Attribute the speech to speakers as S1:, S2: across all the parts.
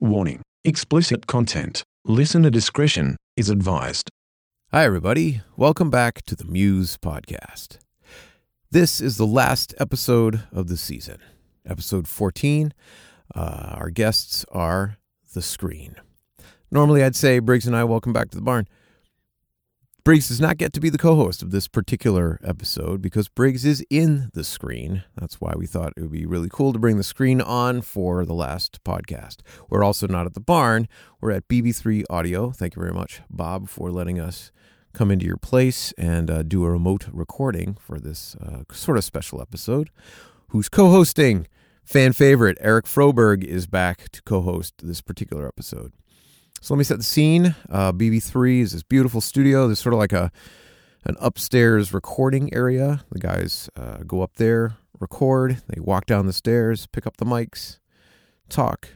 S1: Warning explicit content, listener discretion is advised.
S2: Hi, everybody. Welcome back to the Muse Podcast. This is the last episode of the season, episode 14. Uh, our guests are The Screen. Normally, I'd say Briggs and I welcome back to the barn. Briggs does not get to be the co host of this particular episode because Briggs is in The Screen. That's why we thought it would be really cool to bring The Screen on for the last podcast. We're also not at the barn, we're at BB3 Audio. Thank you very much, Bob, for letting us come into your place and uh, do a remote recording for this uh, sort of special episode. Who's co hosting? Fan favorite Eric Froberg is back to co host this particular episode. So let me set the scene. Uh, BB3 is this beautiful studio. There's sort of like a an upstairs recording area. The guys uh, go up there, record. They walk down the stairs, pick up the mics, talk,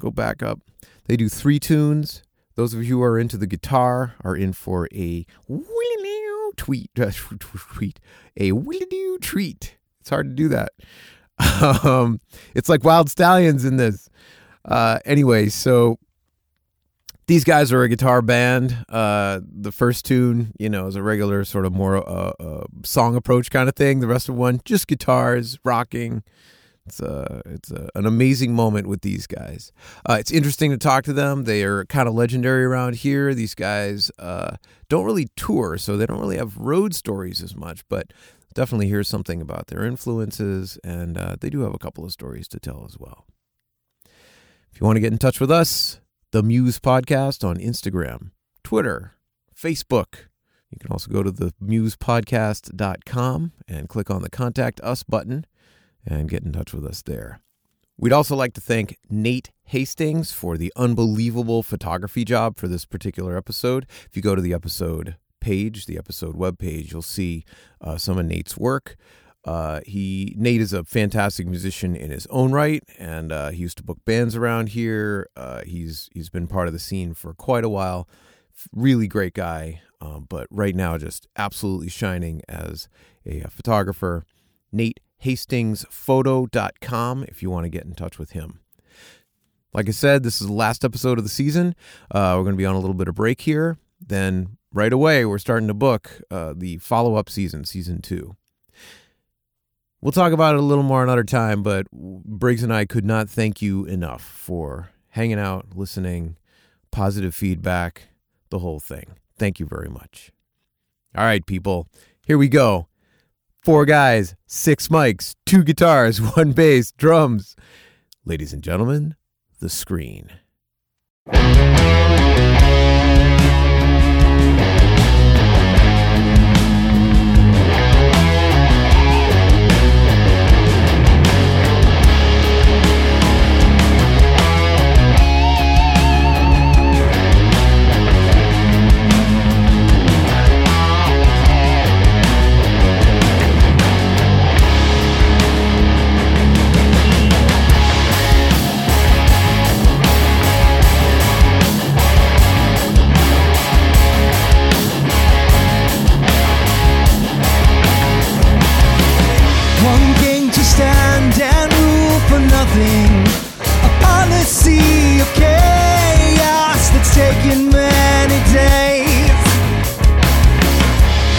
S2: go back up. They do three tunes. Those of you who are into the guitar are in for a wheelie-loo tweet, uh, tweet, a wheelie-loo treat. It's hard to do that. Um, it's like wild stallions in this. Uh, anyway, so these guys are a guitar band. Uh, the first tune, you know, is a regular sort of more uh, uh, song approach kind of thing. The rest of one, just guitars rocking. It's a, it's a, an amazing moment with these guys. Uh, it's interesting to talk to them. They are kind of legendary around here. These guys uh, don't really tour, so they don't really have road stories as much, but definitely hear something about their influences, and uh, they do have a couple of stories to tell as well. If you want to get in touch with us, the Muse Podcast on Instagram, Twitter, Facebook. You can also go to themusepodcast.com and click on the Contact Us button and get in touch with us there. We'd also like to thank Nate Hastings for the unbelievable photography job for this particular episode. If you go to the episode page, the episode webpage, you'll see uh, some of Nate's work. Uh, he Nate is a fantastic musician in his own right, and uh, he used to book bands around here. Uh, he's he's been part of the scene for quite a while. Really great guy, um, but right now just absolutely shining as a, uh, photographer. Nate Hastings Photo.com if you want to get in touch with him. Like I said, this is the last episode of the season. Uh, we're going to be on a little bit of break here. Then right away, we're starting to book uh, the follow up season, season two. We'll talk about it a little more another time, but Briggs and I could not thank you enough for hanging out, listening, positive feedback, the whole thing. Thank you very much. All right, people, here we go. Four guys, six mics, two guitars, one bass, drums. Ladies and gentlemen, the screen.
S3: One king to stand and rule for nothing. A policy of chaos that's taken many days.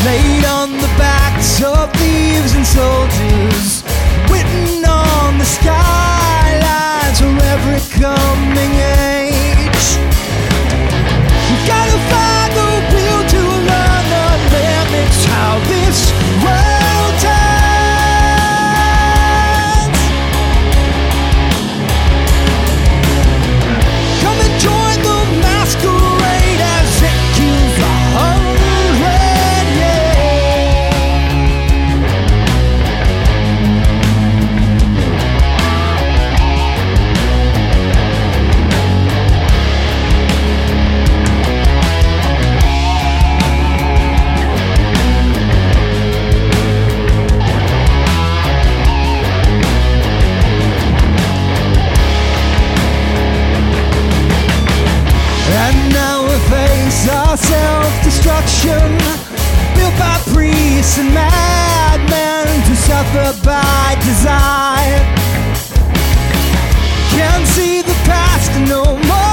S3: Laid on the backs of thieves and soldiers. Written on the skylines from every coming age. You gotta find the will to learn the limits. How this world turns. Come and join the masquerade as it kills a hundred. Yeah. And now we face our self-destruction Built by priests and madmen To suffer by design Can't see the past no more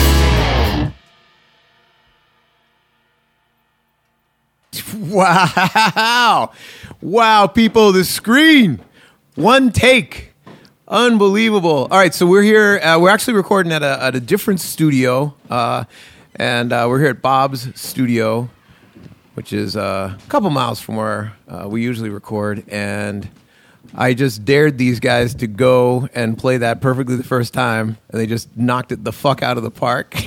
S2: Wow. Wow, people, the screen. One take. Unbelievable. All right, so we're here. Uh, we're actually recording at a, at a different studio, uh, and uh, we're here at Bob's studio, which is uh, a couple miles from where uh, we usually record. And I just dared these guys to go and play that perfectly the first time, and they just knocked it the fuck out of the park.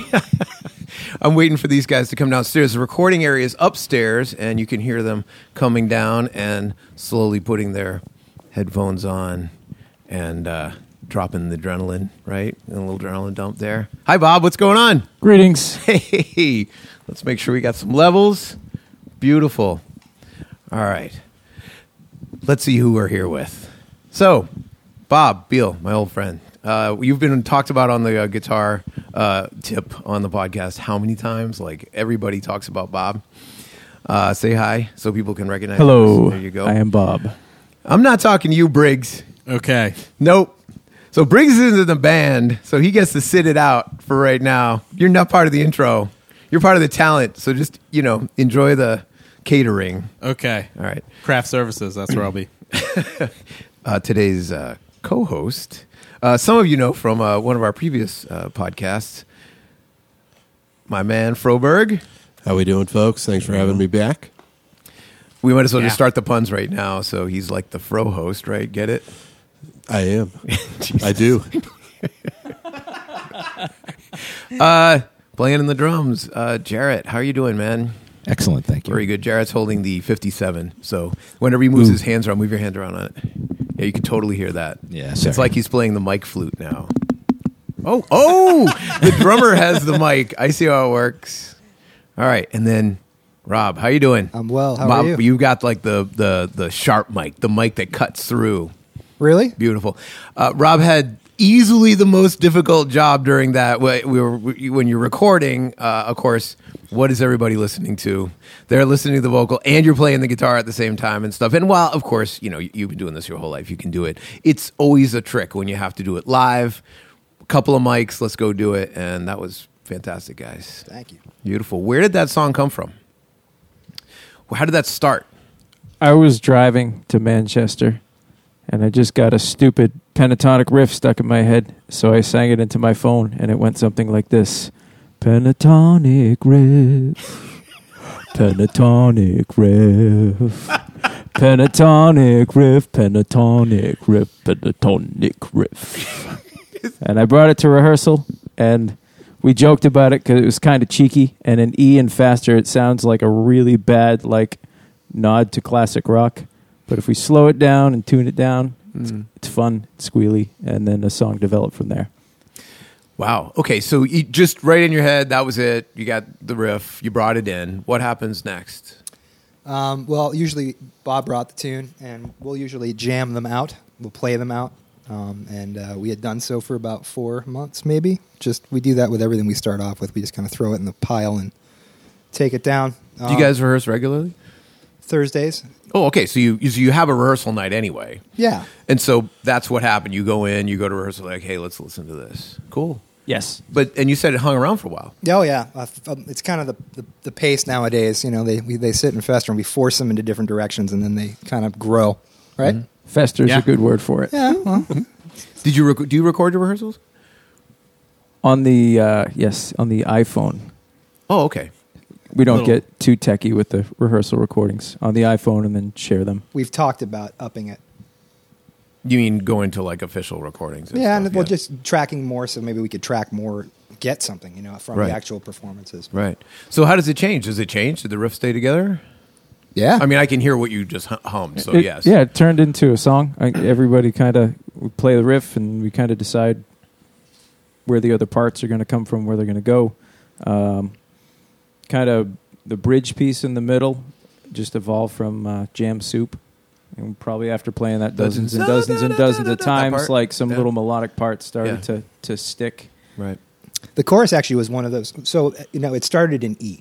S2: I'm waiting for these guys to come downstairs. The recording area is upstairs, and you can hear them coming down and slowly putting their headphones on and uh, dropping the adrenaline, right? And a little adrenaline dump there. Hi, Bob. What's going on?
S4: Greetings.
S2: Hey, let's make sure we got some levels. Beautiful. All right. Let's see who we're here with. So, Bob Beal, my old friend. Uh, you've been talked about on the uh, guitar uh, tip on the podcast how many times? Like everybody talks about Bob. Uh, say hi so people can recognize.
S4: Hello.
S2: us. There you go.
S4: I am Bob.
S2: I'm not talking to you, Briggs.
S5: Okay.
S2: Nope. So Briggs is in the band, so he gets to sit it out for right now. You're not part of the intro. You're part of the talent. So just, you know, enjoy the catering.
S5: Okay.
S2: All right.
S5: Craft services. That's where I'll be.
S2: Uh, today's uh, co host, uh, some of you know from uh, one of our previous uh, podcasts, my man Froberg.
S6: How we doing, folks? Thanks for having me back.
S2: We might as well just
S5: Yeah.
S2: start the puns right now. So he's like the Fro host, right? Get it?
S6: I am. I do.
S2: Playing in the drums. Uh, Jarrett, how are you doing, man?
S4: Excellent, thank
S2: Very good. Jarrett's holding the 57. So whenever he moves his hands around, move your hand around on it. Yeah, you can totally hear that.
S4: Yeah,
S2: It's
S4: sorry.
S2: like he's playing the mic flute now. Oh, oh, the drummer has the mic. I see how it works. All right. And then Rob, how you doing?
S7: I'm well. How
S2: Bob,
S7: are you?
S2: You got like the, the, the sharp mic, the mic that cuts through.
S7: Really?
S2: Beautiful. Uh, Rob had easily the most difficult job during that. wh- We were, when you're recording, uh, of course, what is everybody listening to? They're listening to the vocal and you're playing the guitar at the same time and stuff. And while, of course, you know, you- you've been doing this your whole life, you can do it. It's always a trick when you have to do it live. Couple of mics, let's go do it. And that was fantastic, guys.
S7: Thank you.
S2: Beautiful. Where did that song come from? How did that start?
S4: I was driving to Manchester and I just got a stupid pentatonic riff stuck in my head, so I sang it into my phone and it went something like this. Pentatonic riff. Pentatonic riff. Pentatonic riff, pentatonic riff, pentatonic riff. and I brought it to rehearsal and we joked about it because it was kind of cheeky. And an E and faster, it sounds like a really bad like nod to classic rock. But if we slow it down and tune it down,
S5: Mm.
S4: it's fun, it's squealy, and then a song developed from there.
S2: Wow. Okay. So you just right in your head, that was it. You got the riff. You brought it in. What happens next?
S7: Um, well, usually Bob brought the tune, and we'll usually jam them out. We'll play them out, um, and uh, we had done so for about four months, maybe. Just we do that with everything we start off with. We just kind of throw it in the pile and take it down.
S2: Do you
S7: Um,
S2: guys rehearse regularly?
S7: Thursdays?
S2: Oh, okay. So you you- so you have a rehearsal night anyway,
S7: Yeah,
S2: and so that's what happened. You go in, you go to rehearsal, like, hey, let's listen to this. Cool.
S4: Yes.
S2: But and you said it hung around for a while.
S7: Oh yeah, Uh, f- um, it's kind of the, the the pace nowadays. You know, they we, they sit and fester, and we force them into different directions, and then they kind of grow, right?
S4: Fester's
S5: Yeah.
S4: a good word for it.
S7: Yeah. Well,
S2: Did you rec- do you record your rehearsals?
S4: On the uh, yes, on the iPhone.
S2: Oh, okay.
S4: We don't
S5: Little-
S4: get too techie with the rehearsal recordings on the iPhone and then share them.
S7: we've talked about upping it.
S2: You mean going to like official recordings? and
S7: yeah,
S2: stuff,
S7: and well, just tracking more, so maybe we could track more, get something, you know, from
S2: Right.
S7: the actual performances.
S2: right. So how does it change? Does it change? Did the riff stay together?
S7: Yeah,
S2: I mean, I can hear what you just hum- hummed. So
S4: It-
S2: yes.
S4: Yeah, it turned into a song. I, everybody kind of would play the riff, and we kind of decide where the other parts are going to come from, where they're going to go. Um, kind of the bridge piece in the middle just evolved from uh, Jam Soup. And probably after playing that dozens and dozens and dozens of
S2: That
S4: times,
S2: part.
S4: like some
S2: Yeah.
S4: little melodic parts started
S2: Yeah.
S4: to, to stick.
S2: Right.
S7: the chorus actually was one of those. So uh, you know, it started in E,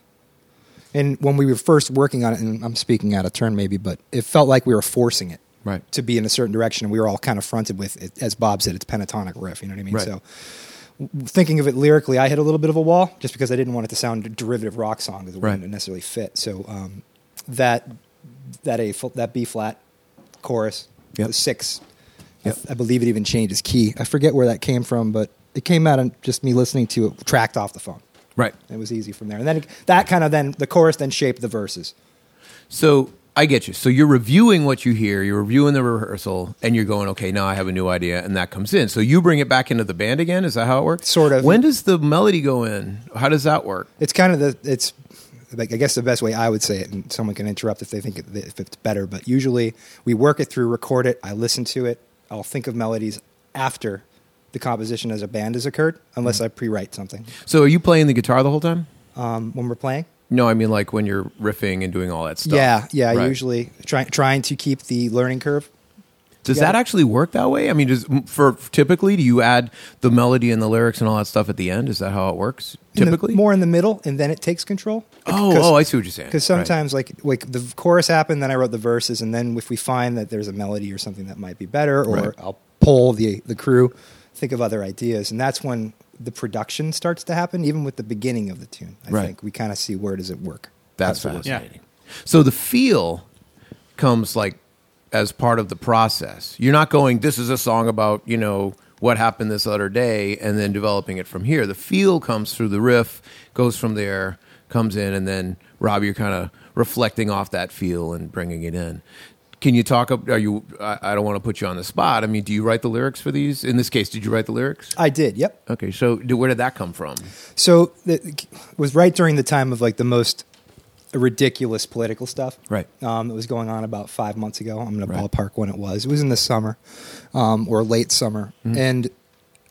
S7: and when we were first working on it, and I'm speaking out of turn maybe, but it felt like we were forcing it
S2: Right.
S7: to be in a certain direction, and we were all kind of fronted with, it, as Bob said, it's pentatonic riff. You know what I mean?
S2: Right.
S7: So w- thinking of it lyrically, I hit a little bit of a wall just because I didn't want it to sound a derivative rock song that
S2: Right.
S7: wouldn't necessarily fit. So um, that that a fl- that B flat chorus,
S2: Yep.
S7: the six. I-
S2: Yep.
S7: I, believe it even changes key. I forget where that came from, but it came out of just me listening to it tracked off the phone.
S2: Right.
S7: It was easy from there, and then it- that kind of then the chorus then shaped the verses.
S2: So I get you. So you're reviewing what you hear, you're reviewing the rehearsal, and you're going, okay, now I have a new idea, and that comes in. So you bring it back into the band again. Is that how it works?
S7: Sort of.
S2: When does the melody go in? How does that work?
S7: It's kind of the it's like I guess the best way I would say it, and someone can interrupt if they think it, if it's better. But usually we work it through, record it. I listen to it. I'll think of melodies after the composition as a band has occurred, unless
S2: Mm-hmm.
S7: I pre-write something
S2: So are you playing the guitar the whole time?
S7: um, when we're playing.
S2: No, I mean like when you're riffing and doing all that stuff.
S7: Yeah, yeah.
S2: Right.
S7: Usually trying trying to keep the learning curve.
S2: Does
S7: yeah.
S2: that actually work that way? I mean, does for typically do you add the melody and the lyrics and all that stuff at the end? Is that how it works
S7: in the-
S2: typically?
S7: more in the middle, and then it takes control.
S2: Oh, oh, I see what you're saying.
S7: Because
S2: Right.
S7: sometimes, like, like the chorus happened, then I wrote the verses, and then if we find that there's a melody or something that might be better, or
S2: Right.
S7: I'll pull the the crew, think of other ideas, and that's when the production starts to happen. Even with the beginning of the tune, I
S2: Right.
S7: think we kind of see where does it work.
S2: That's
S7: How does it work.
S2: fascinating. So the feel comes like as part of the process. You're not going, this is a song about, you know, what happened this other day and then developing it from here. The feel comes through the riff, goes from there, comes in, and then Rob, you're kind of reflecting off that feel and bringing it in. Can you talk? ab- Are you? I, I don't want to put you on the spot. I mean, do you write the lyrics for these? In this case, did you write the lyrics?
S7: I did. Yep.
S2: Okay, so do, where did that come from?
S7: So the- it was right during the time of like the most ridiculous political stuff.
S2: Right.
S7: Um, it was going on about five months ago. I'm going to
S2: Right.
S7: ballpark when it was. It was in the summer um, or late summer.
S2: Mm-hmm.
S7: And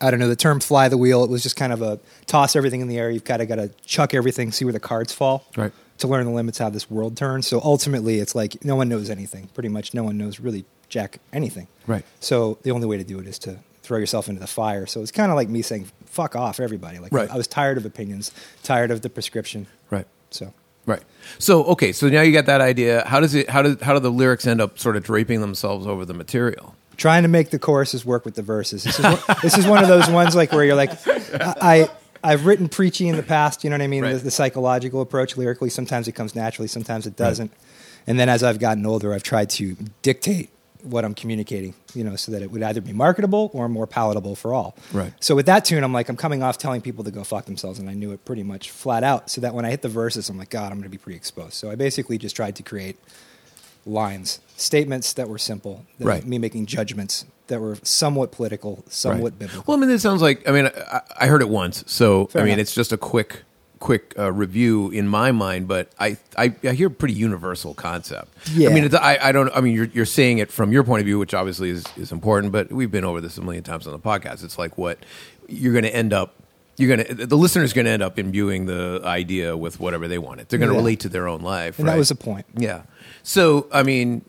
S7: I don't know, the term fly the wheel, it was just kind of a toss everything in the air. You've kind of got to chuck everything, see where the cards fall.
S2: Right.
S7: To learn the limits how this world turns. So ultimately, it's like no one knows anything. Pretty much no one knows really jack anything.
S2: Right.
S7: So the only way to do it is to throw yourself into the fire. So it's kind of like me saying, "Fuck off, everybody!" Like
S2: Right.
S7: I was tired of opinions, tired of the prescription.
S2: Right.
S7: So
S2: Right. So okay. So now you got that idea. How does it? How does how do the lyrics end up sort of draping themselves over the material?
S7: trying to make the choruses work with the verses. This is one, this is one of those ones like where you're like, I. I I've written preachy in the past, you know what I mean?
S2: Right.
S7: The, the psychological approach lyrically, sometimes it comes naturally, sometimes it doesn't. And then as I've gotten older, I've tried to dictate what I'm communicating, you know, so that it would either be marketable or more palatable for all.
S2: Right.
S7: So with that tune, I'm like, I'm coming off telling people to go fuck themselves, and I knew it pretty much flat out. So that when I hit the verses, I'm like, God, I'm going to be pretty exposed. So I basically just tried to create lines, statements that were simple, that
S2: Right.
S7: me making judgments that were somewhat political, somewhat biblical.
S2: Well, I mean, this sounds like. I mean, I, I heard it once, so
S7: Fair
S2: I mean,
S7: enough.
S2: it's just a quick quick uh, review in my mind, but I, I I hear a pretty universal concept.
S7: Yeah.
S2: I mean, it's, I I don't. I mean, you're you're saying it from your point of view, which obviously is is important, but we've been over this a million times on the podcast. It's like what you're going to end up. You're gonna. The listener's gonna end up imbuing the idea with whatever they want it. They're gonna
S7: Yeah.
S2: relate to their own life.
S7: and
S2: right?
S7: that was the point.
S2: Yeah. So I mean,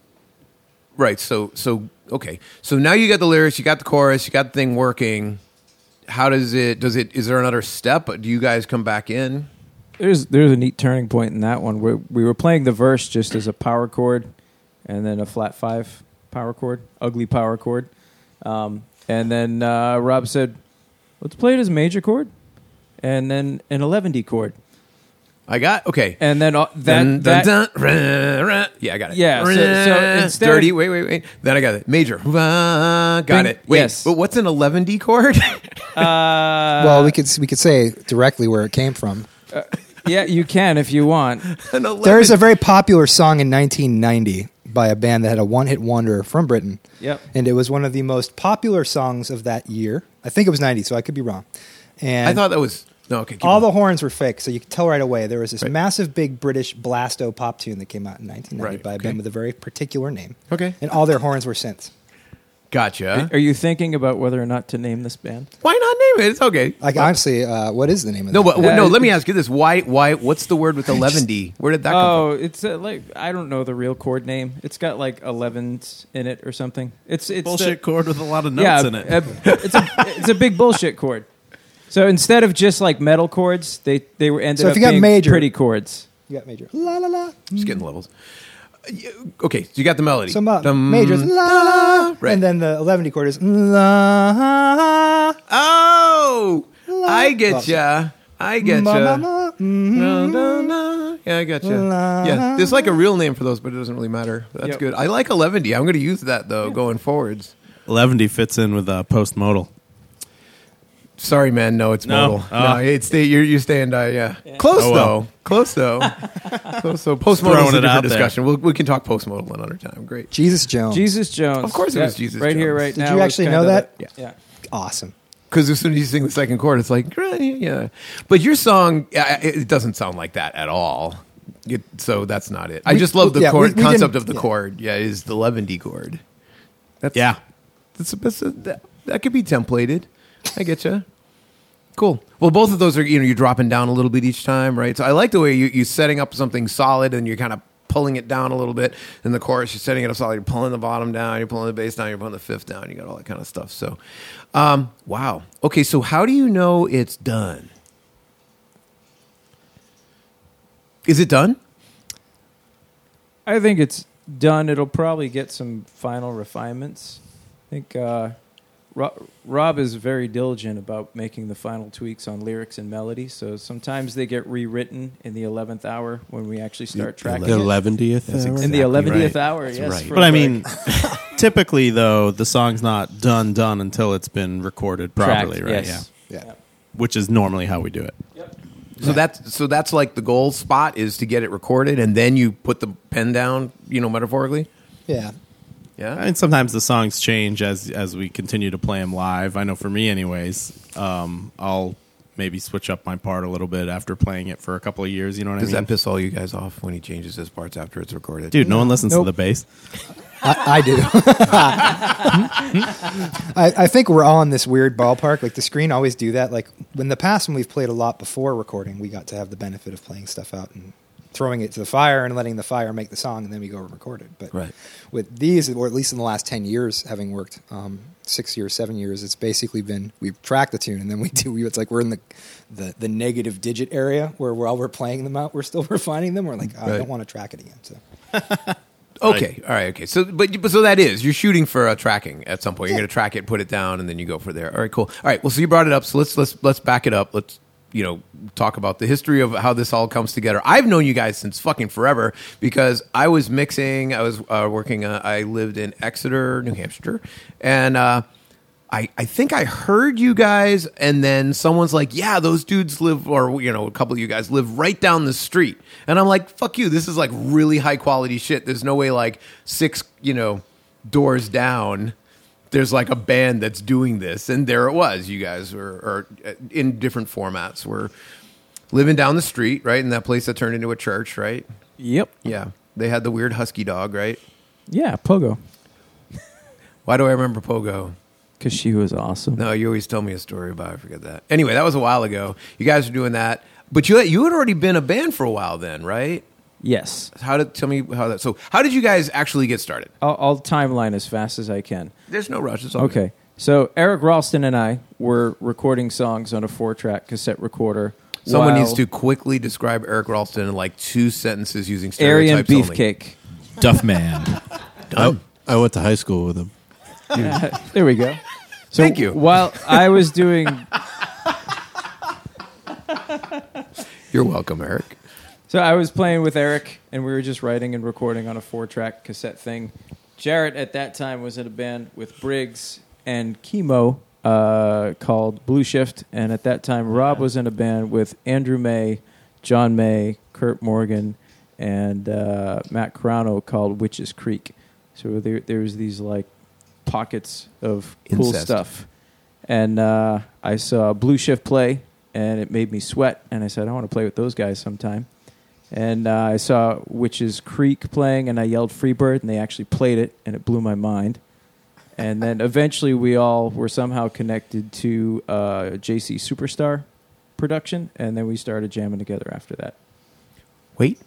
S2: right. So so okay. So now you got the lyrics, you got the chorus, you got the thing working. How does it? Does it? Is there another step? Do you guys come back in?
S4: There's there's a neat turning point in that one where we were playing the verse just as a power chord, and then a flat five power chord, ugly power chord, um, and then uh, Rob said, "Let's play it as major chord, and then an eleven D chord,
S2: I got okay.
S4: and then uh, that
S2: Dun,
S4: that."
S2: dun, dun, rah, rah. Yeah, I got it.
S4: Yeah, so- so
S2: Rah,
S4: instead-
S2: dirty. Wait, wait, wait. Then I got it. Major. Rah, Got
S4: Bing.
S2: it. Wait,
S4: Yes.
S2: but what's an eleven D chord?
S4: uh,
S7: well, we could we could say directly where it came from.
S4: yeah, you can if you want.
S2: an 11
S7: There is a very popular song in 1990 by a band that had a one-hit wonder from Britain.
S4: Yep.
S7: And it was one of the most popular songs of that year. I think it was 90, so I could be wrong. And
S2: I thought that was no. Okay, keep
S7: all
S2: going.
S7: the horns were fake, so you could tell right away there was this massive, big British blasto pop tune that came out in 1990
S2: Right,
S7: by a
S2: okay.
S7: band with a very particular name.
S2: Okay.
S7: and all their horns were synths.
S2: gotcha.
S4: Are you thinking about whether or not to name this band?
S2: Why not name it? It's okay.
S7: Like honestly, uh, what is the name of
S2: No,
S7: that?
S2: but
S4: Yeah,
S2: no.
S4: it-
S2: Let me ask you this: Why? Why? What's the word with eleven D? Where did that come from?
S4: Oh, it's uh like I don't know the real chord name. It's got like 11s in it or something. It's it's the-
S6: Bullshit chord with a lot of notes
S4: yeah,
S6: in it.
S4: a- it's a it's a big bullshit chord. So instead of just like metal chords, they they were ended
S7: So if
S4: up
S7: you got
S4: being
S7: major-
S4: pretty chords.
S7: you got major. La la la.
S2: Just getting levels. Uh, you- Okay, so you got the melody.
S7: Mm-hmm. So ma-
S2: Dum,
S7: majors. La la. la.
S2: Right.
S7: And then the 11 chord is la.
S2: Oh, I get
S7: Love
S2: ya. I get
S7: Ma, ma,
S2: ya. Mm-hmm.
S7: ma. Mhm.
S2: Dun, dun, dun. Yeah, I gotcha.
S7: La-
S2: Yeah, there's like a real name for those, but it doesn't really matter. That's
S4: Yep.
S2: good. I like 11D. I'm going to use that though going forwards.
S5: 11D fits in with uh, postmodal.
S2: Sorry, man. No, it's
S5: No.
S2: modal.
S5: Ah.
S2: no, it's the, you're you stay and die. Yeah, close
S5: Oh, well.
S2: though. Close though. close though. Postmodal
S5: throwing
S2: is
S5: it
S2: a different
S5: out there.
S2: discussion. We'll, we can talk postmodal another time. Great.
S7: Jesus Jones.
S4: Jesus Jones.
S2: Of course it was Jesus
S4: Right here,
S2: Jones.
S4: right
S7: Did
S4: now. is
S7: you actually
S4: kinda
S7: know that?
S4: the- Yeah.
S7: Awesome.
S2: Because as soon as you sing the second chord, it's like "Granny," yeah. But your song, yeah, it it doesn't sound like that at all. It, so that's not it. I
S7: We-
S2: just love the
S7: yeah,
S2: chord,
S7: we- we
S2: concept
S7: didn't-
S2: of the
S7: yeah.
S2: chord. Yeah, is the 11D chord. That's,
S5: Yeah.
S2: That's, that's that, that could be templated. I get you. Cool. Well, both of those are you know you're dropping down a little bit each time, right? So I like the way you you setting up something solid and you're kind of pulling it down a little bit. In the chorus, you're setting it up solid. You're pulling the bottom down. You're pulling the bass down. You're pulling the fifth down. You got all that kind of stuff. So, um, wow. Okay. So how do you know it's done? Is it done?
S4: I think it's done. It'll probably get some final refinements. I think uh, Rob, Rob is very diligent about making the final tweaks on lyrics and melody. So sometimes they get rewritten in the eleventh hour when we actually start tracking
S6: The
S4: it.
S6: 11th
S5: That's
S6: hour?
S4: in the
S5: Exactly right.
S4: eleventh hour, yes.
S6: right.
S4: for
S5: But I
S4: like
S5: mean, typically though, the song's not done done until it's been recorded
S4: tracked,
S5: properly, right?
S4: yes.
S7: Yeah.
S5: Yeah, which is normally how we do it.
S2: So that's so that's like the goal spot is to get it recorded, and then you put the pen down. You know, metaphorically.
S7: Yeah.
S2: Yeah.
S5: I mean, sometimes the songs change as as we continue to play them live. I know for me, anyways, um, I'll maybe switch up my part a little bit after playing it for a couple of years. You know what
S2: Does
S5: I mean?
S2: that piss all you guys off when he changes his parts after it's recorded?
S5: Dude, no one listens
S7: Nope.
S5: to the bass.
S7: I, I do. I, I think we're all in this weird ballpark. Like the screen always do that. Like in the past, when we've played a lot before recording, we got to have the benefit of playing stuff out and throwing it to the fire and letting the fire make the song, and then we go record it. But
S2: Right.
S7: with these, or at least in the last ten years, having worked um, six years, seven years, it's basically been we track the tune and then we do. We, it's like we're in the, the the negative digit area where while we're playing them out, we're still refining them. We're like, oh, I
S2: Right.
S7: don't want to track it again. So
S2: Okay, all right, okay. So, but, but so that is you're shooting for a tracking at some point. You're going to track it, put it down, and then you go for there. All right, cool. All right, well, so you brought it up. So let's let's let's back it up. Let's you know talk about the history of how this all comes together. I've known you guys since fucking forever because I was mixing. I was uh, working. Uh, I lived in Exeter, New Hampshire, and. uh I, I think I heard you guys, and then someone's like, "Yeah, those dudes live, or you know, a couple of you guys live right down the street." And I'm like, "Fuck you! This is like really high quality shit. There's no way like six, you know, doors down, there's like a band that's doing this." And there it was. You guys were or uh, in different formats. Were living down the street, right, in that place that turned into a church, right?
S4: Yep.
S2: Yeah, they had the weird husky dog, right?
S4: Yeah, Pogo.
S2: Why do I remember Pogo?
S4: Because she was awesome.
S2: No, Oh, you always tell me a story about. it. I forget that. Anyway, that was a while ago. You guys were doing that, but you you had already been a band for a while then, right?
S4: Yes.
S2: How did tell me how that? So how did you guys actually get started?
S4: I'll, I'll timeline as fast as I can.
S2: There's no rush. It's all
S4: Okay. So Eric Ralston and I were recording songs on a four-track cassette recorder.
S2: good. Someone
S4: while
S2: needs to quickly describe Eric Ralston in like two sentences using
S4: Aryan
S2: stereotypes
S4: Beefcake.
S5: Duff man.
S6: I, I went to high school with him.
S4: There we go. So
S2: Thank you.
S4: While I was doing,
S2: only. You're welcome, Eric.
S4: so I was playing with Eric, and we were just writing and recording on a four-track cassette thing. Jarrett at that time was in a band with Briggs and Chemo uh, called Blue Shift, and at that time Rob was in a band with Andrew May, John May, Kurt Morgan, and uh, Matt Carano called Witches Creek. So there, there was these like pockets of cool
S2: Incest.
S4: stuff. and uh, I saw Blue Shift play, and it made me sweat. And I said, I want to play with those guys sometime. And uh, I saw Witches Creek playing, and I yelled Freebird, and they actually played it, and it blew my mind. And then eventually, we all were somehow connected to uh, JC Superstar production, and then we started jamming together after that.
S2: Wait,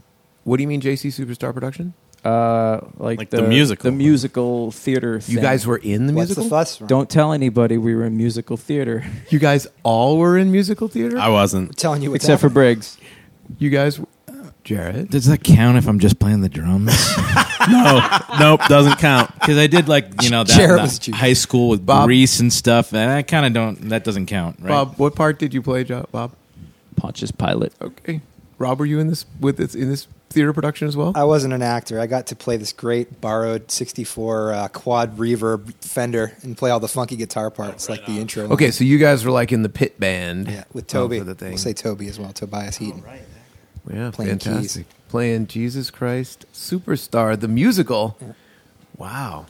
S2: what do you mean, JC Superstar Production?
S4: Uh, like,
S5: Like the musical.
S4: the musical theater. Thing.
S2: You guys were in the
S7: what's
S2: musical.
S7: the fuss? Ron?
S4: don't tell anybody we were in musical theater,
S2: You guys all were in musical theater.
S5: I wasn't.
S7: telling you what's
S4: except for
S7: happening.
S4: Briggs.
S2: you guys, Jared.
S8: Does that count if I'm just playing the drums?
S5: No, nope, doesn't count.
S8: Because I did like you know that
S7: Jared
S8: in
S7: was
S8: the
S7: Jewish.
S8: high school with
S2: Bob-
S8: Grease and stuff, and I kind of don't. That doesn't count, right?
S2: Bob, what part did you play, Jo- Bob?
S4: Pontius Pilate.
S2: Okay. Rob, were you in this with this in this theater production as well?
S7: I wasn't an actor. I got to play this great borrowed 64 uh, quad reverb Fender and play all the funky guitar parts, like the intro. line.
S2: okay, so you guys were like in the pit band,
S7: Yeah, with Toby.
S2: for the thing.
S7: We'll say Toby as well, Tobias Heaton.
S2: yeah,
S7: playing
S2: fantastic.
S7: keys.
S2: Playing Jesus Christ Superstar, the musical. Wow.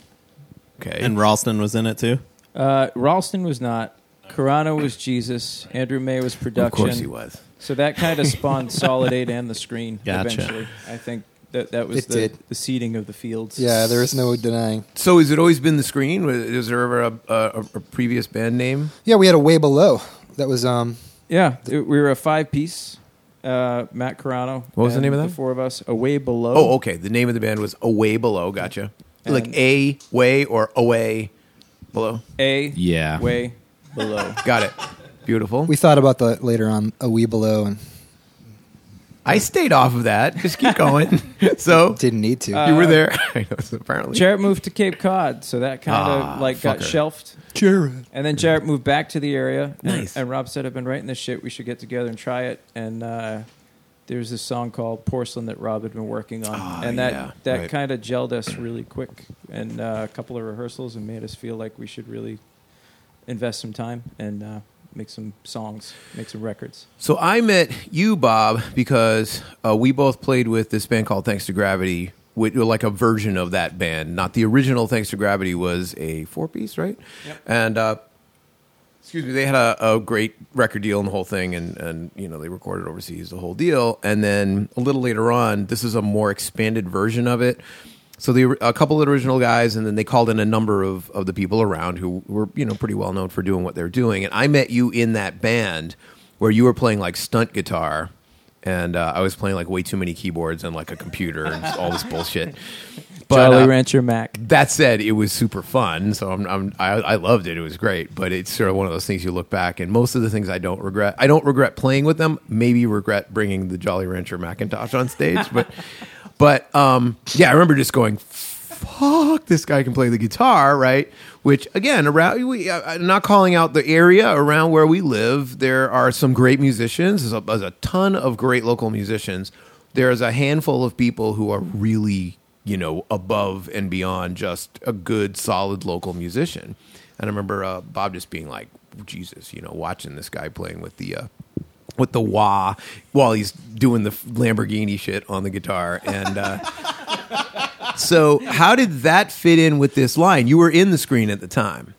S2: Okay.
S5: And Ralston was in it too.
S4: Uh, Ralston was not. Carano was Jesus. Andrew May was production.
S2: of course he was.
S4: So that kind of spawned Solid Eight and the screen
S5: Gotcha.
S4: eventually. I think that that was
S7: It
S4: the,
S7: did.
S4: the seeding of the fields.
S7: Yeah, there is no denying.
S2: So has it always been the screen? Was was there ever a, a, a previous band name?
S7: Yeah, we had a way below. That was um,
S4: Yeah, it- we were a five piece. Uh, Matt Carano.
S2: What was the
S4: and
S2: name of that?
S4: The four of us. Away below.
S2: Oh, okay. The name of the band was Away Below. Gotcha. like
S4: And-
S2: A Way or Away Below.
S4: A.
S8: Yeah.
S4: Way below.
S2: Got it. Beautiful.
S7: we thought about that later on a wee below and
S2: I stayed off of that. Just keep going. so
S7: didn't need to.
S2: you were there. I know, so apparently.
S4: Uh, Jarrett moved to Cape Cod, so that kind of
S2: Ah,
S4: like got
S2: fucker.
S4: shelved.
S7: Jared.
S4: And then Jarrett moved back to the area. And,
S2: Nice.
S4: And Rob said, I've been writing this shit. We should get together and try it. And uh, there's this song called Porcelain that Rob had been working on.
S2: Ah,
S4: and that,
S2: yeah,
S4: that
S2: right.
S4: kind of gelled us really quick and uh, a couple of rehearsals and made us feel like we should really invest some time and uh, make some songs, make some records.
S2: So I met you, Bob, because uh, we both played with this band called Thanks to Gravity, which, like a version of that band. Not the original Thanks to Gravity was a four piece, right? And uh, excuse me, they had a, a great record deal and the whole thing, and and you know they recorded overseas the whole deal, and then a little later on, this is a more expanded version of it. So they were a couple of the original guys, and then they called in a number of of the people around who were you know pretty well known for doing what they're doing, and I met you in that band where you were playing like stunt guitar. And uh, I was playing like way too many keyboards and like a computer and all this bullshit.
S4: Jolly
S2: uh,
S4: Rancher Mac.
S2: that said, it was super fun. So I'm, I'm I, I loved it. It was great. But it's sort of one of those things you look back and most of the things I don't regret. I don't regret playing with them. Maybe regret bringing the Jolly Rancher Macintosh on stage. But but um, yeah, I remember just going. Fuck! This guy can play the guitar, right? Which again, around we uh, I'm not calling out the area around where we live. There are some great musicians. There's a, there's a ton of great local musicians. There's a handful of people who are really you know, above and beyond just a good, solid local musician. And I remember uh, Bob just being like, Jesus, you know, watching this guy playing with the uh, with the wah while he's doing the Lamborghini shit on the guitar. And uh, so, how did that fit in with this line? You were in the screen at the time.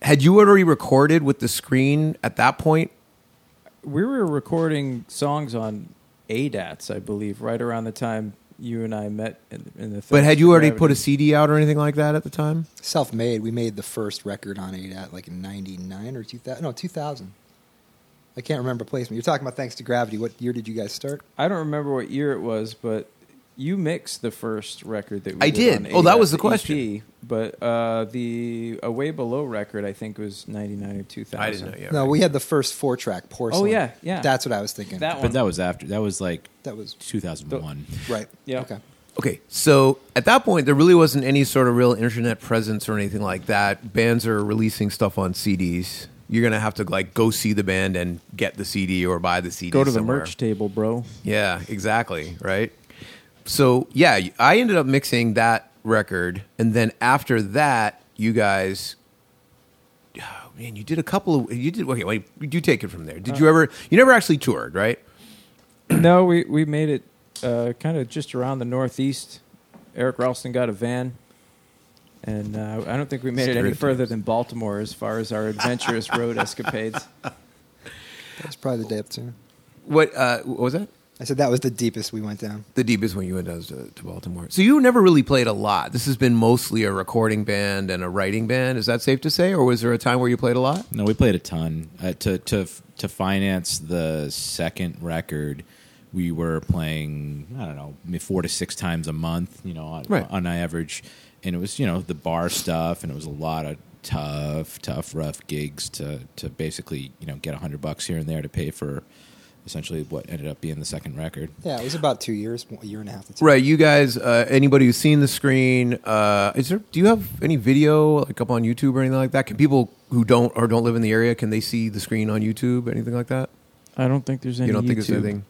S2: Had you already recorded with the screen at that point?
S4: we were recording songs on ADATs, I believe, right around the time you and I met in, in the.
S2: But had you already put a
S4: Gravity.
S2: CD out or anything like that at the time?
S7: Self made. We made the first record on 8 at like in 99 or 2000. No, 2000. I can't remember placement. You're talking about Thanks to Gravity. What year did you guys start?
S4: I don't remember what year it was, but you mixed the first record that we
S2: I
S4: did.
S2: did.
S4: on
S2: Oh, that was
S4: ADATs,
S2: the question.
S4: EP, E but uh, the Away Below record, I think, was ninety nine or two thousand.
S2: yet.
S7: No, we had the first four track
S2: Oh,
S7: porcelain.
S4: yeah, yeah.
S7: That's what I was thinking.
S4: That one.
S8: But that was after. That was like
S7: That was
S8: 2001.
S7: right.
S4: Yeah.
S7: Okay.
S2: Okay, so at that point, there really wasn't any sort of real internet presence or anything like that. Bands are releasing stuff on CDs. You're gonna have to like go see the band and get the CD or buy the CD.
S4: Go to the
S2: somewhere.
S4: merch table, bro.
S2: Yeah, exactly. Right. So yeah, I ended up mixing that record, and then after that, you guys. Oh, man, you did a couple of you did okay. Wait, you take it from there.
S4: Uh.
S2: Did you ever? You never actually toured, right?
S4: no, we we made it uh, kind of just around the northeast. Eric Ralston got a van, and uh, I don't think we made it any further than Baltimore as far as our adventurous road escapades.
S7: That's probably the depth too.
S2: What, uh, what was that?
S7: I said that was the deepest we went down.
S2: the deepest one you went down was to, to Baltimore. So you never really played a lot. This has been mostly a recording band and a writing band. Is that safe to say, or was there a time where you played a lot?
S8: No, we played a ton. Uh, to to to finance the second record, we were playing I don't know maybe four to six times a month, you know, on,
S2: Right.
S8: on average, and it was you know the bar stuff, and it was a lot of tough, tough, rough gigs to to basically you know get a hundred bucks here and there to pay for essentially what ended up being the second record.
S7: Yeah, it was about two years, a year and a half. To two.
S2: Right, you guys. Uh, anybody who's seen the screen, uh, is there? Do you have any video like up on YouTube or anything like that? Can people who don't or don't live in the area can they see the screen on YouTube? Anything like that?
S4: I don't think there's any.
S2: you don't think it's
S4: YouTube.
S2: anything?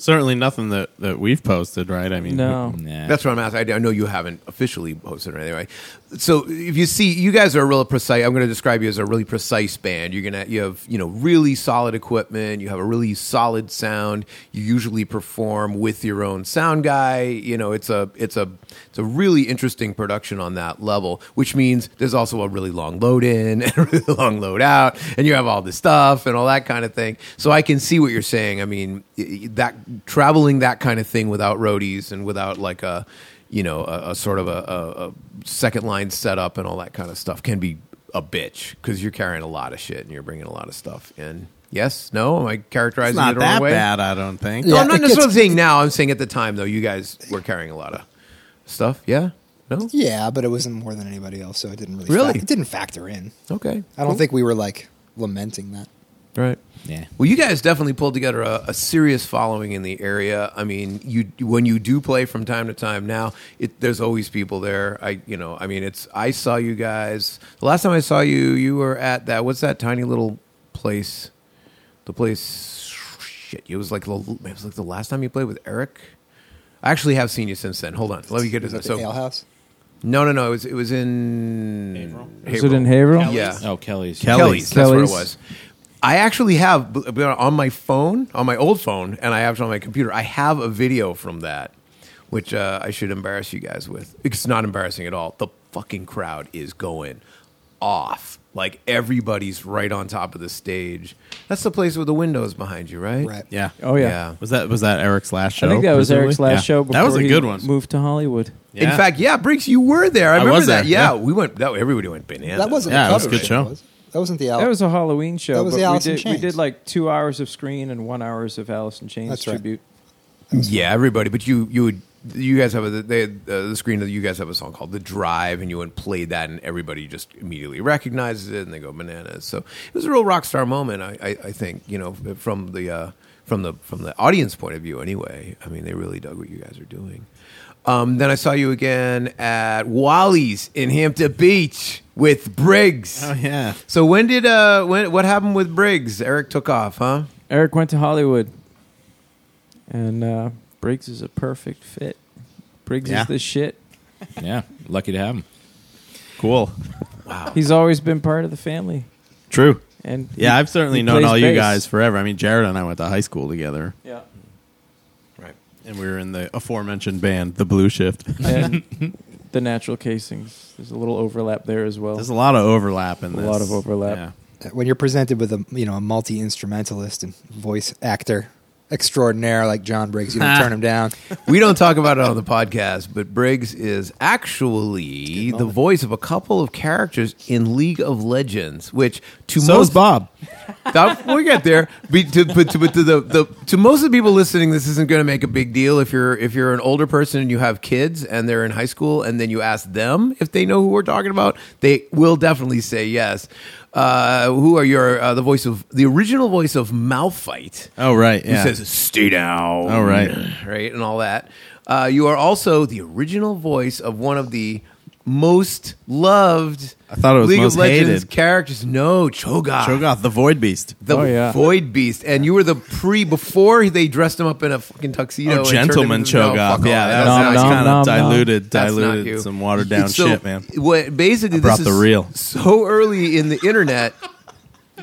S5: Certainly nothing that, that we've posted, right? I mean,
S4: No.
S8: Nah.
S2: That's what I'm asking. I- I know you haven't officially posted or anything, right? So if you see, you guys are a real precise. I'm going to describe you as a really precise band. You're gonna you have you know really solid equipment. You have a really solid sound. You usually perform with your own sound guy. You know it's a it's a it's a really interesting production on that level, which means there's also a really long load in and a really long load out, and you have all this stuff and all that kind of thing. So I can see what you're saying. I mean, i- i- that traveling that kind of thing without roadies and without like a, you know, a, a sort of a, a, a second line setup and all that kind of stuff can be a bitch because you're carrying a lot of shit and you're bringing a lot of stuff in. Yes, no, am I characterizing
S5: It's not
S2: it the wrong
S5: that
S2: way?
S5: bad, I don't think.
S2: No,
S7: Yeah,
S2: I'm not
S7: it gets-
S2: necessarily saying now. I'm saying at the time though, you guys were carrying a lot of stuff. Yeah, no,
S7: Yeah, but it wasn't more than anybody else, so it didn't really. fac-
S2: Really?
S7: it didn't factor in.
S2: okay.
S7: I don't think we were like lamenting that.
S2: Right.
S8: Yeah.
S2: Well, you guys definitely pulled together a, a serious following in the area. I mean, you when you do play from time to time now, it, there's always people there. I you know, I mean, it's I saw you guys the last time I saw you. You were at that what's that tiny little place? The place shit. It was like the- it was like the last time you played with Eric. I actually have seen you since then. Hold on, let me get to
S7: Was that
S2: this.
S7: the
S2: So,
S7: ale house?
S2: no, no, no. It was it was in April.
S4: Is it in Haverhill?
S2: Yeah.
S8: Oh, Kelly's.
S2: Kelly's. That's
S4: Kelly's.
S2: what it was. I actually have b- b- on my phone, on my old phone, and I have it on my computer. I have a video from that, which uh, I should embarrass you guys with. It's not embarrassing at all. The fucking crowd is going off. Like everybody's right on top of the stage. That's the place with the windows behind you, right?
S7: Right.
S5: Yeah.
S4: Oh yeah.
S2: Yeah.
S5: Was that was that Eric's last show?
S4: I think that was
S5: presumably?
S4: Eric's last
S5: Yeah.
S4: show. Before
S5: That was a
S4: he
S5: good one.
S4: Moved to Hollywood.
S5: Yeah.
S2: In fact, yeah, Briggs, you were there. I remember
S5: was
S2: that.
S5: there,
S2: Yeah,
S5: yeah.
S2: we went. That everybody went bananas.
S7: That wasn't.
S5: Yeah,
S7: the
S5: it was a
S7: cover
S5: good show.
S7: was it? That wasn't the ale.
S4: That was a Halloween show.
S7: That was
S4: but
S7: the Alice
S4: we
S7: in
S4: did, we
S7: Chains.
S4: did like two hours of screen and one hours of Alice in Chains
S7: That's right.
S4: tribute.
S2: Yeah, everybody. But you, you would, you guys have a they had, uh, the screen. You guys have a song called "The Drive," and you went and played that, and everybody just immediately recognizes it, and they go bananas. So it was a real rock star moment, I, I, I think. You know, from the uh, from the from the audience point of view, anyway. I mean, they really dug what you guys are doing. Um, then I saw you again at Wally's in Hampton Beach with Briggs.
S5: Oh yeah.
S2: So when did uh when what happened with Briggs? Eric took off, huh?
S4: Eric went to Hollywood, and uh, Briggs is a perfect fit. Briggs
S5: Yeah.
S4: is the shit.
S8: Yeah. Lucky to have him.
S5: Cool.
S4: He's always been part of the family,
S5: True.
S4: and he-
S5: Yeah, I've certainly
S4: he
S5: known
S4: plays
S5: all you
S4: bass.
S5: guys forever. I mean, Jared and I went to high school together,
S4: Yeah.
S2: Right.
S5: and we were in the aforementioned band, the Blue Shift.
S4: and the natural casings. There's a little overlap there as well.
S5: There's a lot of overlap in
S4: A
S5: this.
S4: lot of overlap.
S7: uh, when you're presented with a you know a multi instrumentalist and voice actor extraordinaire like John Briggs, you don't turn him down.
S2: we don't talk about it on the podcast, but Briggs is actually the voice of a couple of characters in League of Legends, which to
S5: So is
S2: most
S5: Bob.
S2: Stop, we'll get there. But to, but to, but to the, the to most of the people listening, this isn't going to make a big deal. If you're if you're an older person and you have kids and they're in high school, and then you ask them if they know who we're talking about, they will definitely say yes. Uh, who are your uh, the voice of the original voice of Malphite?
S5: Oh right.
S2: He
S5: Yeah.
S2: says, "Stay down."
S5: Oh, right.
S2: right, and all that. Uh, you are also the original voice of one of the most loved.
S5: I thought it was
S2: League
S5: most
S2: of Legends
S5: hated.
S2: characters. No, Cho'Gath,
S5: Cho'Goth, the Void Beast.
S2: "Ah." the
S4: Oh, yeah.
S2: Void Beast, and you were the pre before they dressed him up in a fucking tuxedo.
S5: Oh,
S2: and turned
S5: gentleman
S2: him into- no,
S5: Cho'Goth.
S2: fuck all
S5: yeah,
S2: that.
S5: that
S4: Nom,
S5: was,
S2: That's
S4: nom,
S2: not-
S5: kind
S4: nom,
S5: of
S4: nom.
S5: diluted,
S2: that's not you.
S5: diluted, some watered down
S2: So,
S5: shit, man.
S2: What basically
S5: I brought
S2: this
S5: the
S2: is
S5: real.
S2: so early in the internet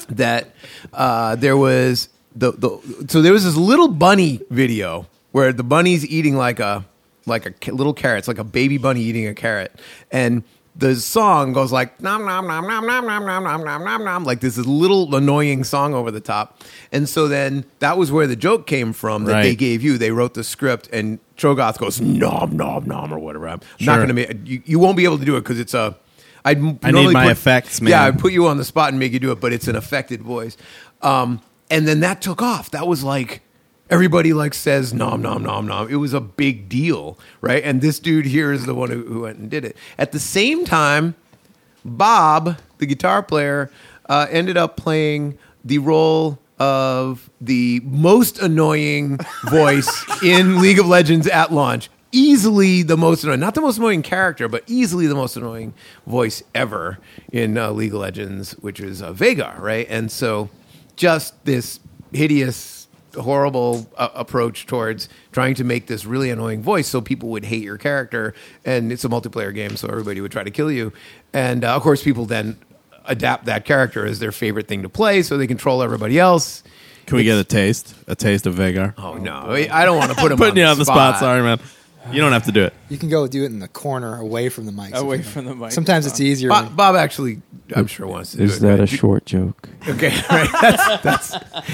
S2: that uh, there was the, the so there was this little bunny video where the bunny's eating like a like a ca- little carrot. It's like a baby bunny eating a carrot, and the song goes like nom nom nom nom nom nom nom nom nom nom nom like this is little annoying song over the top, and so then that was where the joke came from that they
S5: Right.
S2: gave you. They wrote the script, and Trogoth goes nom nom nom or whatever. I'm not
S5: Sure.
S2: going to make you, you won't be able to do it because it's a. I'd m-
S5: I need
S2: normally
S5: my
S2: put-
S5: effects, man.
S2: Yeah, I put you on the spot and make you do it, but it's an affected voice. Um, and then that took off. That was like everybody like says nom nom nom nom. It was a big deal, right? And this dude here is the one who, who went and did it. At the same time, Bob, the guitar player, uh, ended up playing the role of the most annoying voice in League of Legends at launch. Easily the most annoying, not the most annoying character, but easily the most annoying voice ever in uh, League of Legends, which is uh, Vega, right? And so just this hideous horrible uh, approach towards trying to make this really annoying voice so people would hate your character. And it's a multiplayer game, so everybody would try to kill you. And uh, of course, people then adapt that character as their favorite thing to play, so they control everybody else.
S5: Can we get a taste? A taste of Vagar?
S2: Oh no, I I don't want to put him
S5: Putting you on the spot.
S2: spot
S5: Sorry, man. You don't have to do it.
S7: You can go do it in the corner, away from the mics. if
S4: Away
S7: you
S4: from the
S7: want.
S4: mic.
S7: Sometimes it's easier.
S2: Bob, Bob actually, I'm sure wants to. do
S4: Is
S2: it,
S4: that
S2: right?
S4: a short joke?
S2: Okay, right. That's, that's.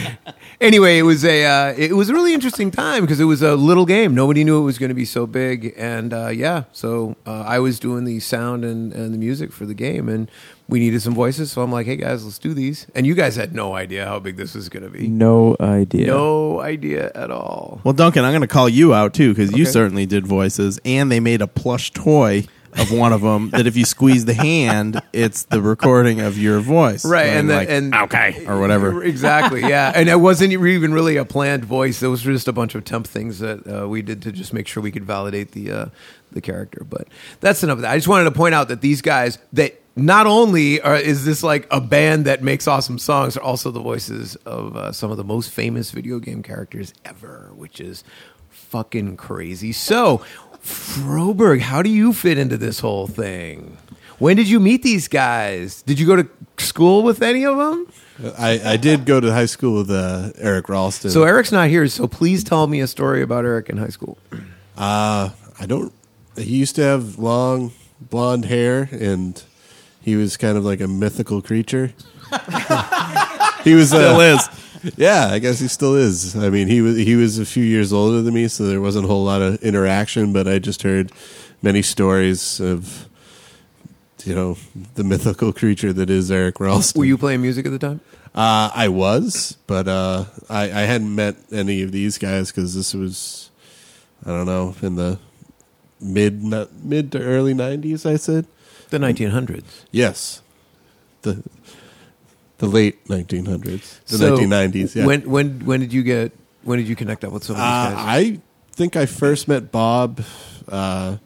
S2: Anyway, it was a uh, it was a really interesting time because it was a little game. Nobody knew it was going to be so big, and uh, yeah, so uh, I was doing the sound and, and the music for the game, and we needed some voices. So I'm like, hey guys, let's do these. And you guys had no idea how big this was going to be.
S4: No idea.
S2: No idea at all.
S5: Well, Duncan, I'm going to call you out too because you certainly did voices, and they made a plush toy of one of them that if you squeeze the hand, it's the recording of your voice,
S2: right and
S5: then
S2: then and
S5: okay or whatever.
S2: exactly yeah and it wasn't even really a planned voice it was just a bunch of temp things that uh, we did to just make sure we could validate the uh, the character but that's enough of that i just wanted to point out that these guys that not only are, is this like a band that makes awesome songs are also the voices of uh, some of the most famous video game characters ever which is fucking crazy so froberg how do you fit into this whole thing when did you meet these guys? Did you go to school with any of them?
S6: I, I did go to high school with uh, Eric Ralston.
S2: So Eric's not here, so please tell me a story about Eric in high school.
S6: Uh, I don't. He used to have long blonde hair, and he was kind of like a mythical creature. he was still is. Yeah, I guess he still is. I mean, he was he was a few years older than me, so there wasn't a whole lot of interaction. But I just heard many stories of you know the mythical creature that is Eric Ralston.
S2: Were you playing music at the time?
S6: Uh, I was, but uh, I, I hadn't met any of these guys because this was, I don't know, in the mid mid to early '90s. I said
S2: The 1900s.
S6: yes, the the late 1900s, the
S2: So,
S6: 1990s. Yeah,
S2: When when when did you get when did you connect up with some of
S6: uh,
S2: these guys?
S6: I think I first met Bob. Uh,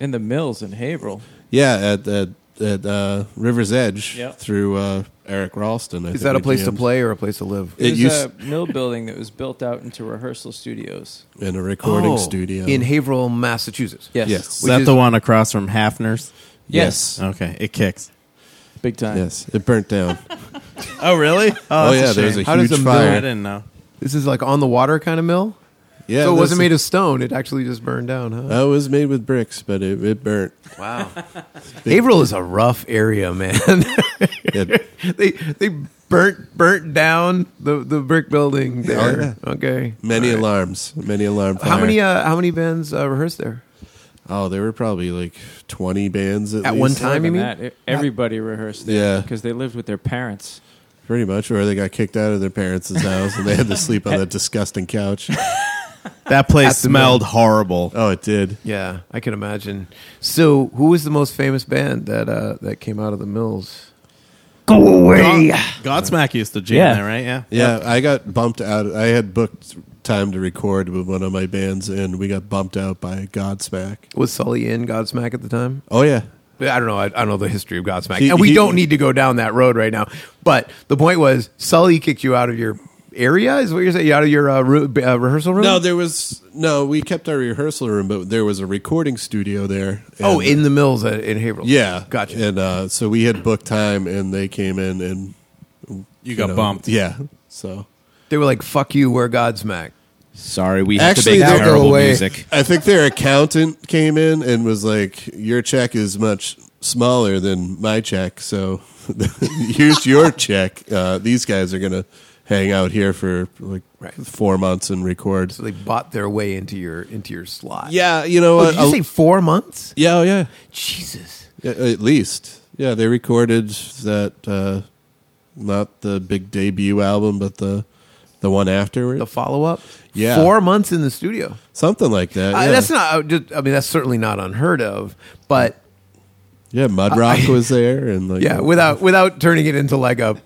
S4: In the mills in Haverhill.
S6: yeah, at at, at uh, River's Edge
S4: Yep.
S6: through uh, Eric Ralston. I
S2: is
S6: think
S2: that a
S6: we
S2: place to
S6: jammed.
S2: play or a place to live?
S6: It
S4: There's
S6: used
S4: a mill building that was built out into rehearsal studios.
S6: in a recording
S2: Oh,
S6: studio
S2: in Haverhill, Massachusetts.
S4: Yes.
S6: Yes.
S5: Is
S2: Which
S5: that
S2: is-
S5: the one across from Hafner's?
S4: Yes.
S5: Okay, it kicks.
S4: Big time.
S6: Yes, it burnt down.
S5: Oh, really?
S6: Oh, yeah, there's a
S5: How does
S6: huge
S5: it
S6: fire.
S5: burn? I didn't know.
S2: This is like on the water kind of mill.
S6: Yeah,
S2: so it wasn't
S6: that's-
S2: made of stone. It actually just burned down, huh?
S6: Uh, it was made with bricks, but it, it burnt.
S2: wow. Haverhill is a rough area, man.
S6: It-
S2: they they burnt burnt down the, the brick
S6: Oh,
S2: building there. Okay.
S6: many alarms, many alarm. Fire.
S2: How many uh, how many bands uh, rehearsed there?
S6: oh, there were probably like twenty bands at,
S2: At
S6: least.
S2: one time?
S4: More
S2: you
S4: than
S2: mean?
S4: that. E- Everybody rehearsed
S6: Yeah.
S4: there because they lived with their parents.
S6: pretty much, or they got kicked out of their parents' house and they had to sleep on that disgusting couch.
S5: That place smelled horrible.
S6: Oh, it did.
S2: Yeah, I can imagine. So, who was the most famous band that uh, that came out of the mills?
S5: God, Godsmack used to jam
S4: Yeah.
S5: there, right? Yeah.
S6: Yeah, I got bumped out. I had booked time to record with one of my bands, and we got bumped out by Godsmack.
S2: Was Sully in Godsmack at the time?
S6: Oh yeah,
S2: I don't know. I, I don't know the history of Godsmack,
S6: He-
S2: and we
S6: he-
S2: don't need to go down that road right now. But the point was, Sully kicked you out of your area. Is what you're saying? Out of your uh, ru- uh, rehearsal room?
S6: no, there was no. We kept our rehearsal room, but there was a recording studio there.
S2: oh,
S6: and-
S2: in the mills at, in Haverhill.
S6: Yeah,
S2: gotcha.
S6: And uh, so we had booked time, and they came in, and
S5: You got
S6: know,
S5: bumped.
S6: Yeah, so
S2: They were like, "Fuck you, we're Godsmack."
S8: Sorry, we have
S6: Actually,
S8: to
S6: they'll
S8: make
S6: go
S8: terrible
S7: away.
S8: music.
S6: I think their accountant came in and was like, "Your check is much smaller than my check, so here's your check. Uh, these guys are gonna hang out here for like
S2: Right.
S6: four months and record."
S2: So they bought their way into your into your slot.
S6: Yeah, you know
S2: Oh,
S6: what?
S2: did you say four months?
S6: yeah, oh, yeah,
S2: Jesus.
S6: yeah, uh, at least. Yeah, they recorded that uh, not the big debut album, but the the one afterward.
S2: The follow up.
S6: Yeah.
S2: Four months in the studio.
S6: Something like that.
S2: Uh,
S6: yeah.
S2: that's not. I just- I mean, that's certainly not unheard of. But
S6: yeah, Mud Rock was there, and like uh,
S2: yeah, without without turning it into like a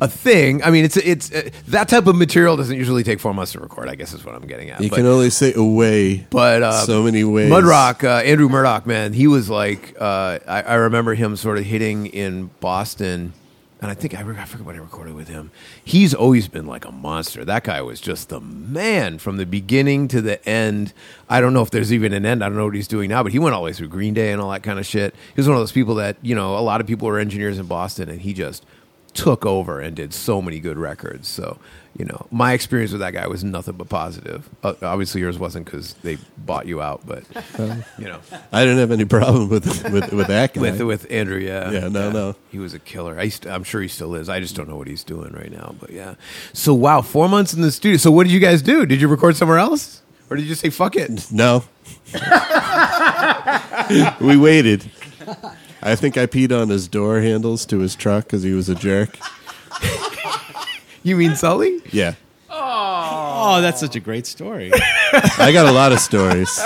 S2: a thing. I mean, it's it's uh, that type of material doesn't usually take four months to record. I guess is what I'm getting at.
S6: you
S2: but,
S6: can only say away.
S2: but uh,
S6: so many ways.
S2: Mud Rock, uh, Andrew Murdoch, man, he was like, uh, I, I remember him sort of hitting in Boston and I think I, re- I forget what I recorded with him. He's always been like a monster. That guy was just the man from the beginning to the end. I don't know if there's even an end. I don't know what he's doing now, but he went all the way through Green Day and all that kind of shit. He was one of those people that you know a lot of people were engineers in Boston, and he just took over and did so many good records. So, you know, my experience with that guy was nothing but positive. Uh, obviously, yours wasn't because they bought you out, but you know,
S6: I didn't have any problem with with, with that guy.
S2: with with Andrew, yeah,
S6: Yeah, no, no.
S2: he was a killer. I used to- I'm sure he still is. I just don't know what he's doing right now, but yeah. So, wow, four months in the studio. So, what did you guys do? Did you record somewhere else, or did you just say fuck it?
S6: No. we waited. I think I peed on his door handles to his truck because he was a jerk.
S2: You mean Sully?
S6: Yeah.
S5: Oh, that's such a great story.
S6: I got a lot of stories.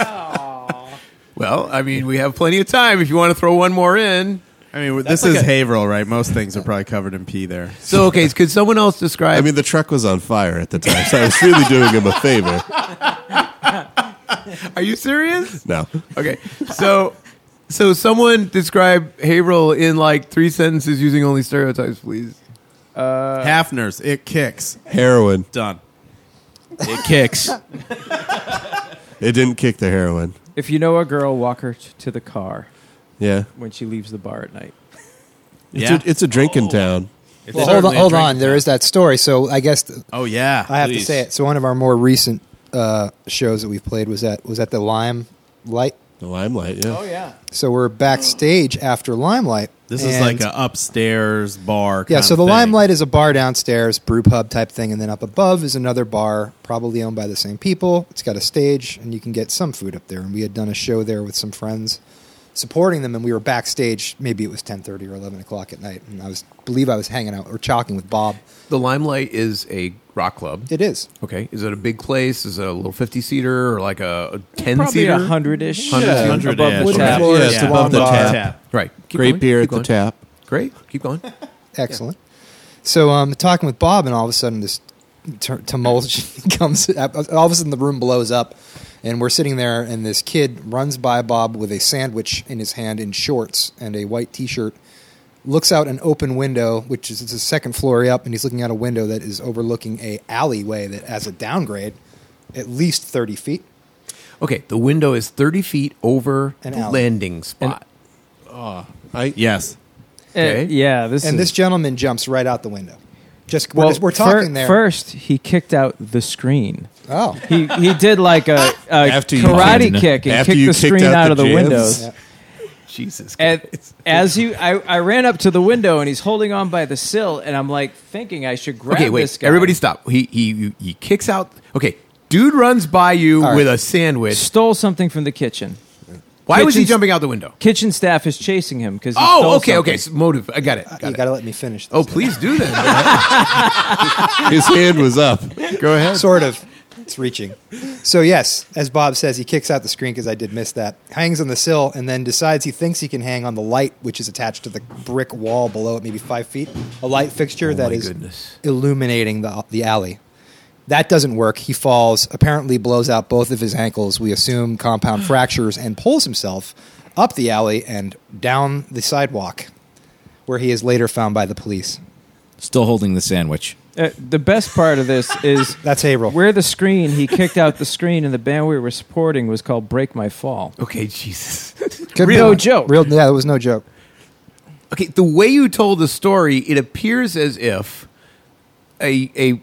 S2: Well, I mean, we have plenty of time if you want to throw one more in.
S5: I mean, this is Haverhill, right? Most things are probably covered in pee there.
S2: So, okay, could someone else describe?
S6: I mean, the truck was on fire at the time, so I was really doing him a favor.
S2: are you serious?
S6: No.
S2: Okay, so so someone describe Haverhill in like three sentences using only stereotypes, please.
S5: Hafner's, it kicks.
S6: Heroin.
S5: Done.
S8: It kicks.
S6: It didn't kick the heroin.
S4: If you know a girl, walk her t- to the car
S6: Yeah.
S4: when she leaves the bar at night.
S6: It's,
S5: Yeah.
S6: a, it's a
S2: Oh.
S6: drinking town.
S5: It's
S7: Well, hold on,
S5: certainly a
S7: hold
S5: drink.
S7: on. There is that story. So I guess th-
S5: Oh yeah,
S7: I have to say it. So one of our more recent uh, shows that we've played was at was at the Lime Light.
S6: The limelight, yeah. Oh, yeah.
S7: So we're backstage after Limelight.
S5: This is
S7: and-
S5: like an upstairs bar.
S7: yeah.
S5: kind
S7: So
S5: of
S7: the
S5: thing.
S7: Limelight is a bar downstairs, brew pub type thing, and then up above is another bar, probably owned by the same people. It's got a stage, and you can get some food up there. And we had done a show there with some friends supporting them, and we were backstage. Maybe it was ten thirty or eleven o'clock at night, and I was believe I was hanging out or chalking with Bob.
S2: The Limelight is a rock club.
S7: It is.
S2: Okay, is it a big place? Is it a little fifty seater or like a ten
S4: Probably a
S2: seater?
S4: hundred ish.
S2: Hundred,
S4: Yeah.
S5: hundred
S4: Above
S5: ish,
S4: the
S5: right?
S4: tap.
S6: Yeah, it's
S5: Yeah.
S6: above the
S5: Above
S6: tap.
S2: Right. Keep
S6: Great
S2: going,
S6: beer
S2: keep
S6: at the
S2: going.
S6: tap.
S2: Great. Keep going.
S7: Excellent. So um, talking with Bob, and all of a sudden this tur tumultion comes. All of a sudden the room blows up, and we're sitting there, and this kid runs by Bob with a sandwich in his hand in shorts and a white T-shirt. Looks out an open window, which is it's a second floor up, and he's looking out a window that is overlooking a alleyway that has a downgrade, at least thirty feet.
S2: Okay, the window is thirty feet over
S7: An
S2: the
S7: alley.
S2: landing spot.
S5: Yes.
S2: Okay.
S4: Uh, yeah, this
S7: And
S4: is,
S7: this gentleman jumps right out the window. Just we're,
S4: well,
S7: just- we're
S4: fir-
S7: talking there.
S4: First, he kicked out the screen.
S7: Oh,
S4: He he did like a, a
S6: After you
S4: karate
S8: kicked-
S4: kick and
S6: after
S4: kicked
S6: you
S4: the
S6: kicked
S4: screen
S6: out
S4: out,
S6: the
S4: of the
S6: jams?
S4: windows.
S7: Yeah.
S2: Jesus.
S4: And as you, I, I ran up to the window and he's holding on by the sill, and I'm like thinking I should grab
S2: okay, wait.
S4: this guy.
S2: Everybody stop. He he he kicks out. Okay, dude runs by you
S7: All right.
S2: with a sandwich.
S4: stole something from the kitchen.
S2: Why was he
S4: Kitchen's-
S2: jumping out the window?
S4: Kitchen staff is chasing him because
S2: Oh, okay, okay. So motive. I got it. Got
S7: Uh, you
S2: it.
S7: got to let me finish. This
S2: Oh, please do then.
S6: His hand was up. Go ahead.
S7: sort of. It's reaching. So yes, as Bob says, he kicks out the screen because I did miss that. Hangs on the sill and then decides he thinks he can hang on the light, which is attached to the brick wall below it, maybe five feet. A light fixture that
S2: Oh my
S7: is
S2: goodness.
S7: illuminating the the alley. That doesn't work. He falls, apparently blows out both of his ankles. We assume compound fractures and pulls himself up the alley and down the sidewalk, where he is later found by the police.
S8: Still holding the sandwich.
S4: Uh, the best part of this is
S7: That's Haverhill.
S4: where the screen. He kicked out the screen, and the band we were supporting was called Break My Fall.
S2: Okay, Jesus.
S7: Could
S4: Real joke.
S7: Real, yeah, it was no joke.
S2: Okay, the way you told the story, it appears as if a a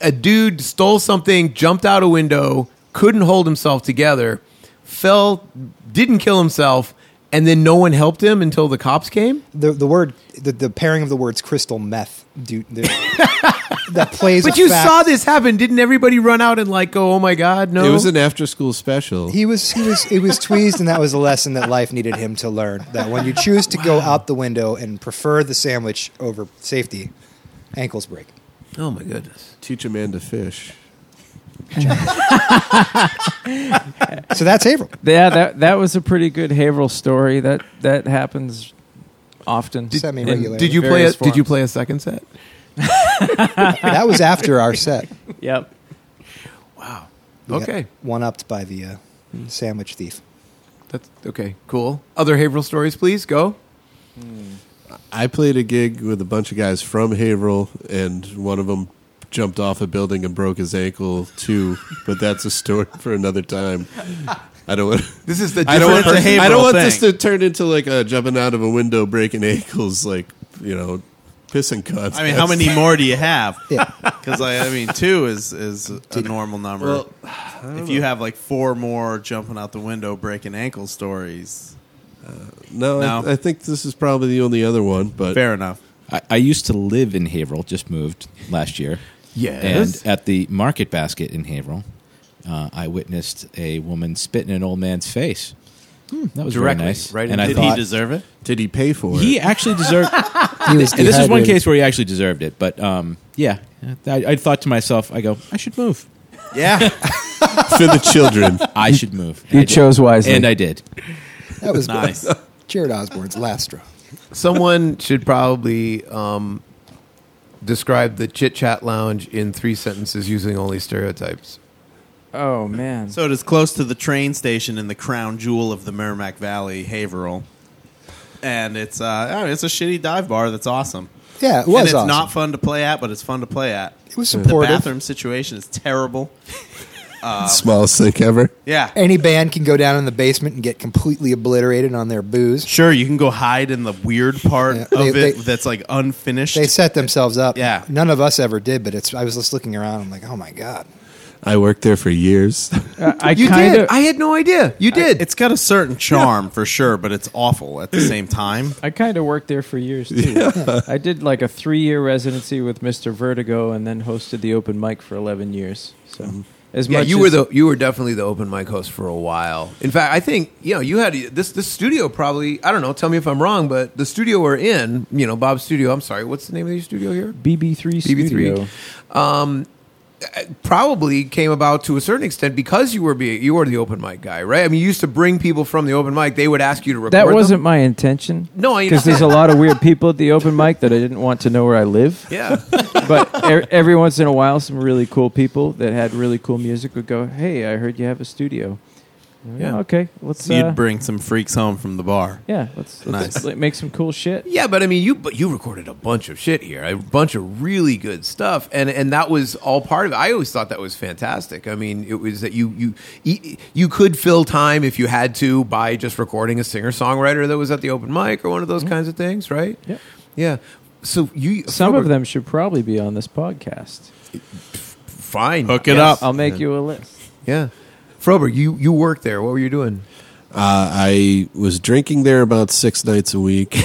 S2: a dude stole something, jumped out a window, couldn't hold himself together, fell, didn't kill himself, and then no one helped him until the cops came.
S7: the the word the, the pairing of the words crystal meth do, the- that plays.
S2: But
S7: a
S2: you
S7: fact-
S2: saw this happen. Didn't everybody run out and like go, "Oh my god, no."
S6: It was an after school special.
S7: He was he was it was tweezed, and that was a lesson that life needed him to learn. That when you choose to go out the window and prefer the sandwich over safety, ankles break.
S2: Oh my goodness.
S6: Teach a man to fish.
S7: So that's April.
S4: Yeah, that that was a pretty good Haverhill story. That that happens often.
S7: Semi
S2: And
S7: regular.
S2: did you play a,
S4: Various
S2: did you
S4: forms.
S2: play a second set?
S7: That was after our set.
S4: Yep.
S7: We got
S2: Okay.
S7: One upped by the uh, sandwich thief.
S2: That's okay. Cool. Other Haverhill stories, please. Go.
S6: I played a gig with a bunch of guys from Haverhill, and one of them jumped off a building and broke his ankle too. but that's a story for another time. I don't want.
S2: This is the
S6: I don't want.
S2: different
S6: To,
S2: Haverhill
S6: I don't want this to turn into like a jumping out of a window, breaking ankles, like you know, pissing cuts.
S5: I mean, how many more do you have?
S7: Yeah.
S5: Because I, I mean, two is is a normal number.
S6: Well,
S5: if you have like four more jumping out the window, breaking ankle stories,
S6: No,
S5: No.
S6: I, I think this is probably the only other one. But
S5: fair enough.
S8: I, I used to live in Haverhill, just moved last year.
S2: Yes.
S8: And at the market basket in Haverhill, uh, I witnessed a woman spit in an old man's face. that was
S2: Hmm. Directly,
S8: very nice.
S2: right
S8: and
S2: in-
S8: I
S5: Did
S8: thought
S5: he deserve it?
S6: did he pay for
S8: he
S6: it?
S8: actually deserved.
S7: He was
S8: and this is one
S7: dehydrated.
S8: case where he actually deserved it. But um, yeah, I, I thought to myself, I go, I should move.
S5: Yeah.
S6: for the children?
S8: I should move. And
S4: You
S8: I did.
S4: chose wisely.
S8: and I did.
S7: That was
S5: nice.
S7: Jared Osborne's last straw.
S2: Someone should probably um, describe the Chit Chat Lounge in three sentences using only stereotypes.
S4: oh man.
S5: So it is close to the train station in the crown jewel of the Merrimack Valley, Haverhill, and it's uh, I mean, it's a shitty dive bar that's awesome.
S7: Yeah, it
S5: and
S7: was
S5: it's
S7: awesome.
S5: not fun to play at, but it's fun to play at.
S7: It was
S5: The
S7: supportive.
S5: bathroom situation is terrible.
S6: Smallest sink ever.
S5: Yeah.
S7: Any band can go down in the basement and get completely obliterated on their booze.
S5: Sure, you can go hide in the weird part
S7: Yeah,
S5: of
S7: they-
S5: it
S7: they-
S5: that's like unfinished.
S7: They set themselves up.
S5: Yeah.
S7: None of us ever did, but it's. I was just looking around. I'm like, oh my god.
S6: I worked there for years.
S4: I,
S2: You
S4: kind
S2: did.
S4: of
S2: I had no idea. You did.
S5: it's got a certain charm for sure, but it's awful at the same time.
S4: I kind of worked there for years too. I did like a three-year residency with Mr. Vertigo, and then hosted the open mic for eleven years. So as
S2: Mm-hmm. yeah,
S4: much
S2: you
S4: as
S2: were the you were definitely the open mic host for a while. In fact, I think you know you had this this studio probably. I don't know. Tell me if I'm wrong, but the studio we're in, you know, Bob's studio. I'm sorry. What's the name of your studio here?
S4: BB3 studio.
S2: BB3. Um, probably came about to a certain extent because you were be, you were the open mic guy, right? I mean, you used to bring people from the open mic. They would ask you to record.
S4: That
S2: them.
S4: wasn't my intention.
S2: No, I
S4: because there's a lot of weird people at the open mic that I didn't want to know where I live.
S2: Yeah,
S4: But er, every once in a while, some really cool people that had really cool music would go, "Hey, I heard you have a studio." Yeah,
S2: Yeah.
S4: okay, let's. Uh,
S5: You'd bring some freaks home from the bar.
S4: yeah, let's, let's
S5: Nice.
S4: like, make some cool shit.
S2: yeah, but I mean, you but you recorded a bunch of shit here, a bunch of really good stuff, and and that was all part of it. I always thought that was fantastic. I mean, it was that you you e- you could fill time if you had to by just recording a singer songwriter that was at the open mic or one of
S4: Mm-hmm.
S2: those kinds of things, right?
S4: Yep.
S2: Yeah. So you
S4: Some of
S2: Froberg-
S4: them should probably be on this podcast.
S2: fine
S5: Hook it
S2: Yes.
S5: up.
S4: I'll make you a list.
S2: Yeah. Froberg, you, you worked there. What were you doing?
S6: Uh, I was drinking there about six nights a week.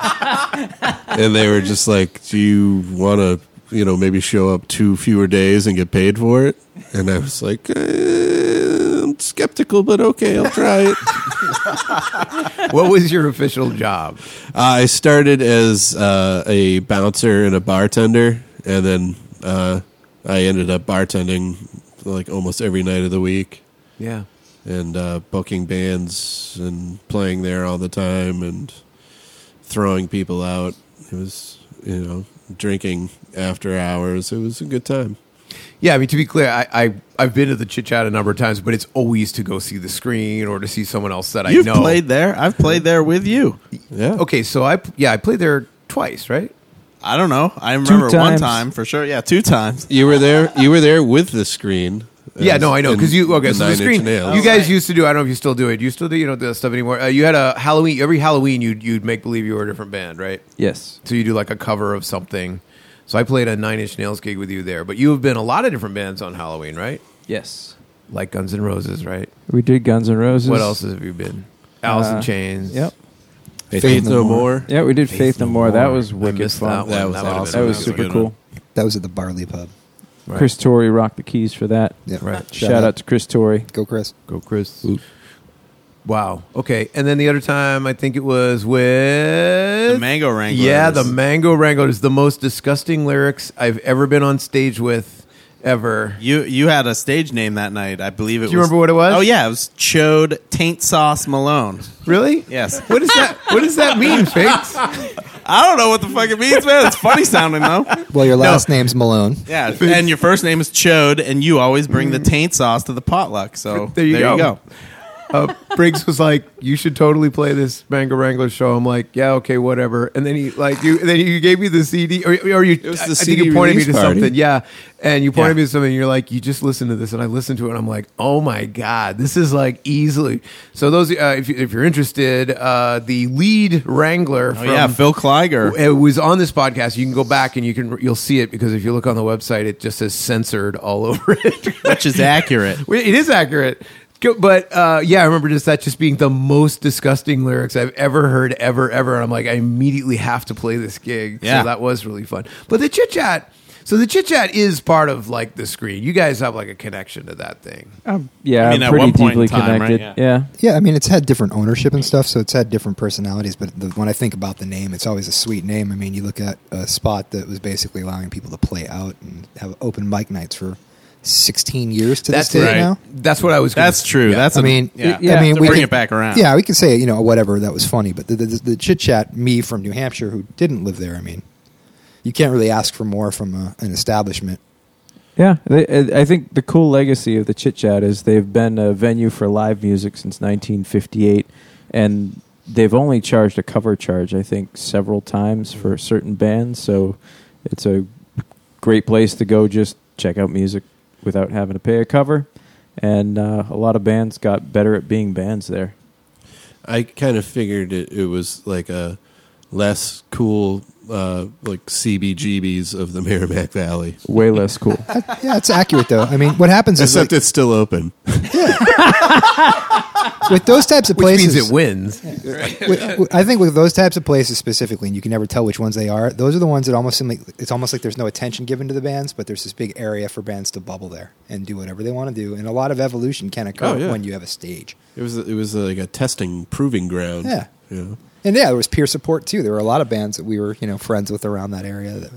S6: and they were just like, Do you want to, you know, maybe show up two fewer days and get paid for it? And I was like, eh, I'm skeptical, but okay, I'll try it.
S2: What was your official job?
S6: Uh, I started as uh, a bouncer and a bartender, and then uh, I ended up bartending like almost every night of the week.
S2: Yeah.
S6: and uh, booking bands and playing there all the time and throwing people out. It was, you know, drinking after hours. It was a good time.
S2: Yeah, I mean, to be clear, I, I, I've been to the Chit Chat a number of times, but it's always to go see the screen or to see someone else that
S5: You've
S2: I know.
S5: played there. I've played there with you.
S6: Yeah.
S2: Okay, so I, yeah, I played there twice, right?
S5: I don't know. I remember one
S4: times.
S5: time for sure. Yeah, two times.
S6: You were there. You were there with the screen.
S2: yeah,
S6: As
S2: no, I know. Because
S6: in
S2: you, okay, so the
S6: Nine Inch
S2: screen,
S6: Nails.
S2: you guys used to do, I don't know if you still do it. You still do, you don't do that stuff anymore. Uh, you had a Halloween, every Halloween, you'd, you'd make believe you were a different band, right?
S4: Yes.
S2: So you do like a cover of something. So I played a Nine Inch Nails gig with you there, but you have been a lot of different bands on Halloween, right?
S4: Yes.
S2: Like Guns N' Roses, right?
S4: We did Guns N' Roses.
S2: What else have you been? Alice in
S4: Uh,
S2: Chains.
S4: Yep.
S6: Faith, No More.
S4: Yeah, we did Faith, No More. That was
S2: I
S4: wicked
S2: missed
S4: fun.
S2: one.
S6: That was
S2: would've
S6: awesome.
S2: been
S4: That
S2: a
S4: was
S2: good
S4: super
S2: one.
S4: cool.
S7: That was at the Barley Pub.
S2: Right.
S4: Chris Torrey rocked the keys for that.
S7: Yeah.
S2: Right.
S4: Shout, out to Chris Torrey.
S7: Go Chris.
S2: Go, Chris. Wow. Okay. And then the other time, I think it was with.
S5: The Mango Wranglers.
S2: Yeah, the Mango Wranglers. is the most disgusting lyrics I've ever been on stage with, ever.
S5: You you had a stage name that night. I believe it.
S2: Do you remember what it was?
S5: Oh yeah, it was Chode Taint Sauce Malone.
S2: Really?
S5: Yes.
S2: What does that? What does that mean, Fakes?
S5: I don't know what the fuck it means, man. It's funny sounding though.
S7: Well, your last name's Malone.
S5: Yeah, and your first name is Chode, and you always bring the taint sauce to the potluck. So
S2: There you go. uh, Briggs was like, "You should totally play this Manga Wrangler show." I'm like, "Yeah, okay, whatever." And then he like you, then you gave me the CD, or, or you,
S6: was
S2: I-
S6: the
S2: I
S6: CD
S2: think you pointed me
S6: release
S2: to
S6: party.
S2: something, yeah. And you pointed me to something. And you're like, "You just listen to this," and I listened to it. and I'm like, "Oh my god, this is like easily." So those, uh, if, you, if you're interested, uh, the lead Wrangler,
S5: Oh
S2: from,
S5: yeah, Phil Kleiger.
S2: it was on this podcast. You can go back and you can you'll see it because if you look on the website, it just says censored all over it.
S5: which is accurate.
S2: Well, It is accurate. Go- But uh, yeah, I remember just that just being the most disgusting lyrics I've ever heard, ever, ever. And I'm like, I immediately have to play this gig.
S5: Yeah.
S2: So that was really fun. But the chit chat, so the chit chat is part of like the screen. You guys have like a connection to that thing.
S4: Yeah,
S5: I mean,
S4: I'm
S5: at
S4: pretty
S5: one point in
S4: deeply
S5: time, right?
S4: connected. Yeah.
S7: Yeah, I mean, it's had different ownership and stuff, so it's had different personalities. But the, when I think about the name, it's always a sweet name. I mean, you look at a spot that was basically allowing people to play out and have open mic nights for 16 years to
S2: That's
S7: this day
S5: right.
S7: now.
S2: That's what I was.
S5: That's true. That's
S7: I
S5: a-
S7: mean,
S5: yeah.
S4: yeah,
S7: I mean,
S5: to
S7: we
S5: bring
S7: could-
S5: it back around.
S7: Yeah, we could say you know whatever that was funny, but the the, the chit chat me from New Hampshire who didn't live there. I mean, you can't really ask for more from a, an establishment.
S4: Yeah, they, I I think the cool legacy of the Chit Chat is they've been a venue for live music since 1958, and they've only charged a cover charge, I think, several times for certain bands. So it's a great place to go just check out music without having to pay a cover. And uh, a lot of bands got better at being bands there.
S6: I kind of figured it, it was like a less cool, uh, like CBGBs of the Merrimack Valley.
S4: Way less cool.
S7: Yeah, it's accurate though. I mean, what happens is
S6: Except
S7: like,
S6: it's still open.
S7: with those types of
S2: Which
S7: places,
S2: means it wins.
S7: with- with- I think with those types of places specifically, and you can never tell which ones they are. Those are the ones that almost seem like it's almost like there's no attention given to the bands, but there's this big area for bands to bubble there and do whatever they want to do. And a lot of evolution can occur
S6: Oh, yeah.
S7: when you have a stage.
S6: It was it was like a testing proving ground.
S7: Yeah.
S6: You know?
S7: And yeah, there was peer support too. There were a lot of bands that we were you know friends with around that area. That,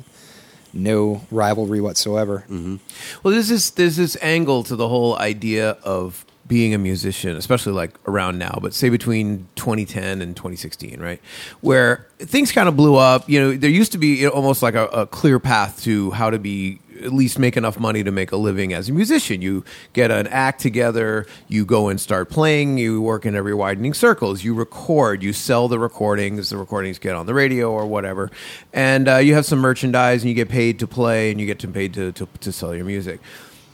S7: no rivalry whatsoever.
S6: Mm-hmm.
S2: Well, there's this there's this angle to the whole idea of being a musician, especially like around now, but say between 2010 and 2016, right? Where things kind of blew up. You know, there used to be you know, almost like a, a clear path to how to be at least make enough money to make a living as a musician. You get an act together, you go and start playing, you work in every widening circles, you record, you sell the recordings, the recordings get on the radio or whatever, and uh, you have some merchandise and you get paid to play and you get to paid to, to, to sell your music.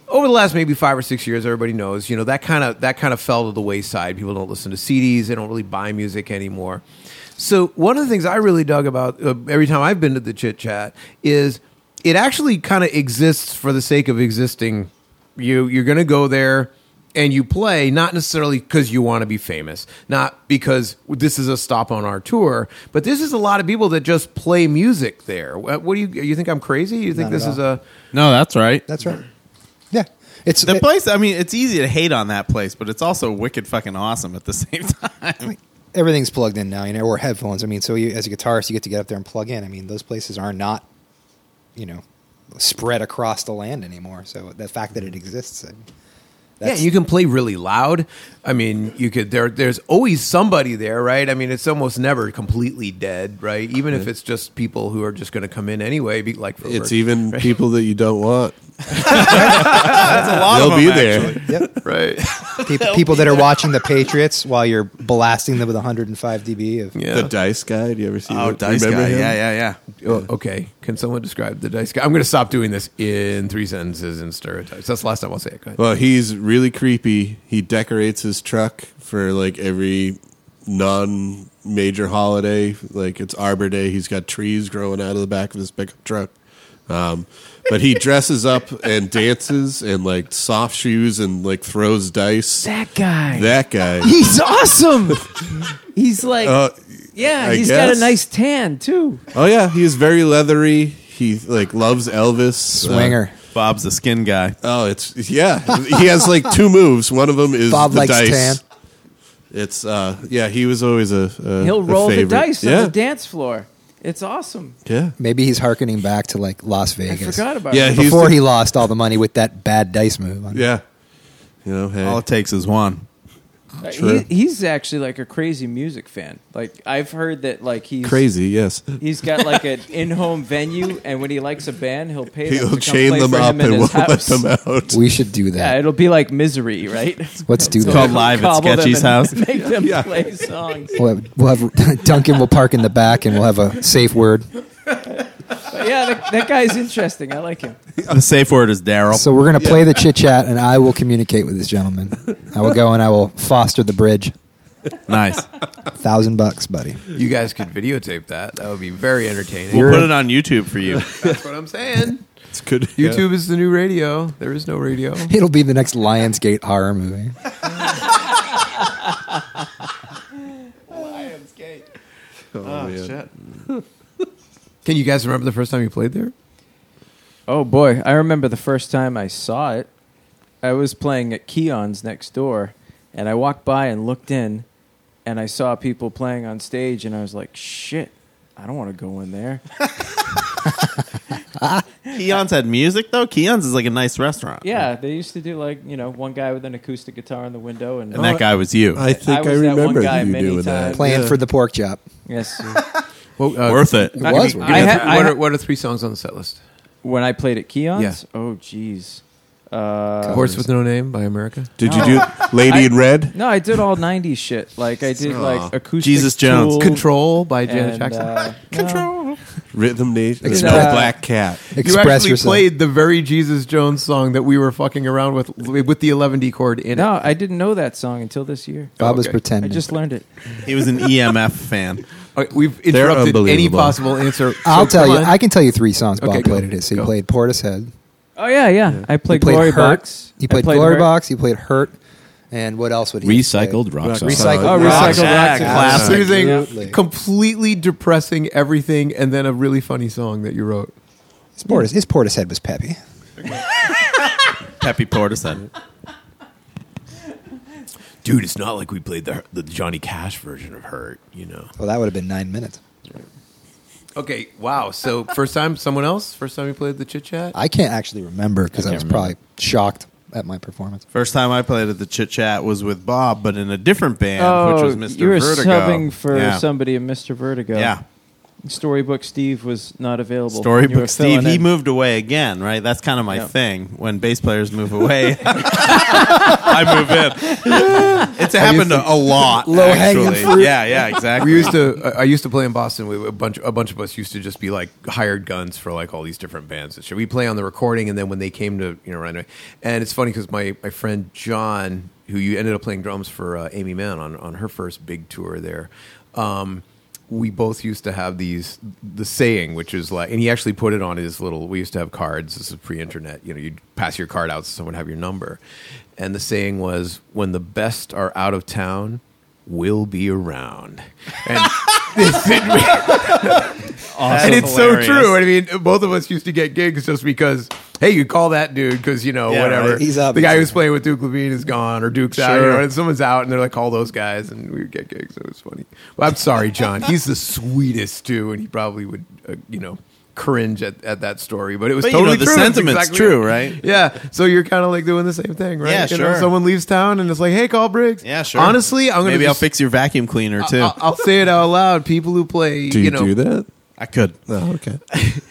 S2: Over the last maybe five or six years, everybody knows, you know, that kind of that kind of fell to the wayside. People don't listen to CDs, they don't really buy music anymore. So one of the things I really dug about uh, every time I've been to the chit chat is it actually kind of exists for the sake of existing. You you're gonna go there and you play not necessarily because you want to be famous, not because this is a stop on our tour, but this is a lot of people that just play music there. What, what do you you think I'm crazy? You think
S7: Not at
S2: this is
S7: all.
S2: a
S5: No, that's right.
S7: That's right. Yeah, it's
S5: The
S7: it-
S5: place, I mean, it's easy to hate on that place, but it's also wicked fucking awesome at the same time.
S7: everything's plugged in now, you know, or headphones. I mean, so you, as a guitarist, you get to get up there and plug in. I mean, those places are not, you know, spread across the land anymore. So the fact that it exists, I mean, that's,
S2: yeah, you can play really loud. I mean, you could there. There's always somebody there, right? I mean, it's almost never completely dead, right? Even if it's just people who are just going to come in anyway, be like for
S6: It's even people that you don't want.
S5: That's a lot
S6: They'll
S5: of
S6: be
S5: them,
S6: there.
S5: actually.
S7: yep.
S2: right.
S7: people, people that are watching the Patriots while you're blasting them with 105 dB of
S2: Yeah.
S6: The dice guy. Do you ever see?
S5: Oh, dice
S6: remember
S5: guy.
S6: him?
S5: Yeah, yeah, yeah.
S2: Oh, okay. Can someone describe the dice guy? I'm going to stop doing this in three sentences and stereotypes. That's the last time I'll say it. Go ahead.
S6: Well, he's really creepy. He decorates his truck for like every non-major holiday. Like it's Arbor Day. He's got trees growing out of the back of his pickup truck. Um, but he dresses up and dances and like soft shoes and like throws dice.
S9: That guy.
S6: That guy.
S9: He's awesome. He's like,
S6: Uh,
S9: yeah,
S6: I
S9: he's got a
S6: guess.
S9: nice tan too.
S6: oh yeah, he's very leathery. He like loves Elvis. Uh,
S7: swinger.
S5: Bob's the skin guy.
S6: Oh, it's yeah. He has like two moves. One of them is
S7: Bob
S6: the
S7: likes
S6: dice.
S7: tan.
S6: It's uh yeah. He was always a, a
S9: He'll
S6: a
S9: roll the
S6: favorite.
S9: dice
S6: Yeah,
S9: on the dance floor. It's awesome.
S6: yeah,
S7: Maybe he's hearkening back to like Las
S9: I
S7: Vegas
S9: forgot about
S6: yeah.
S9: it.
S6: he used
S7: before
S6: to-
S7: he lost all the money with that bad dice move. On
S6: yeah. You know, hey,
S5: All it takes is one.
S4: Uh,
S6: True.
S4: He, he's actually like a crazy music fan. Like I've heard that like he's
S6: Crazy, yes.
S4: He's got like an in-home venue, and when he likes a band, he'll pay. them to
S6: He'll
S4: come
S6: chain
S4: play
S6: them
S4: for
S6: up
S4: him in
S6: and won't
S4: his
S6: let
S4: house.
S6: them out.
S7: We should do that.
S4: Yeah, it'll be like misery, right?
S7: Let's do
S4: It's
S7: that.
S5: called Live at
S4: Cobble them
S5: Sketchy's
S4: and
S5: house.
S4: Make them play songs.
S7: We'll have, we'll have Duncan will park in the back, and we'll have a safe word.
S4: But yeah, that, that guy's interesting. I like him.
S5: The safe word is Daryl.
S7: So we're gonna play the chit chat, and I will communicate with this gentleman. I will go and I will foster the bridge.
S5: nice.
S7: Thousand bucks, buddy.
S2: You guys could videotape that. That would be very entertaining.
S5: We'll put it on YouTube for you.
S2: That's what I'm saying.
S6: It's good.
S2: YouTube is the new radio. There is no radio.
S7: It'll be the next Lionsgate horror movie.
S2: Can you guys remember the first time you played there?
S4: Oh boy, I remember the first time I saw it. I was playing at Keon's next door, and I walked by and looked in, and I saw people playing on stage, and I was like, "Shit, I don't want to go in there."
S5: Keon's had music though. Keon's is like a nice restaurant.
S4: Yeah, they used to do like you know one guy with an acoustic guitar in the window, and,
S5: and that guy was you.
S6: I think
S4: I
S6: I,
S4: was that one
S6: remember
S4: guy
S6: you
S4: many
S6: doing that.
S4: times.
S7: Playing for the pork chop.
S4: yes,
S2: Well, uh,
S5: Worth it.
S7: It was.
S2: give me
S4: I
S2: the-
S4: ha- I
S2: what,
S4: ha-
S2: are, what are three songs on the set list?
S4: when I played at Keon's.
S2: Yeah.
S4: Oh jeez. Uh,
S2: Horse with No Name by America.
S6: Did you do Lady in Red?
S4: no, I did all '90s shit. Like I did like acoustic
S5: Jesus Jones.
S4: Tool
S2: Control by Janet
S4: and,
S2: Jackson.
S4: uh, no.
S6: Rhythm Nation?
S7: It's
S6: No,
S7: not-
S6: Black Cat.
S2: you
S7: Express
S2: actually
S7: yourself.
S2: played the very Jesus Jones song that we were fucking around with with the 11D chord in it.
S4: No, I didn't know that song until this year.
S7: Bob was
S2: Okay.
S4: I
S7: pretending.
S4: just learned it.
S5: He was an EMF fan.
S2: Okay, we've
S6: They're
S2: interrupted any
S6: unbelievable.
S2: possible answer. So
S7: I'll tell
S2: come
S7: you.
S2: on.
S7: I can tell you three songs Bob
S2: Okay, go.
S7: played it. So he
S2: Go.
S7: played Portishead.
S4: Oh yeah, yeah. I
S7: He
S4: played,
S7: played
S4: Glory
S7: Hurt.
S4: Box.
S7: He
S4: I
S7: played,
S4: played
S7: Glory
S4: Hurt.
S7: Box. He played Hurt. And what else would he have played?
S8: Recycled rock
S6: Rock
S8: songs.
S7: Recycled.
S6: Oh,
S7: rock.
S4: Recycled Rock.
S5: Classic.
S2: Everything
S7: Absolutely.
S2: completely depressing everything, and then a really funny song that you wrote.
S7: His Portis, his Portishead was peppy.
S5: Peppy Portishead.
S2: Dude, it's not like we played the, the Johnny Cash version of Hurt, you know.
S7: Well, that would have been nine minutes.
S2: Okay, wow. So first time, someone else? First time you played the chit chat?
S7: I can't actually remember because I,
S8: I
S7: was
S8: can't remember.
S7: probably shocked at my performance.
S5: First time I played at the Chit Chat was with Bob, but in a different band, which
S4: Oh,
S5: was Mr.
S4: you were
S5: Vertigo.
S4: subbing for
S5: yeah.
S4: somebody in Mr. Vertigo.
S5: Yeah.
S4: Storybook Steve was not available. You were
S5: Storybook Steve,
S4: filling
S5: he
S4: in.
S5: moved away again, right? That's kind of my
S4: Yeah.
S5: thing. When bass players move away, I move in. It's happened a lot.
S7: Low hanging
S5: actually.
S7: fruit.
S5: Yeah, yeah, exactly.
S2: we used to. I- I used to play in Boston. We a bunch. A bunch of us used to just be like hired guns for like all these different bands. and shit. we play on the recording, and then when they came to you know run away. And it's funny because my my friend John, who you ended up playing drums for uh, Amy Mann on on her first big tour there. Um, we both used to have these the saying which is like and he actually put it on his little we used to have cards this is pre-internet you know you'd pass your card out so someone would have your number and the saying was when the best are out of town will be around. And, and it's
S5: hilarious.
S2: so true. I mean, both of us used to get gigs just because, hey, you call that dude because, you know,
S5: Yeah,
S2: whatever.
S5: right.
S7: He's up.
S2: The guy who's playing with Duke Levine is gone or Duke's out. You
S5: Sure.
S2: know, and someone's out and they're like, all those guys. And we would get gigs. It was funny. Well, I'm sorry, John. He's the sweetest, too. And he probably would, uh, you know, cringe at, at that story. But it was
S5: But, you know,
S2: totally
S5: the
S2: true. It's
S5: sentiment's true, right?
S2: yeah. So you're kind of like doing the same thing, right?
S5: Yeah,
S2: You know,
S5: sure.
S2: someone leaves town and it's like, hey, call Briggs.
S5: Yeah, sure.
S2: Honestly, I'm gonna
S5: maybe
S2: just-
S5: I'll fix your vacuum cleaner too.
S2: I'll, I'll say it out loud. People who play,
S6: Do you,
S2: you know,
S6: do that?
S5: I could.
S6: Oh, okay.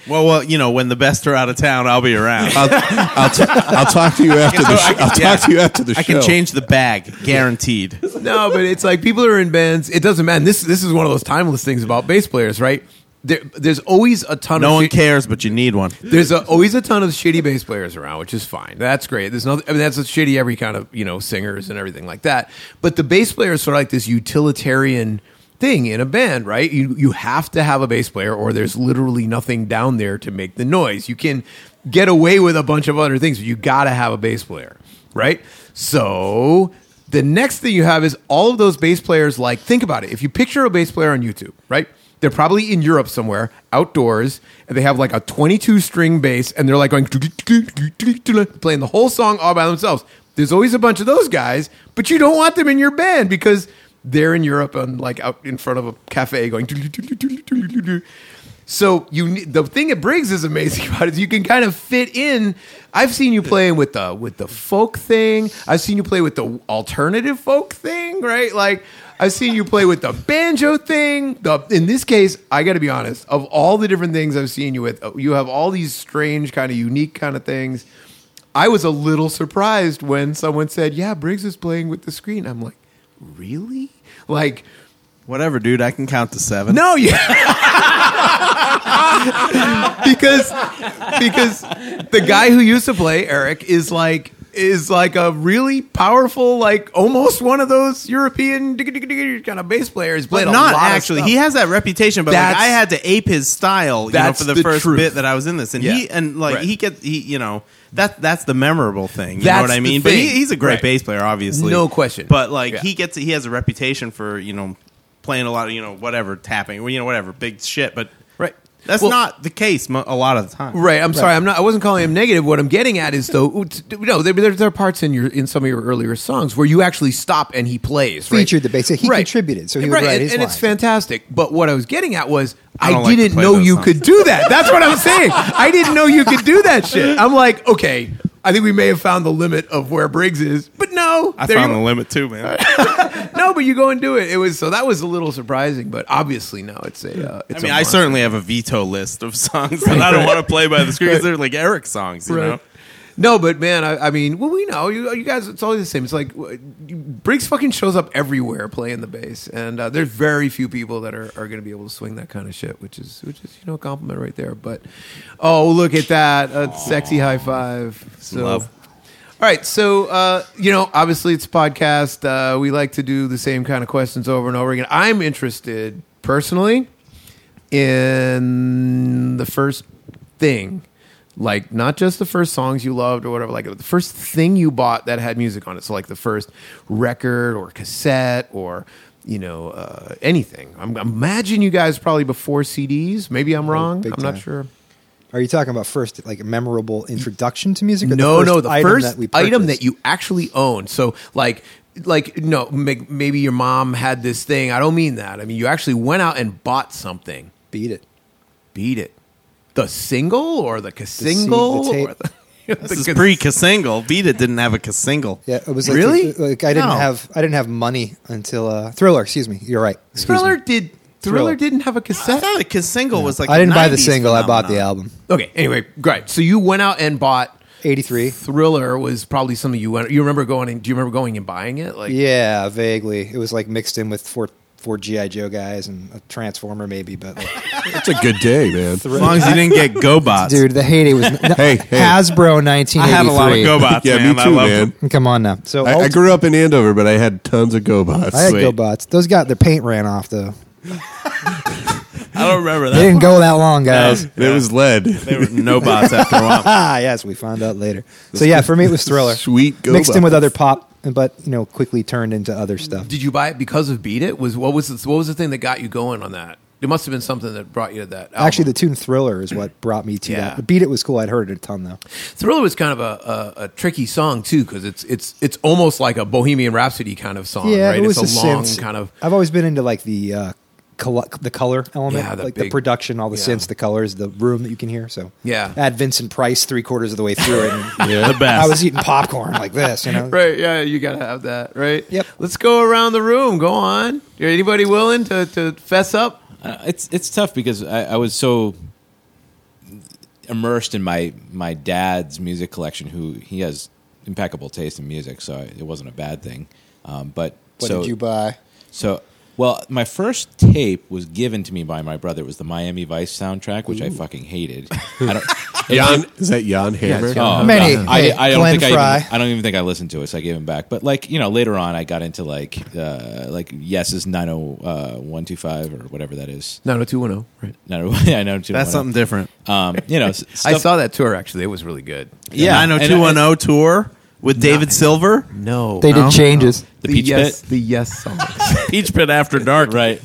S5: Well, well, you know, when the best are out of town, I'll be around.
S6: I'll, I'll, t- I'll talk to you after
S5: so
S6: the
S5: I
S6: show.
S5: can-
S6: I'll
S5: yeah.
S6: talk to you after the show.
S5: I can change the bag, guaranteed.
S2: no, but it's like people are in bands. It doesn't matter. This this is one of those timeless things about bass players, right? There, there's always a ton
S5: No
S2: of
S5: one
S2: shit-
S5: cares, but you need one.
S2: There's a, always a ton of shitty bass players around, which is fine. That's great. There's nothing. I mean, that's a shitty every kind of you know singers and everything like that. But the bass player is sort of like this utilitarian thing in a band, right? You you have to have a bass player, or there's literally nothing down there to make the noise. You can get away with a bunch of other things, but you got to have a bass player, right? So the next thing you have is all of those bass players. Like, think about it. If you picture a bass player on YouTube, right? They're probably in Europe somewhere, outdoors, and they have like a 22 string bass, and they're like going playing the whole song all by themselves. There's always a bunch of those guys, but you don't want them in your band because they're in Europe and like out in front of a cafe going. So you ne- the thing that Briggs is amazing about is you can kind of fit in. I've seen you playing with the with the folk thing. I've seen you play with the alternative folk thing, right? Like I've seen you play with the banjo thing. The in this case, I got to be honest. Of all the different things I've seen you with, you have all these strange kind of unique kind of things. I was a little surprised when someone said, "Yeah, Briggs is playing with the screen." I'm like, "Really?" Like,
S5: Whatever, dude. I can count to seven.
S2: no, yeah. because because the guy who used to play Eric is like is like a really powerful like almost one of those European kind of bass players. He's
S5: But
S2: played a lot
S5: not
S2: of
S5: actually.
S2: stuff.
S5: He has that reputation, but like,
S2: That's-
S5: I had to ape his style, you know,
S2: That's
S5: for the,
S2: the
S5: first
S2: truth.
S5: bit that I was in this, and he
S2: Yeah.
S5: and like
S2: Right.
S5: he gets he, you know, that that's the memorable thing. You know
S2: That's
S5: what I
S2: the
S5: mean? But he,
S2: thing.
S5: he's a great
S2: Right.
S5: bass player, obviously,
S2: No question.
S5: But like
S2: Yeah.
S5: he gets he has a reputation for you know playing a lot of you know whatever tapping, well, you know whatever big shit, but
S2: right.
S5: that's
S2: Well-
S5: not the case mo- a lot of the time.
S2: Right. I'm sorry. I'm not. I wasn't calling him negative. What I'm getting at is though, it's- no, there, there, there are parts in your in some of your earlier songs where you actually stop and he plays. Right?
S7: Featured the bass. He contributed, so he would
S2: right.
S7: write
S2: and,
S7: his
S2: and it's
S7: lines.
S2: fantastic. But what I was getting at was I,
S5: I don't like to
S2: didn't
S5: play
S2: know
S5: those
S2: you
S5: songs.
S2: could do that. That's what I'm saying. I didn't know you could do that shit. I'm like, okay, I think we may have found the limit of where Briggs is, but no,
S5: I
S2: there
S5: found
S2: you-
S5: the limit too, man.
S2: no, but you go and do it. It was so that was a little surprising, but obviously no, it's a. Uh,
S5: I
S2: it's
S5: mean,
S2: a
S5: I
S2: monster.
S5: certainly have a veto list of songs that I don't want to play by the screen. 'cause They're like Eric songs, you know.
S2: No, but man, I, I mean, well, we know you, you guys. It's always the same. It's like w- Briggs fucking shows up everywhere playing the bass, and uh, there's very few people that are, are going to be able to swing that kind of shit, which is which is you know a compliment right there. But oh, look at that, a sexy high five. So.
S5: love.
S2: All right, so uh, you know, obviously it's a podcast. Uh, we like to do the same kind of questions over and over again. I'm interested personally in the first thing, like not just the first songs you loved or whatever, like the first thing you bought that had music on it. So like the first record or cassette or you know uh, anything. I'm, imagine you guys probably before CDs. Maybe I'm wrong. I'm
S7: big
S2: not
S7: time.
S2: sure.
S7: Are you talking about first, like memorable introduction to music? Or
S2: no,
S7: the first
S2: no, the
S7: item
S2: first
S7: that we
S2: item
S7: purchased?
S2: that you actually own. So like like no, may- maybe your mom had this thing. I don't mean that. I mean you actually went out and bought something.
S7: beat it.
S2: Beat it. The single or the
S7: The seed,
S2: single
S7: the tape.
S2: or the, the
S5: This
S2: cas-
S5: is pre single. Beat it didn't have a single.
S7: Yeah, it was like
S2: Really?
S7: Like I didn't
S2: No.
S7: have I didn't have money until uh, Thriller. Excuse me. You're right. Excuse me.
S2: Thriller did Thriller,
S7: Thriller.
S2: didn't have a
S5: I
S2: cassette.
S5: thought the single was like.
S7: I
S5: a
S7: didn't buy the
S5: 90s
S7: single. I bought the
S5: phenomenon.
S7: album.
S2: Okay, anyway, great. So you went out and bought
S7: Eighty three.
S2: Thriller was probably something you went you remember going and do you remember going and buying it? Like
S7: Yeah, vaguely. It was like mixed in with four four GI Joe guys and a Transformer maybe, but like,
S6: That's a good day, man.
S5: As long as you didn't get GoBots.
S7: dude, the heyday was no,
S6: Hey, hey.
S7: Hasbro nineteen
S5: I
S7: eighty
S5: had a lot of
S7: three.
S5: GoBots.
S6: yeah,
S5: man.
S6: me too,
S5: I loved
S6: man.
S5: them.
S7: Come on now. So
S6: I, I
S7: ult-
S6: grew up in Andover, but I had tons of GoBots.
S7: I had
S5: Sweet.
S7: GoBots. Those got their paint ran off though.
S5: I don't remember
S7: They
S5: that.
S7: didn't go that long, guys.
S6: And It was lead.
S5: There were no bots after a while.
S7: Ah, yes, we found out later. So yeah, for me it was Thriller.
S6: Sweet GoBots.
S7: mixed in with other pop, but you know, quickly turned into other stuff.
S2: Did you buy it because of Beat It? Was what was the, what was the thing that got you going on that? It must have been something that brought you to that. Album.
S7: Actually, the tune Thriller is what brought me to
S2: Yeah.
S7: that. The beat it was cool. I'd heard it a ton though.
S2: Thriller was kind of a, a, a tricky song too because it's it's it's almost like a Bohemian Rhapsody kind of song.
S7: yeah,
S2: right?
S7: it was
S2: it's a,
S7: a
S2: long
S7: synth.
S2: kind of.
S7: I've always been into like the uh, col- the color element,
S2: Yeah, the
S7: like
S2: big-
S7: the production, all the
S2: yeah.
S7: synths, the colors, the room that you can hear. So
S2: Yeah.
S7: add Vincent Price three quarters of the way through it. And
S5: The best.
S7: I was eating popcorn like this, you know.
S2: Right, yeah, you gotta have that, right?
S7: Yep.
S2: Let's go around the room. Go on. Anybody willing to, to fess up?
S8: Uh, it's it's tough because I, I was so immersed in my my dad's music collection. Who he has impeccable taste in music, so it wasn't a bad thing. Um, but
S7: What
S8: so
S7: did you buy?
S8: so well, my first tape was given to me by my brother. It was the Miami Vice soundtrack, which I fucking hated. I don't.
S6: Jan, is that Jan Hammer?
S8: Oh,
S7: Many.
S8: God. I,
S7: Hey,
S8: I don't
S7: Glenn
S8: think I
S7: Fry.
S8: even, I don't even think I listened to it, so I gave him back. But like you know, later on, I got into like uh, like Yes's nine oh one two five or whatever that is. oh,
S2: No, no, oh two one zero. Right.
S8: No, I know
S5: That's something different.
S8: Um, you know, s-
S2: I
S8: stuff-
S2: saw that tour actually. It was really good.
S8: Yeah,
S5: Yeah, I know
S8: and-
S5: 210 tour with David Silver.
S2: No,
S7: They
S5: No.
S7: did changes.
S8: the peach
S2: yes,
S8: pit,
S2: the yes song.
S5: Peach Pit After Dark.
S8: right?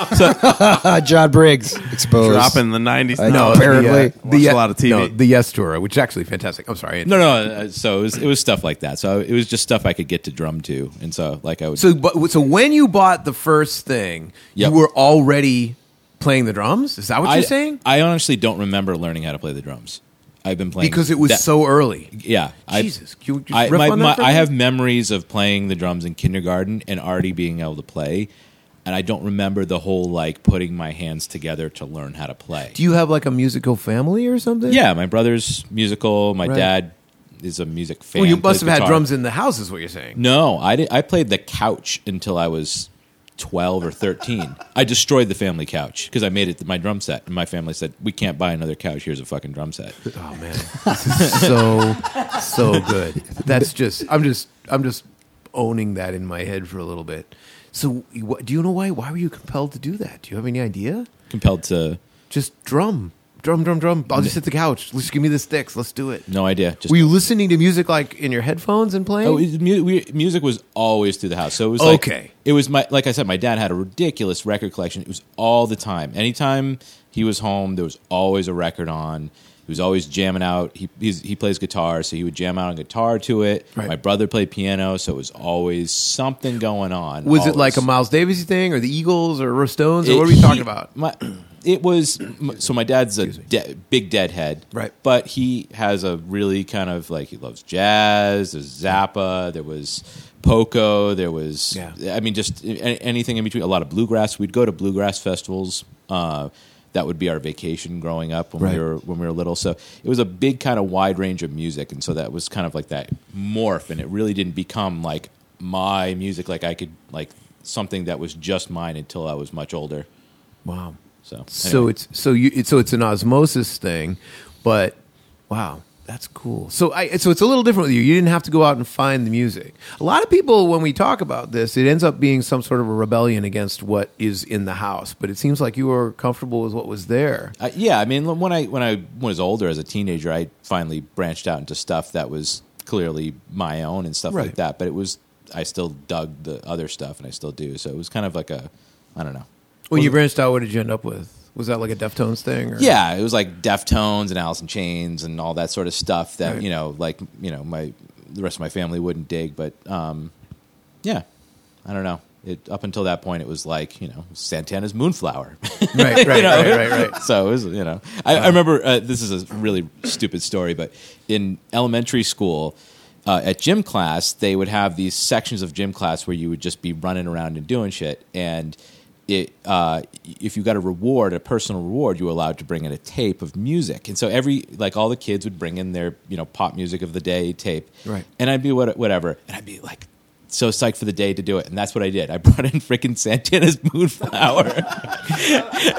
S7: Uh, John Briggs exposed.
S5: Dropping the 90s.
S7: I know, apparently.
S5: the, uh, watched a lot of TV.
S2: no, the yes tour, which is actually fantastic. I'm sorry.
S8: No, no. uh, So it was, it was stuff like that. So it was just stuff I could get to drum to, and so like I would.
S2: So, but, so when you bought the first thing,
S8: Yep.
S2: you were already playing the drums? Is that what
S8: I,
S2: you're saying?
S8: I honestly don't remember learning how to play the drums. I've been playing
S2: Because it was
S8: that-
S2: so early.
S8: Yeah, I-
S2: Jesus, can you just
S8: I,
S2: riff
S8: my-
S2: on that
S8: my-
S2: for a
S8: I
S2: minute?
S8: have memories of playing the drums in kindergarten and already being able to play, and I don't remember the whole like putting my hands together to learn how to play.
S2: Do you have like a musical family or something?
S8: yeah, my brother's musical. My
S2: Right.
S8: dad is a music fan.
S2: Well, you
S8: plays
S2: must have had
S8: guitar.
S2: drums in the house, is what you're saying.
S8: No, I did, I played the couch until I was twelve or thirteen. I destroyed the family couch because I made it my drum set, and my family said, "We can't buy another couch. Here's a fucking drum set."
S2: Oh man, this is so so good. That's just I'm just I'm just owning that in my head for a little bit. So, you- what, do you know why? Why were you compelled to do that? Do you have any idea?
S8: Compelled to,
S2: Just drum, drum, drum, drum. I'll just hit the couch. Just give me the sticks. Let's do it.
S8: no idea. Just
S2: Were you listening to music like in your headphones and playing?
S8: Oh, it- mu- we, music was always through the house. So it was
S2: Okay.
S8: Like, it was my like I said, my dad had a ridiculous record collection. It was all the time. Anytime he was home, there was always a record on. He was always jamming out. He he's, he plays guitar, so he would jam out on guitar to it.
S2: Right.
S8: My brother played piano, so it was always something going on.
S2: was it like
S8: always.
S2: a Miles Davis thing or the Eagles or Stones? Or what
S8: It-
S2: are we
S8: he-
S2: talking about?
S8: My, it was so my dad's a de- big deadhead,
S2: Right.
S8: But he has a really kind of like he loves jazz. There's Zappa. There was Poco. There was
S2: Yeah.
S8: I mean, just a- anything in between. A lot of bluegrass. We'd go to bluegrass festivals. Uh, that would be our vacation growing up when
S2: Right.
S8: we were when we were little. So it was a big kind of wide range of music, and so that was kind of like that morph, and it really didn't become like my music. Like I could like something that was just mine until I was much older.
S2: Wow.
S8: So
S2: So
S8: anyway.
S2: it's so you it's, so it's an osmosis thing, but wow, that's cool. So I so it's a little different with you. You didn't have to go out and find the music. A lot of people when we talk about this, it ends up being some sort of a rebellion against what is in the house. But it seems like you were comfortable with what was there.
S8: I, yeah, I mean, when I when I was older as a teenager, I finally branched out into stuff that was clearly my own and stuff
S2: Right.
S8: like that. But it was I still dug the other stuff, and I still do. So it was kind of like a I don't know.
S2: When you branched out, what did you end up with? Was that like a Deftones thing? Or?
S8: Yeah, it was like Deftones and Alice in Chains and all that sort of stuff that
S2: Right.
S8: you know, like you know, my the rest of my family wouldn't dig. But um, yeah, I don't know. It up until that point, it was like you know Santana's Moonflower.
S2: right, right,
S8: know?
S2: right, right, right.
S8: so it was, you know, I, I remember uh, this is a really stupid story, but in elementary school, uh, at gym class, they would have these sections of gym class where you would just be running around and doing shit. And it, uh, if you got a reward, a personal reward, you were allowed to bring in a tape of music. And so every, like, all the kids would bring in their, you know, pop music of the day tape.
S2: Right.
S8: And I'd be what, whatever. And I'd be like, so psyched for the day to do it. And that's what I did. I brought in freaking Santana's Moonflower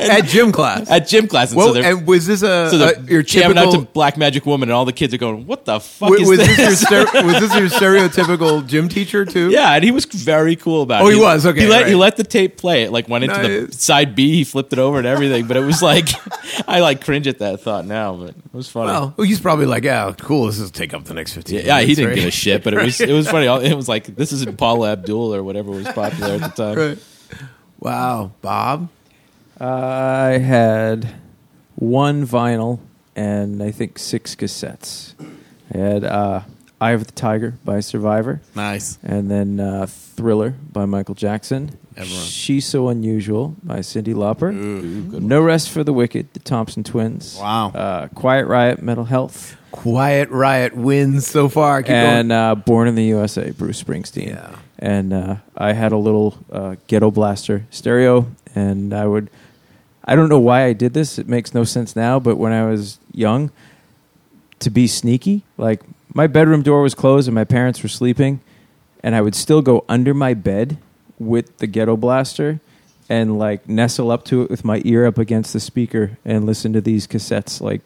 S2: At gym class.
S8: at gym class. And
S2: well,
S8: so they're,
S2: and was this a,
S8: so they're
S2: a- Uh, your
S8: jamming
S2: typical?
S8: out to Black Magic Woman, and all the kids are going, "What the fuck
S2: wa-
S8: is
S2: was,
S8: this?"
S2: this your stere- was this your stereotypical gym teacher too?
S8: yeah, and he was very cool about it.
S2: Oh, he was? Okay,
S8: he let he
S2: right.
S8: let the tape play. It like went into the
S2: Nice.
S8: side B. He flipped it over and everything. But it was like, I like cringe at that thought now, but it was funny.
S2: Well, he's probably like, yeah, cool. This is take up the next fifteen.
S8: Oh. yeah, he
S2: minutes,
S8: didn't
S2: right?
S8: give a shit, but it was it was funny. It was like this isn't Paula Abdul or whatever was popular at the time.
S2: Right. Wow, Bob.
S4: I had one vinyl and I think six cassettes. I had uh, Eye of the Tiger by Survivor,
S5: Nice.
S4: and then uh, Thriller by Michael Jackson.
S5: Everyone.
S4: She's So Unusual by Cindy Lauper.
S8: Ooh, good
S4: No Rest for the Wicked, the Thompson Twins.
S5: Wow.
S4: Uh, Quiet Riot, Mental Health.
S2: Quiet Riot wins so far. Keep
S4: and
S2: going.
S4: uh, Born in the USA, Bruce Springsteen.
S2: Yeah.
S4: And uh, I had a little uh, ghetto blaster stereo, and I would. I don't know why I did this. It makes no sense now, but when I was young, to be sneaky, like my bedroom door was closed and my parents were sleeping, and I would still go under my bed with the ghetto blaster and like nestle up to it with my ear up against the speaker and listen to these cassettes like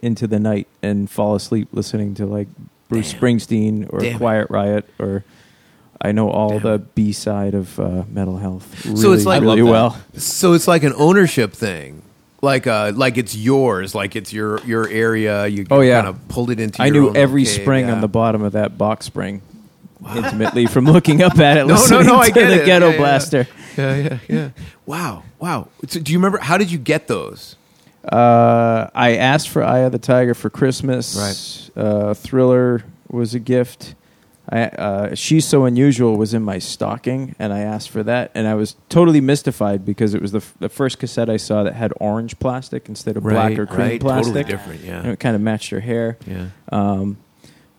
S4: into the night and fall asleep listening to like Bruce Springsteen or
S2: Damn it.
S4: Quiet Riot or I know all
S2: Damn
S4: the B side of uh, Mental Health really,
S2: So it's like- I love
S4: really
S2: that.
S4: well.
S2: so it's like an ownership thing. Like uh, like it's yours. Like it's your your area. You
S4: Oh, yeah.
S2: kind of pulled it into.
S4: I
S2: your
S4: knew
S2: own
S4: every
S2: little cave,
S4: spring
S2: yeah.
S4: on the bottom of that box spring intimately from looking up at it.
S2: No, no,
S4: listening
S2: no, I
S4: to
S2: get
S4: the
S2: it.
S4: Ghetto
S2: Yeah, yeah, yeah.
S4: Blaster.
S2: Yeah, yeah, yeah. Wow, wow. So do you remember? How did you get those?
S4: Uh, I asked for Eye of the Tiger for Christmas. Right. Uh, Thriller was a gift. I, uh, She's So Unusual was in my stocking, and I asked for that, and I was totally mystified because it was the, f- the first cassette I saw that had orange plastic instead of black or cream
S2: right,
S4: plastic.
S2: Totally different.
S4: And
S2: Yeah.
S4: it kind of matched her hair.
S2: Yeah.
S4: Um,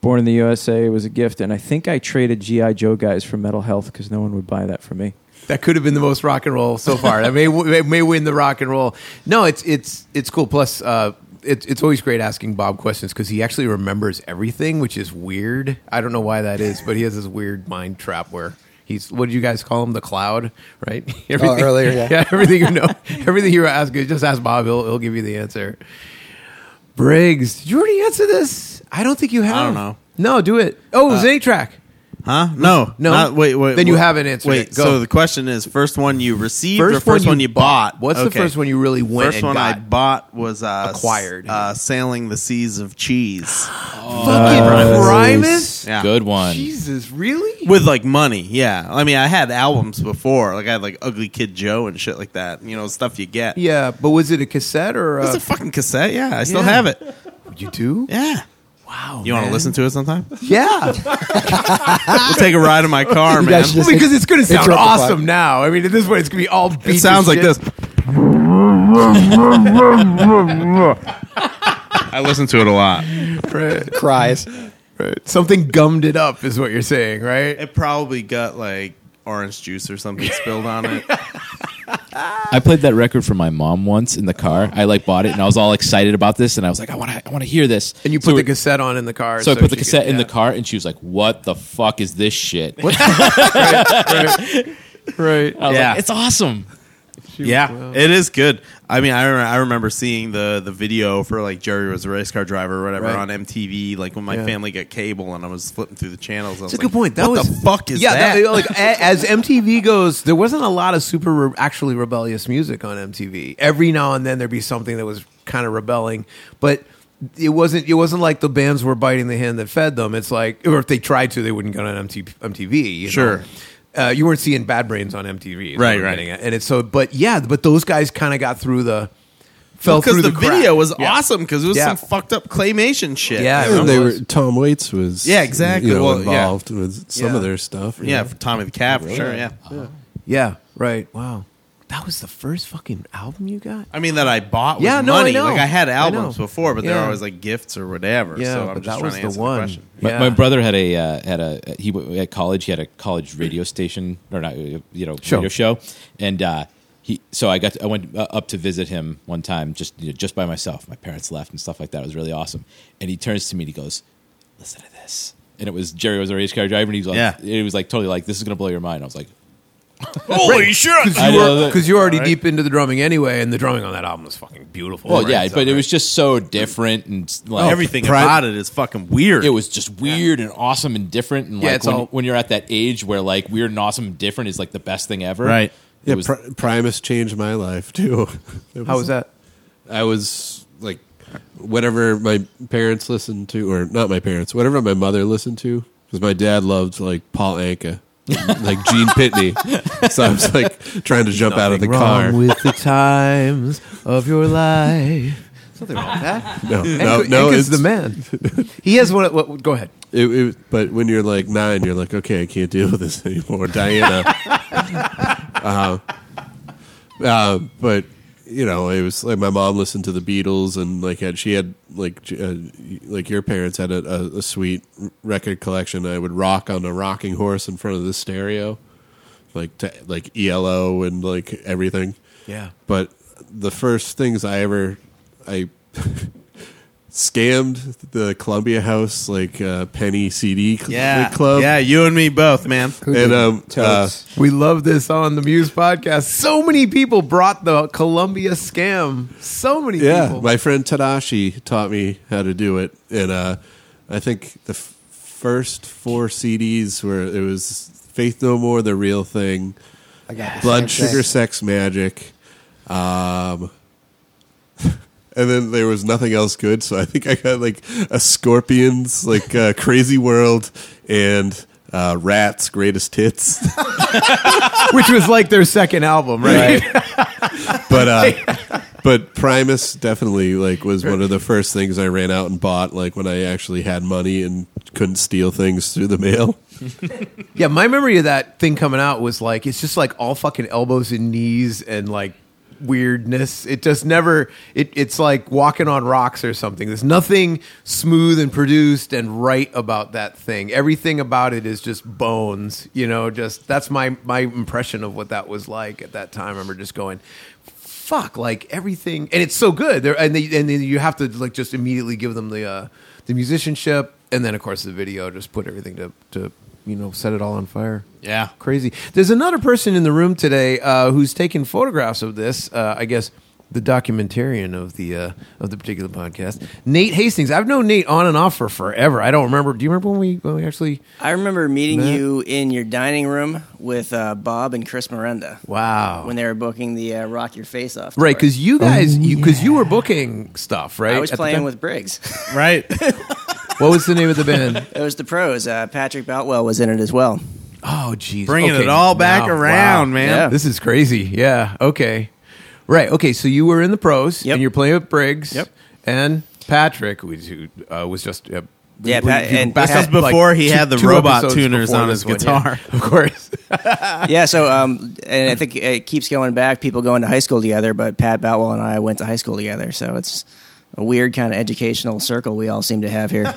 S4: Born in the USA was a gift, and I think I traded GI Joe guys for Mental Health because no one would buy that for me.
S2: That could have been the most rock and roll so far. I may it may win the rock and roll. No, it's it's it's cool. Plus, uh, it's it's always great asking Bob questions because he actually remembers everything, which is weird. I don't know why that is, but he has this weird mind trap where he's what did you guys call him? The cloud, right?
S7: Oh, earlier, yeah.
S2: everything you know, everything you were asking, just ask Bob. He'll he'll give you the answer. Briggs, did you already answer this? I don't think you have.
S5: don't know. Uh,
S2: No, do it. Oh, it was any track.
S5: Huh? No.
S2: No.
S5: Not, wait, wait.
S2: Then you
S5: wait.
S2: haven't answered
S5: Wait,
S2: it. Go.
S5: so the question is first one you received or first one you bought?
S2: What's the
S5: Okay.
S2: first one you really went
S5: First
S2: and
S5: one I
S2: got?
S5: bought was uh,
S2: Acquired.
S5: Uh, Sailing the Seas of Cheese
S2: Fucking Primus?
S5: Yeah.
S8: Good one.
S2: Jesus, really?
S5: with like money. Yeah, I mean, I had albums before. Like I had like Ugly Kid Joe and shit like that. You know, stuff you get.
S2: Yeah, but was it a cassette or
S5: It's
S2: a,
S5: a fucking cassette. Yeah, I still
S2: Yeah.
S5: have it.
S2: you do?
S5: Yeah.
S2: Wow.
S5: You want to
S2: man.
S5: listen to it sometime?
S2: Yeah.
S5: We'll take a ride in my car, man.
S7: guys should
S2: well,
S7: Just
S2: because it's going to sound
S7: interrupt the clock.
S2: awesome now. I mean, at this point, it's going to be all beat
S5: It sounds like this. I listen to it a lot.
S2: Right,
S7: Cries.
S2: right. Something gummed it up, is what you're saying, right?
S5: It probably got like orange juice or something spilled on it.
S8: I played that record for my mom once in the car. I like bought it and I was all excited about this and I was like, I want to, I want to hear this.
S2: And you put
S8: So
S2: the
S8: we-
S2: cassette on in the car.
S8: So, I put
S2: she
S8: the
S2: could-
S8: cassette in the
S2: yeah.
S8: car and she was like, "What the fuck is this shit?"
S2: Right.
S8: I was
S5: Yeah.
S8: like, "It's awesome."
S5: yeah, it is good. I mean, I remember, I remember seeing the the video for like Jerry was a race car driver or whatever
S2: Right.
S5: on MTV. Like when my
S2: Yeah.
S5: family got cable and I was flipping through the channels. I was
S2: It's a
S5: like,
S2: good point. That
S5: what
S2: was
S5: the fuck is
S2: yeah,
S5: that?
S2: like a- as MTV goes, there wasn't a lot of super re- actually rebellious music on MTV. Every now and then there'd be something that was kind of rebelling, but it wasn't. It wasn't like the bands were biting the hand that fed them. It's like, or if they tried to, they wouldn't go on MTV. MTV you know?
S5: Sure.
S2: Uh, you weren't seeing Bad Brains on MTV, is what
S5: Right,
S2: I'm
S5: right.
S2: getting at. And it's so, but yeah, but those guys kind of got through the fell
S5: because
S2: through
S5: the,
S2: the, crack.
S5: video was
S2: Yeah.
S5: awesome because it was
S2: Yeah.
S5: some fucked up claymation shit.
S2: Yeah,
S5: you know?
S2: it
S6: they
S2: was.
S6: were Tom Waits was
S5: Yeah, exactly.
S6: you know,
S5: Well, yeah.
S6: involved with some
S2: Yeah.
S6: of their stuff. you
S5: yeah,
S6: know.
S5: for Tommy the Cat for sure. Yeah,
S2: Yeah, right. Wow, that was the first fucking album you got.
S5: I mean that I bought with
S2: Yeah, no, I
S5: money.
S2: know.
S5: Like I had
S2: I
S5: albums
S2: know.
S5: before, but they
S2: Yeah.
S5: were always like gifts or whatever.
S2: Yeah,
S5: so
S2: but
S5: I'm just
S2: that
S5: trying
S2: was
S5: to
S2: the
S5: answer
S2: one.
S5: question.
S8: My,
S2: Yeah.
S8: my brother had a uh, had a he w- at college he had a college radio station or not uh, you know
S2: Sure.
S8: radio show and uh, he so I got to, I went uh, up to visit him one time just you know, just by myself my parents left and stuff like that it was really awesome and he turns to me and he goes listen to this and it was Jerry was a race car driver and he's like
S5: Yeah.
S8: he was like totally like this is gonna blow your mind I was like
S5: Holy shit!
S8: I know that-
S2: because you're already deep into the drumming anyway, and the drumming on that album is fucking beautiful.
S8: well
S2: Right,
S8: yeah
S2: so-
S8: but it was just so different and
S2: Oh,
S8: like
S5: Everything about it is fucking weird.
S8: it was just weird and awesome and different and
S2: Yeah,
S8: like
S2: it's
S8: when,
S2: all-
S8: when you're at that age where like weird and awesome and different is like the best thing ever
S5: Right.
S8: It
S6: yeah.
S8: was-
S6: Pri- Primus changed my life too. It
S2: How was that?
S6: I was like, whatever my parents listened to, or not my parents, whatever my mother listened to, because my dad loved like Paul Anka, like Gene Pitney. So I was like trying to jump out of the car.
S2: with the times of your life. Something wrong with that.
S6: no, no, no,
S2: Anka's the
S6: it's
S2: man. He has one. What, go ahead.
S6: It, it, but when you're like nine, you're like, okay, I can't deal with this anymore, Diana. uh, uh, but you know, it was like my mom listened to the Beatles, and like had she had like j- uh, like your parents had a, a, a sweet r- record collection. I would rock on a rocking horse in front of the stereo, like to, like ELO and like everything
S2: Yeah.
S6: but the first things I ever I scammed the Columbia House like uh, penny CD cl-
S5: yeah,
S6: club.
S5: yeah, you and me both, man.
S6: And um, uh,
S7: Totes.
S2: We love this on the Muse podcast. So many people brought the Columbia scam. So many
S6: yeah,
S2: people.
S6: my friend Tadashi taught me how to do it, and uh, I think the f- first four CDs were it was Faith No More, The Real Thing,
S7: I got the
S6: Blood Sugar
S7: same thing.
S6: Sex Magic, um, and then there was nothing else good. So I think I got like a Scorpions, like uh, Crazy World, and uh, Rats Greatest Hits.
S2: Which was like their second album, right?
S6: but uh, but Primus definitely like was one of the first things I ran out and bought like when I actually had money and couldn't steal things through the mail.
S2: Yeah, my memory of that thing coming out was like it's just like all fucking elbows and knees and like weirdness. It just never it it's like walking on rocks or something. There's nothing smooth and produced and right about that thing. Everything about it is just bones, you know, just that's my my impression of what that was like at that time. I remember just going fuck like everything and it's so good there and they, and then you have to like just immediately give them the uh the musicianship and then of course the video just put everything to to you know set it all on fire
S5: Yeah.
S2: crazy there's another person in the room today uh who's taking photographs of this uh i guess the documentarian of the uh of the particular podcast nate hastings i've known nate on and off for forever i don't remember do you remember when we when we actually
S4: I remember meeting
S2: Matt?
S4: you in your dining room with uh, Bob and Chris Miranda
S2: wow
S4: when they were booking the uh, Rock Your Face Off.
S2: right
S4: tour.
S2: because you guys you because you were booking stuff right
S4: I was
S2: at the time?
S4: playing with Briggs.
S5: Right.
S2: what was the name of the band
S4: it was the pros. Uh, Patrick Boutwell was in it as well.
S2: Oh, geez.
S5: Bringing it all back around, man.
S4: Yeah.
S2: This is crazy. Yeah. Okay. Right. Okay. So you were in the pros
S4: Yep.
S2: and you're playing with Briggs.
S4: Yep.
S2: And Patrick, who- who uh, was just. Uh,
S4: Yeah,
S2: who-
S4: Pat-
S2: who
S4: and-
S2: backed
S4: This
S5: was
S2: up, like,
S5: before he
S2: two-
S5: had the
S2: two
S5: robot
S2: episodes
S5: tuners
S2: before
S5: on
S2: this
S5: his
S2: one,
S5: guitar.
S2: yeah. Of course.
S4: yeah, so um, and I think it keeps going back. People going to high school together, but Pat Boutwell and I went to high school together, so it's a weird kind of educational circle we all seem to have here.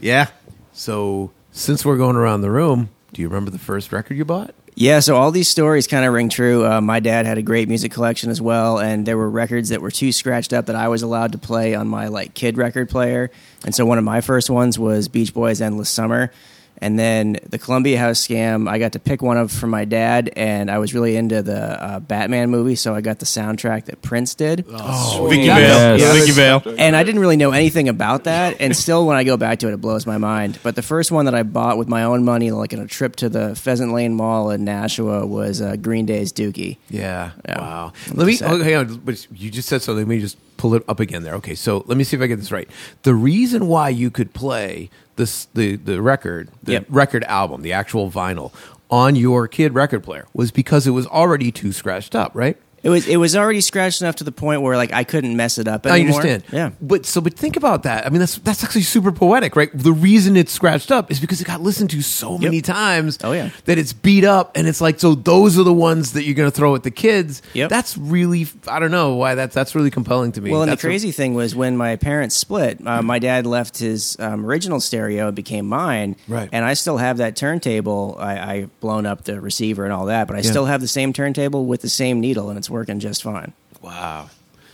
S5: Yeah.
S2: So since we're going around the room, do you remember the first record you bought?
S4: Yeah, so all these stories kind of ring true. Uh, my dad had a great music collection as well, and there were records that were too scratched up that I was allowed to play on my like kid record player. And so one of my first ones was Beach Boys' "Endless Summer," and then the Columbia House scam. I got to pick one of from my dad, and I was really into the uh, Batman movie, so I got the soundtrack that Prince did.
S5: Vicky Vale.
S10: Yes.
S5: Vicky Vale.
S4: And I didn't really know anything about that. And still, when I go back to it, it blows my mind. But the first one that I bought with my own money, like in a trip to the Pheasant Lane Mall in Nashua, was uh, Green Day's Dookie.
S2: Yeah.
S4: Yeah.
S2: Wow.
S4: Like
S2: Let
S4: I
S2: me
S4: said.
S2: oh, hang on. But you just said something. Let me just pull it up again there. Okay. So let me see if I get this right. The reason why you could play this the the record the
S4: Yep.
S2: record album the actual vinyl on your kid record player was because it was already too scratched up, right?
S4: It was it was already scratched enough to the point where like I couldn't mess it up
S2: I
S4: anymore.
S2: understand.
S4: Yeah.
S2: But so, but think about that. I mean, that's that's actually super poetic, right? The reason it's scratched up is because it got listened to so many times.
S4: Oh, yeah.
S2: That it's beat up, and it's like so. Those are the ones that you're going to throw at the kids.
S4: Yep.
S2: That's really. I don't know why that's that's really compelling to me.
S4: Well, and
S2: That's
S4: the
S2: what-
S4: crazy thing was when my parents split, uh, my dad left his um, original stereo and became mine.
S2: Right.
S4: And I still have that turntable. I, I blown up the receiver and all that, but I still have the same turntable with the same needle, and it's working just fine.
S2: wow.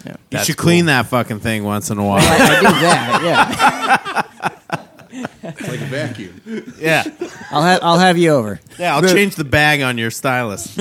S4: Yeah.
S5: You should clean that fucking thing once in a while.
S4: I do that. Yeah.
S6: Like a vacuum.
S5: yeah.
S4: I'll have I'll have you over.
S5: Yeah, I'll change the bag on your stylus.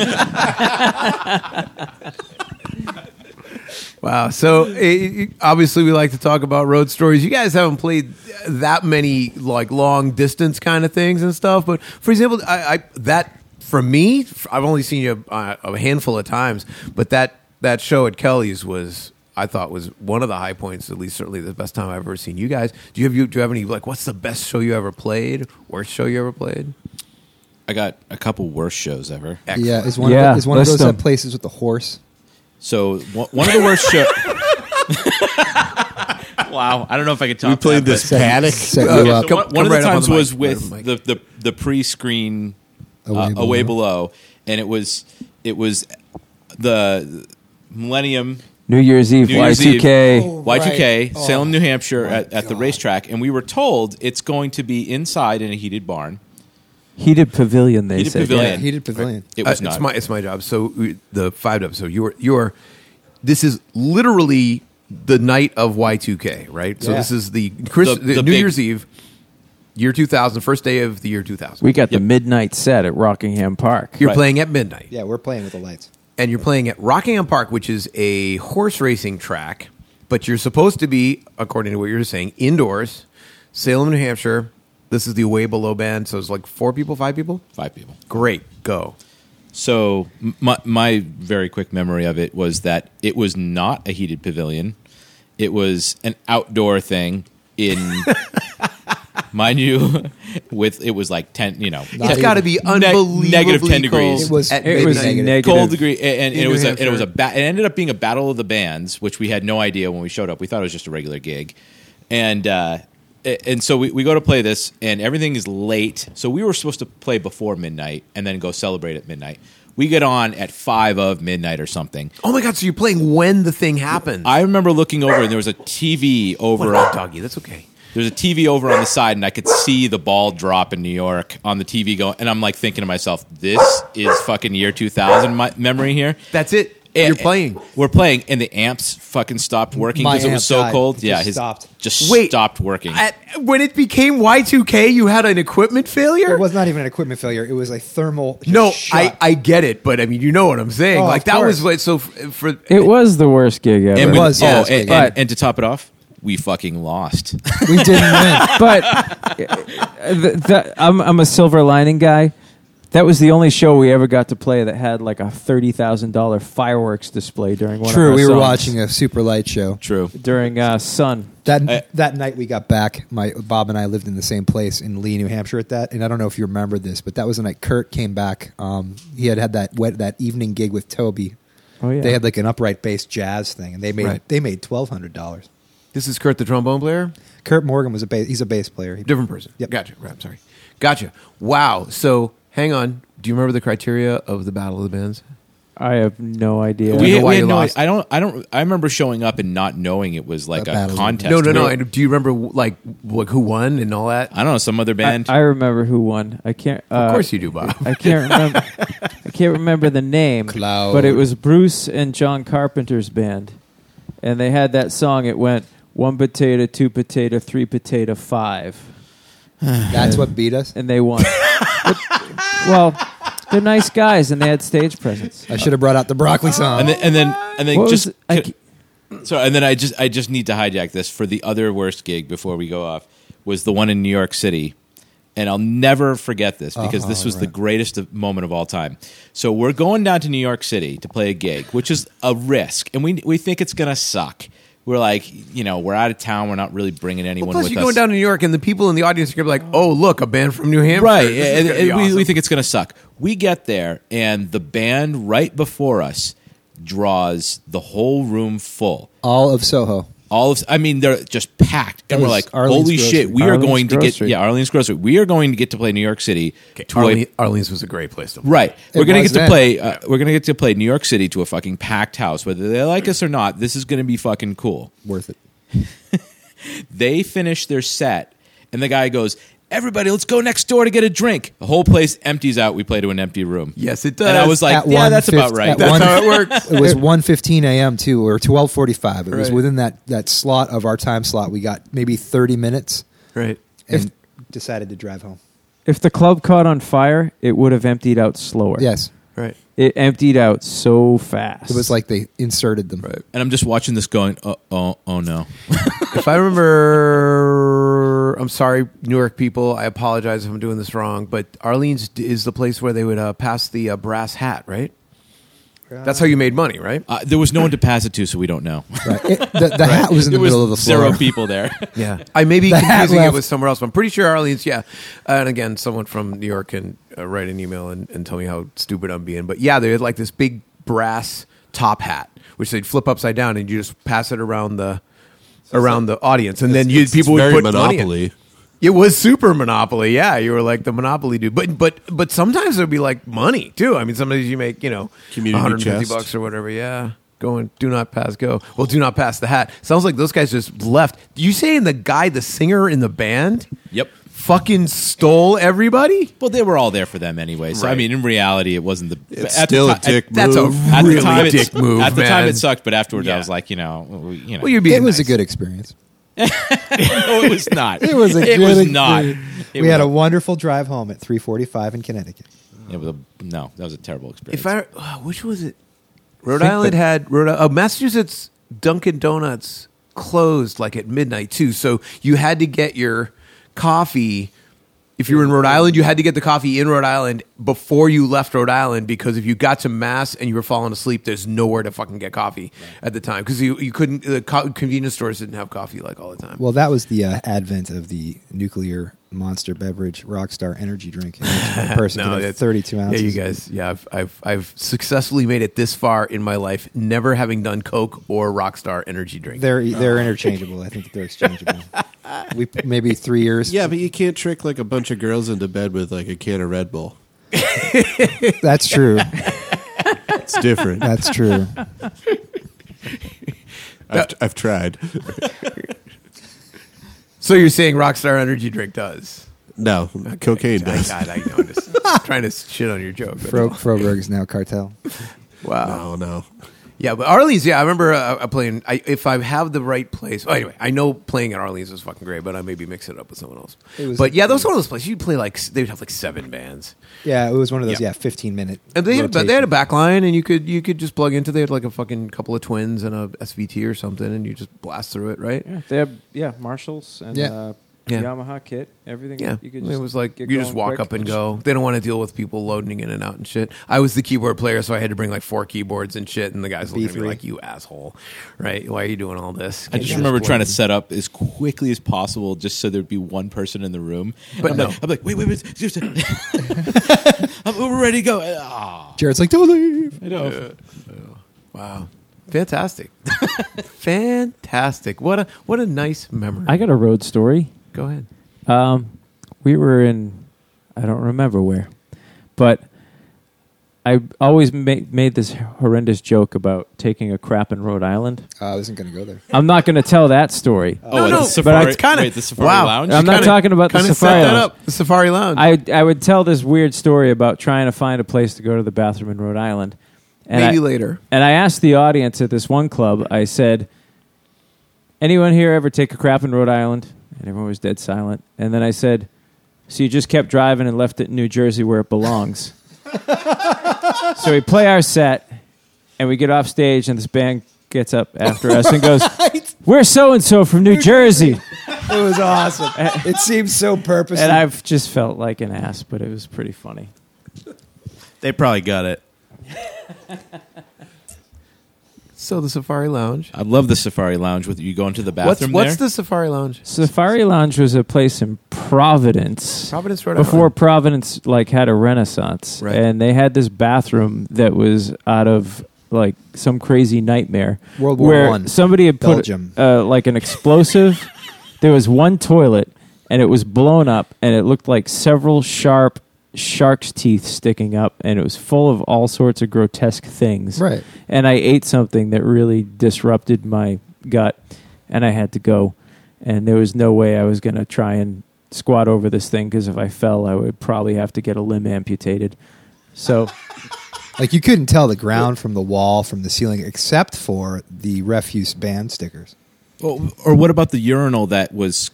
S2: Wow. So it, it- obviously, we like to talk about road stories. You guys haven't played that many like long distance kind of things and stuff. But for example, I, I that for me, I've only seen you a, a handful of times. But that that show at Kelly's was. I thought was one of the high points, at least certainly the best time I've ever seen you guys. Do you have you do you have any like what's the best show you ever played? Worst show you ever played?
S8: I got a couple worst shows ever.
S7: Yeah, is one,
S10: Yeah,
S7: of, the- is one of
S10: list
S7: those uh,
S10: them.
S7: places with the horse?
S8: So one one of the worst shows. wow, I don't know if I could talk.
S6: We played this paddock.
S7: Set you up.
S8: So one, one
S2: come
S8: of the
S2: right up on
S8: times
S2: the mic,
S8: was
S2: right
S8: with
S2: on the mic.
S8: the, the the pre-screen uh,
S7: Away
S8: away,
S7: Below.
S8: below. and it was it was the Millennium
S10: New Year's Eve,
S8: New Year's Eve.
S10: Y2K.
S2: Oh,
S8: Y2K, Salem, New Hampshire, at, at the racetrack, and we were told it's going to be inside in a heated barn.
S10: Heated Pavilion, they
S8: Heated
S10: said.
S8: Pavilion.
S7: Yeah, heated pavilion.
S8: It was
S2: Uh,
S8: not.
S2: It's my it's my job. So we- the five up. So you're you're. This is literally the night of Y two K, right? So
S7: Yeah.
S2: this is the Chris
S8: The- the
S2: New
S8: big-
S2: Year's Eve, year two thousand, first day of the year two thousand.
S10: We got the
S8: Yep.
S10: midnight set at Rockingham Park.
S2: You're
S8: Right.
S2: playing at midnight,
S7: Yeah, we're playing with the lights.
S2: and you're playing at Rockingham Park, which is a horse racing track, but you're supposed to be, according to what you're saying, indoors, Salem, New Hampshire. This is the way below band, so it's like four people, five people.
S8: Five people.
S2: Great, go.
S8: So m- my my very quick memory of it was that it was not a heated pavilion. It was an outdoor thing in mind you, with it was like ten. You know,
S2: It's got to be
S8: ne-
S2: unbelievably
S8: negative ten
S2: cold
S8: degrees.
S7: It was-
S2: at
S4: It was
S2: midnight.
S4: negative.
S8: cold degree, and, and
S2: In
S8: it
S2: New
S8: was a, and it was a
S2: Hampshire.
S8: ba- it ended up being a battle of the bands, which we had no idea when we showed up. We thought it was just a regular gig, and uh, a- and so we, we go to play this, and everything is late. So we were supposed to play before midnight, and then go celebrate at midnight. We get on at five of midnight or something.
S2: Oh my god! So you're playing when the thing happened?
S8: I remember looking over, and there was a TV over.
S2: What, doggy. That's okay.
S8: There's a TV over on the side, and I could see the ball drop in New York on the TV going. And I'm like thinking to myself, this is fucking year 2000 my, memory here.
S2: That's it.
S8: And-
S2: you're playing.
S8: We're playing, and the amps fucking stopped working
S7: My
S8: because it
S7: amp
S8: was so
S7: died.
S8: cold.
S7: It
S8: yeah,
S7: just stopped.
S8: Just
S2: Wait.
S8: stopped working.
S2: At, when it became Y2K, you had an equipment failure.
S7: It was not even an equipment failure. It was a thermal. just
S2: no, I,
S7: shot.
S2: I get it, but I mean, you know what I'm saying.
S7: Oh,
S2: like
S7: of
S2: that was
S7: course.
S2: what. So f- for
S4: It was the worst gig ever.
S8: and
S7: it
S8: we-
S7: was,
S8: oh,
S7: yeah,
S8: and, and,
S4: But-
S8: and to top it off, we fucking lost.
S7: we didn't win.
S4: but uh, th th- I'm I'm a silver lining guy. That was the only show we ever got to play that had like a thirty thousand dollar fireworks display during one. of
S7: True,
S4: our
S7: we were
S4: songs.
S7: watching a super light show.
S8: True.
S4: during uh, Sun.
S7: That
S8: I-
S7: that night we got back. My Bob and I lived in the same place in Lee, New Hampshire at that. And I don't know if you remember this, but that was the night Kurt came back. Um, he had had that wet, that evening gig with Toby.
S4: Oh yeah,
S7: They had like an upright bass jazz thing, and they made
S2: Right.
S7: they made twelve hundred dollars.
S2: this is Kurt, the trombone player.
S7: Kurt Morgan was a bass, he's a bass player. He-
S2: Different person.
S7: Yep.
S2: Gotcha. Right, I'm sorry. Gotcha. Wow. So hang on. Do you remember the criteria of the Battle of the Bands?
S4: I have no idea.
S8: We,
S2: know why
S8: we
S2: you
S8: had no,
S2: lost.
S8: I don't. I don't. I remember showing up and not knowing it was like
S7: The
S8: a
S7: battle.
S8: contest.
S2: no, no, no.
S8: We-
S2: And do you remember like like who won and all that?
S8: I don't know some other
S4: I,
S8: band.
S4: I remember who won. I can't. Uh,
S2: of course you do, Bob.
S4: I can't remember. I can't remember the name.
S7: Cloud.
S4: But it was Bruce and John Carpenter's band, and they had that song. It went one potato, two potato, three potato, five,
S7: That's what beat us.
S4: and they won. But- well, they're nice guys, and they had stage presence.
S7: I should have brought out the broccoli song.
S8: and then and then and then
S4: What was
S8: just
S4: it? I ca-
S8: so and then I just I just need to hijack this for the other worst gig before we go off was the one in New York City. And I'll never forget this because this was the greatest of, moment of all time. So we're going down to New York City to play a gig, which is a risk, and we we think it's gonna suck. We're like, you know, we're out of town. We're not really bringing anyone
S2: Plus,
S8: with
S2: you're
S8: us.
S2: going down to New York, and the people in the audience are gonna be like, "Oh, look, a band from New Hampshire."
S8: Right.
S2: This is
S8: and-
S2: gonna
S8: and
S2: be
S8: we, we
S2: awesome.
S8: think it's going to suck. We get there, and the band right before us draws the whole room full.
S7: All of Soho.
S8: All of, I mean, they're just packed, and
S7: That
S8: we're
S7: was
S8: like,
S7: Arlene's
S8: "Holy
S7: Grocery.
S8: shit, we
S4: Arlene's
S8: are going to
S4: Grocery.
S8: get yeah, Arlene's Grocery. We are going to get to play New York City to a
S2: Arlene, Arlene's was a great place to play.
S8: Right. We're
S7: It
S8: gonna
S7: was
S8: get to
S7: then.
S8: play. Uh, We're gonna get to play New York City to a fucking packed house, whether they like us or not. This is gonna be fucking cool.
S7: Worth it.
S8: They finish their set, and the guy goes, "Everybody, let's go next door to get a drink." The whole place empties out. We play to an empty room.
S2: Yes, it
S8: And I
S2: does.
S8: was like,
S7: At
S8: "Yeah,
S7: one
S8: that's
S7: fif-
S8: about right."
S7: at
S8: That's-
S7: one-
S2: That's how it works.
S7: It was 1.15 a.m. too, or 12.45. It was
S2: Right.
S7: within that, that slot of our time slot. We got maybe 30 minutes
S2: right.
S7: and decided to drive home.
S4: If the club caught on fire, it would have emptied out slower.
S7: Yes.
S2: Right.
S4: It emptied out so fast.
S7: It was like they inserted them.
S8: and I'm just watching this, going, "Oh, oh, oh no!"
S2: if I remember, I'm sorry, Newark people. I apologize if I'm doing this wrong, but Arlene's d- is the place where they would uh, pass the uh, brass hat, right? That's how you made money, right?
S8: Uh, there was no one to pass it to, so we don't know.
S7: Right. It- the the hat was in
S8: There
S7: the middle of the floor.
S8: Zero people there.
S2: Yeah, I may be
S7: The hat
S2: confusing it
S7: left.
S2: with somewhere else. But I'm pretty sure Arlene's. Yeah, and again, someone from New York can uh, write an email and, and tell me how stupid I'm being. But yeah, they had like this big brass top hat, which they'd flip upside down, and you just pass it around the around the audience, and then you
S6: It's
S2: people would
S6: very
S2: put money in.
S6: Monopoly.
S2: It was super Monopoly, yeah. You were like the Monopoly dude, but but but sometimes it'd be like money too. I mean, sometimes you make you know
S6: Community
S2: 150
S6: chest.
S2: bucks or whatever. Yeah, going do not pass go. Well, do not pass the hat. Sounds like those guys just left. You saying the guy, the singer in the band,
S8: Yep.
S2: fucking stole everybody?
S8: Well, they were all there for them anyway. So I
S2: Right.
S8: mean, in reality, it wasn't the.
S6: It's
S8: at the
S6: still
S8: ti-
S6: a dick
S8: At,
S2: That's a
S6: move.
S8: at
S2: really
S8: the time, it-
S2: dick move.
S8: At the time,
S2: man.
S8: it sucked, but afterwards,
S2: Yeah.
S8: I was like, you know, we, you know,
S2: Well, you're being
S7: It was
S2: nice.
S7: a good experience.
S8: no, it was not.
S7: It was a
S8: It
S7: good
S8: was
S7: experience.
S8: not. It
S7: we had a
S8: was-
S7: wonderful drive home at 3.45 in Connecticut.
S8: It was a no. That was a terrible experience.
S2: If I uh, which was it? Rhode
S7: Think
S2: Island
S7: that-
S2: had Rhode uh, Massachusetts Dunkin' Donuts closed like at midnight too, so you had to get your coffee. If you were in Rhode Island, you had to get the coffee in Rhode Island before you left Rhode Island because if you got to Mass and you were falling asleep, there's nowhere to fucking get coffee at the time because you, you couldn't. The co- convenience stores didn't have coffee like all the time.
S7: Well, that was the uh, advent of the nuclear monster beverage, Rockstar energy drink. in which a person could have
S2: that-
S7: 32 ounces.
S2: Yeah, you guys. Yeah, I've, I've I've successfully made it this far in my life, never having done Coke or Rockstar energy drink.
S7: They're they're interchangeable. I think they're exchangeable. we maybe three years.
S6: Yeah, but you can't trick like a bunch of girls into bed with like a can of Red Bull.
S7: That's true.
S6: It's different.
S7: That's true.
S6: I've, I've tried.
S2: So you're saying Rockstar energy drink does?
S6: No, cocaine does.
S2: God, I know. I'm just trying to shit on your joke. but-
S7: Fro- Froberg is now cartel.
S2: wow.
S6: Oh no.
S2: Yeah, but Arlene's. Yeah, I remember uh, uh, playing. I, if I have the right place. Oh, anyway, I know playing at Arlene's was fucking great, but I maybe mix it up with someone else.
S7: It was-
S2: But yeah, those one of those places you play like s- they'd have like seven bands,
S7: Yeah, it was one of those.
S2: Yeah.
S7: Yeah, 15 minute.
S2: and they had, but they had a
S7: rotation.
S2: back line, and you could you could just plug into. They had like a fucking couple of twins and a SVT or something, and you just blast through it, right?
S11: Yeah, they have yeah Marshalls and
S7: Yeah.
S11: Uh,
S2: Yeah.
S11: Yamaha kit, everything.
S2: Yeah,
S11: you could
S2: it was like
S11: get
S2: you just
S11: going
S2: walk
S11: quick.
S2: up and go. They don't want to deal with people loading in and out and shit. I was the keyboard player, so I had to bring like four keyboards and shit, and the guys looking at me
S7: B3.
S2: like, "You asshole, right? Why are you doing all this?"
S8: I just remember trying to set up as quickly as possible, just so there'd be one person in the room.
S2: But
S8: I'm
S2: no.
S8: like, I'm like, wait, wait, wait, just- I'm we're ready to go. Ah,
S7: Jared's like, don't leave.
S8: I know.
S2: Wow. Fantastic. Fantastic. What a what a nice memory.
S4: I got a road story.
S2: Go ahead.
S4: Um, we were in, I don't remember where, but I always ma- made this horrendous joke about taking a crap in Rhode Island.
S7: Uh, I wasn't going to go there.
S4: I'm not going to tell that story.
S8: oh,
S2: no,
S8: at the
S2: but
S8: safari,
S2: it's kinda-
S8: wait, the safari
S2: wow.
S8: lounge.
S4: I'm not
S2: kinda-
S4: talking about the
S2: Kind of
S4: safari.
S2: set that
S4: lounge.
S2: up. The Safari Lounge.
S4: I I would tell this weird story about trying to find a place to go to the bathroom in Rhode Island. And
S2: Maybe
S4: I-
S2: later.
S4: And I asked the audience at this one club, I said, Anyone here ever take a crap in Rhode Island? And everyone was dead silent. And then I said, So you just kept driving and left it in New Jersey where it belongs. so we play our set and we get off stage and this band gets up after us and goes, We're so and so from New Jersey.
S7: It was awesome. it seemed so purposeful.
S4: And I've just felt like an ass, but it was pretty funny.
S12: They probably got it.
S2: So the Safari Lounge.
S8: I love the safari lounge with you going to the
S2: What's
S8: bathroom
S2: what's
S8: there.
S2: the Safari Lounge?
S4: Safari Lounge was a place in Providence
S2: Providence, Rhode
S4: before
S2: Island.
S4: Providence like had a renaissance,
S2: Right.
S4: and they had this bathroom that was out of like some crazy nightmare
S7: World War
S4: where
S7: One.
S4: somebody had put
S7: Belgium.
S4: uh, like an explosive. there was one toilet, and it was blown up, and it looked like several sharp shark's teeth sticking up, and it was full of all sorts of grotesque things
S7: right.
S4: and I ate something that really disrupted my gut, and I had to go. And there was no way I was going to try and squat over this thing because if I fell, I would probably have to get a limb amputated. So
S7: Like you couldn't tell the ground from the wall, from the ceiling, except for the refuse band stickers.
S8: Well, or what about the urinal that was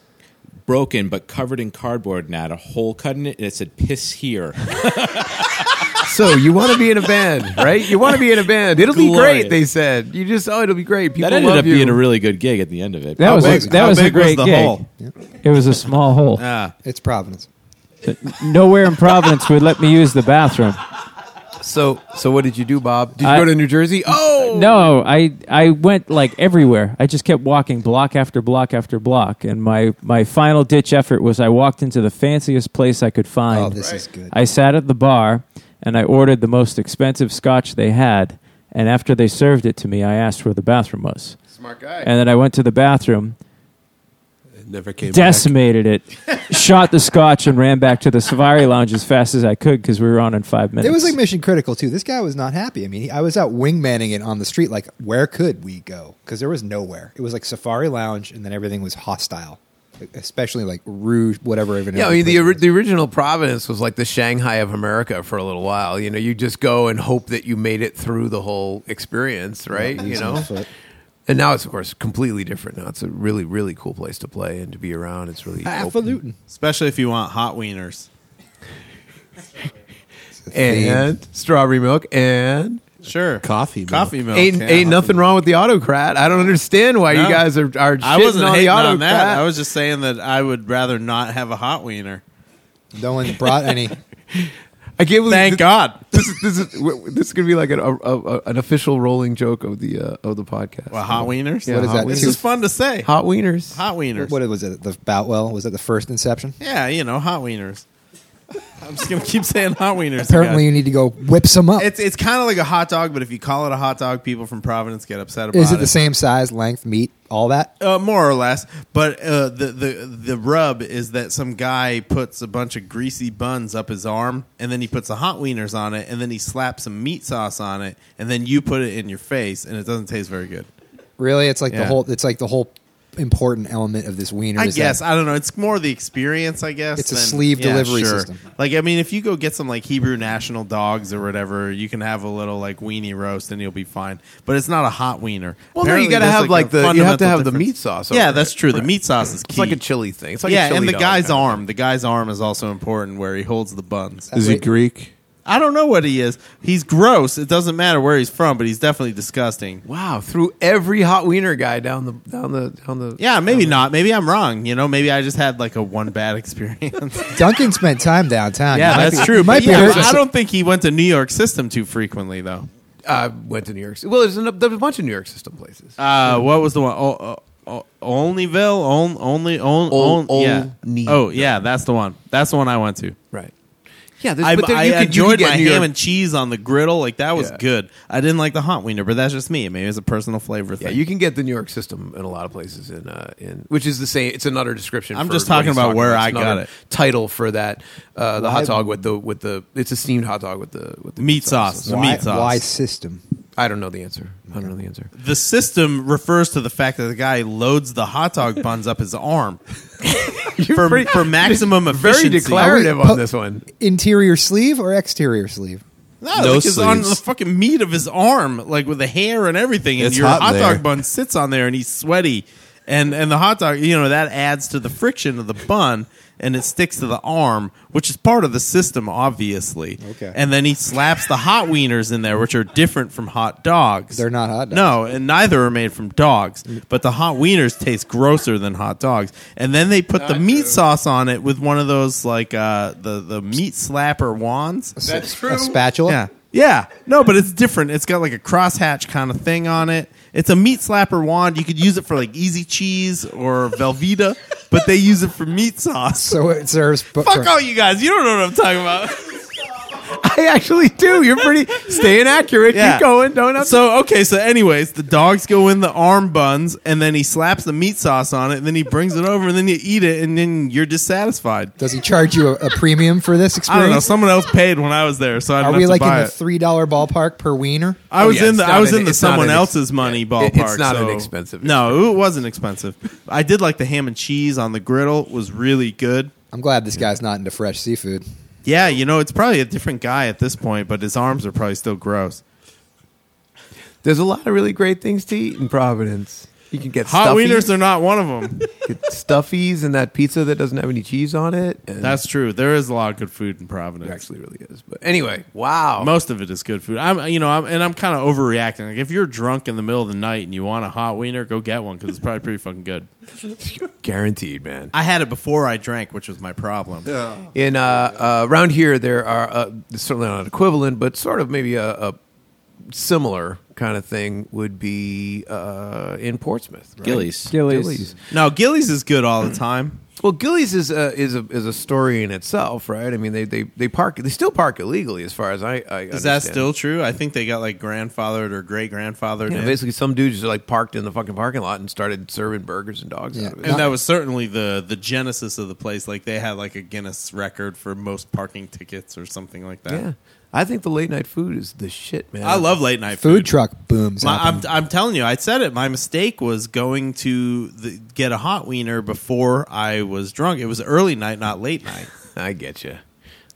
S8: broken but covered in cardboard and had a hole cut in it and it said piss here?
S2: so you want to be in a band, right? You want to be in a band. It'll be
S8: Glorious.
S2: great. They said you just oh, it'll be great. People
S8: that ended
S2: love
S8: up
S2: you.
S8: being a really good gig at the end of it.
S4: that
S8: But-
S4: was
S12: big-
S4: a, that
S12: how
S4: was a
S12: big was
S4: great
S12: the
S4: gig.
S12: hole?
S4: It was a small hole.
S8: Ah,
S7: It's Providence.
S4: Nowhere in Providence would let me use the bathroom.
S2: so so. What did you do, Bob? Did you
S4: I-
S2: go to New Jersey? Oh
S4: No, I I went like everywhere. I just kept walking block after block after block, and my my final ditch effort was I walked into the fanciest place I could find.
S7: Oh, this is good.
S4: I sat at the bar and I ordered the most expensive scotch they had. And after they served it to me, I asked where the bathroom was.
S2: smart guy.
S4: And then I went to the bathroom,
S6: It never came back.
S4: decimated it, shot the scotch, and ran back to the Safari Lounge as fast as I could because we were on in five minutes.
S7: It was like mission critical too. This guy was not happy. I mean, he, I was out wingmanning it on the street. Like, where could we go? Because there was nowhere. It was like Safari Lounge, and then everything was hostile, E-, especially like Rouge, whatever. Even
S2: Yeah, I mean the,
S7: place
S2: ori-
S7: was.
S2: the original Providence was like the Shanghai of America for a little while. You know, you just go and hope that you made it through the whole experience, right? you know,
S7: foot.
S2: and now it's of course completely different. Now it's a really, really cool place to play and to be around. It's really open.
S12: Especially if you want hot wieners.
S2: and strawberry milk and
S12: Sure.
S6: Coffee milk.
S12: Coffee milk.
S2: ain't
S12: yeah.
S2: ain't nothing wrong with the autocrat. I don't understand why you
S12: No.
S2: guys are are shitting
S12: I wasn't
S2: on the
S12: hating
S2: autocrat.
S12: on that. I was just saying that I would rather not have a hot wiener.
S7: No one brought any.
S12: I can't believe.
S5: Thank
S12: thi-
S5: God.
S12: This is this is w- w- this is gonna be like an, a, a, a- an official rolling joke of the uh, of the podcast.
S5: Well, hot wieners.
S7: What is that?
S5: This
S7: Two-
S5: is fun to say.
S12: Hot
S5: Hot,
S12: wieners.
S5: wieners.
S7: What was it? The Boutwell? Was it the first Inception?
S5: Yeah, you know, hot wieners. I'm just gonna keep saying hot wieners.
S7: Apparently,
S5: again.
S7: you need to go whip some up.
S5: it's it's kind of like a hot dog, but if you call it a hot dog, people from Providence get upset about
S7: Is it the same size, length, meat, all that?
S5: Uh, more or less, but uh, the the the rub is that some guy puts a bunch of greasy buns up his arm, and then he puts the hot wieners on it, and then he slaps some meat sauce on it, and then you put it in your face, and it doesn't taste very good.
S7: Really, it's like the
S5: Yeah.
S7: whole. It's like the whole important element of this wiener.
S5: I
S7: is that-
S5: guess I don't know. It's more the experience, I guess.
S7: It's a sleeve delivery
S5: sure.
S7: system.
S5: Like I mean, if you go get some like Hebrew national dogs or whatever, you can have a little like weenie roast and you'll be fine. But it's not a hot wiener.
S12: Well, no, you
S5: Apparently,
S12: gotta
S5: there's,
S12: have, like,
S5: a
S12: the- you have to
S5: fundamental
S12: have the
S5: difference.
S12: meat sauce
S5: Yeah,
S12: over
S5: that's
S12: it.
S5: true. The
S12: Right.
S5: meat sauce is key.
S12: It's like a chili thing. It's like
S5: yeah,
S12: a chili
S5: and the
S12: dog
S5: guy's
S12: kind of
S5: arm. The guy's arm is also important where he holds the buns.
S6: Is he Greek?
S5: I don't know what he is. He's gross. It doesn't matter where he's from, but he's definitely disgusting.
S12: Wow, threw every hot wiener guy down the down the down the.
S5: Yeah, maybe not. Maybe I'm wrong. You know, maybe I just had like a one bad experience.
S7: Duncan spent time downtown. You
S5: Yeah,
S7: might
S5: that's
S7: be-
S5: true.
S7: you Might
S5: But
S7: be
S5: yeah,
S7: hurt.
S5: I don't think he went to New York System too frequently, though.
S12: I went to New York. City. Well, there's, an, there's a bunch of New York system places.
S5: Uh, what was the one? Oh, oh, oh, Onlyville, on, only, on,
S12: Ol-
S5: on, yeah.
S12: Olney-
S5: Oh, yeah, that's the one. That's the one I went to.
S12: right. Yeah, there's,
S5: I,
S12: but there,
S5: I
S12: you could, you could
S5: enjoyed
S12: get
S5: my
S12: New
S5: ham
S12: York,
S5: and cheese on the griddle. Like that was
S12: Yeah.
S5: good. I didn't like the hot wiener, but that's just me. Maybe it's a personal flavor thing.
S12: Yeah, you can get the New York system in a lot of places in uh, in which is the same. It's another description.
S5: I'm
S12: for
S5: just
S12: what
S5: talking
S12: he's
S5: about where
S12: It's
S5: I got
S12: another
S5: it.
S12: Title for that uh, the hot
S7: Why-
S12: dog with the with the it's a steamed hot dog with the with the
S5: meat sauce.
S7: Why,
S5: Meat sauce.
S7: why system?
S12: I don't know the answer. I don't know the answer.
S5: The system refers to the fact that the guy loads the hot dog buns up his arm for, for maximum
S12: Very
S5: efficiency.
S12: declarative
S7: Are we-
S12: on this one.
S7: Interior sleeve or exterior sleeve?
S5: No,
S6: No
S5: like it's on the
S6: sleeves.
S5: fucking meat of his arm, like with the hair and everything. And
S6: It's
S5: your
S6: hot
S5: hot,
S6: there.
S5: dog bun sits on there, and he's sweaty, and and the hot dog, you know, that adds to the friction of the bun, and it sticks to the arm, which is part of the system, obviously.
S7: Okay.
S5: And then he slaps the hot wieners in there, which are different from hot dogs.
S7: They're not hot dogs.
S5: No, and neither are made from dogs. But the hot wieners taste grosser than hot dogs. And then they put the meat sauce on it with one of those like uh, the the meat slapper wands.
S7: That's true. A spatula.
S5: Yeah. Yeah. No, but it's different. It's got like a crosshatch kind of thing on it. It's a meat slapper wand. You could use it for like easy cheese or Velveeta, but they use it for meat sauce.
S7: So it serves. bu-
S5: Fuck
S7: for-
S5: all you guys. You don't know what I'm talking about.
S12: I actually do. You're pretty staying accurate.
S5: Yeah.
S12: Keep going. Don't up.
S5: So, okay. So, anyways, the dogs go in the arm buns and then he slaps the meat sauce on it and then he brings it over and then you eat it and then you're dissatisfied.
S7: Does he charge you a, a premium for this
S5: I don't know.
S7: experience?
S5: Someone else paid when I was there, so I
S7: Are
S5: don't
S7: we
S5: have
S7: like
S5: to
S7: in
S5: buy
S7: the
S5: it.
S7: three dollar ballpark per wiener?
S5: I was
S12: Oh, yeah,
S5: in the
S12: it's
S5: I
S12: not
S5: was
S12: an-
S5: in the
S12: it's not
S5: someone
S12: an ex-
S5: else's money ballpark.
S12: it's not an
S5: so-
S12: expensive
S5: No, it wasn't expensive. I did like the ham and cheese on the griddle. It was really good.
S7: I'm glad this guy's not into fresh seafood.
S5: Yeah, you know, it's probably a different guy at this point, but his arms are probably still gross.
S12: There's a lot of really great things to eat in Providence. You can get
S5: Hot
S12: stuffies,
S5: wieners are not one of them.
S12: get stuffies and that pizza that doesn't have any cheese on it. And
S5: That's true. There is a lot of good food in
S12: it
S5: Providence.
S12: actually really is. But anyway, wow.
S5: Most of it is good food. I'm, you know, I'm, and I'm kind of overreacting. Like, if you're drunk in the middle of the night and you want a hot wiener, go get one because it's probably pretty fucking good.
S12: Guaranteed, man.
S5: I had it before I drank, which was my problem.
S12: In uh, uh, around here, there are uh, certainly not an equivalent, but sort of maybe a, a similar kind of thing would be uh, in Portsmouth. Right?
S8: Gillies.
S4: Gillies.
S5: No, Gillies is good all the time.
S12: Well, Gillies is a is a is a story in itself, right? I mean, they they, they park they still park illegally, as far as I, I
S5: Is that still true? I think they got like grandfathered or great grandfathered.
S12: Yeah, basically, some dudes are like parked in the fucking parking lot and started serving burgers and dogs
S7: Yeah.
S12: out of it.
S5: and that was certainly the the genesis of the place. Like they had like a Guinness record for most parking tickets or something like that.
S12: yeah, I think the late night food is the shit, man.
S5: I love late night
S7: Food
S5: food.
S7: truck booms.
S5: My, I'm,
S7: happening.
S5: I'm telling you, I said it. My mistake was going to the, get a hot wiener before I was drunk. It was early night, not late night.
S12: I get you.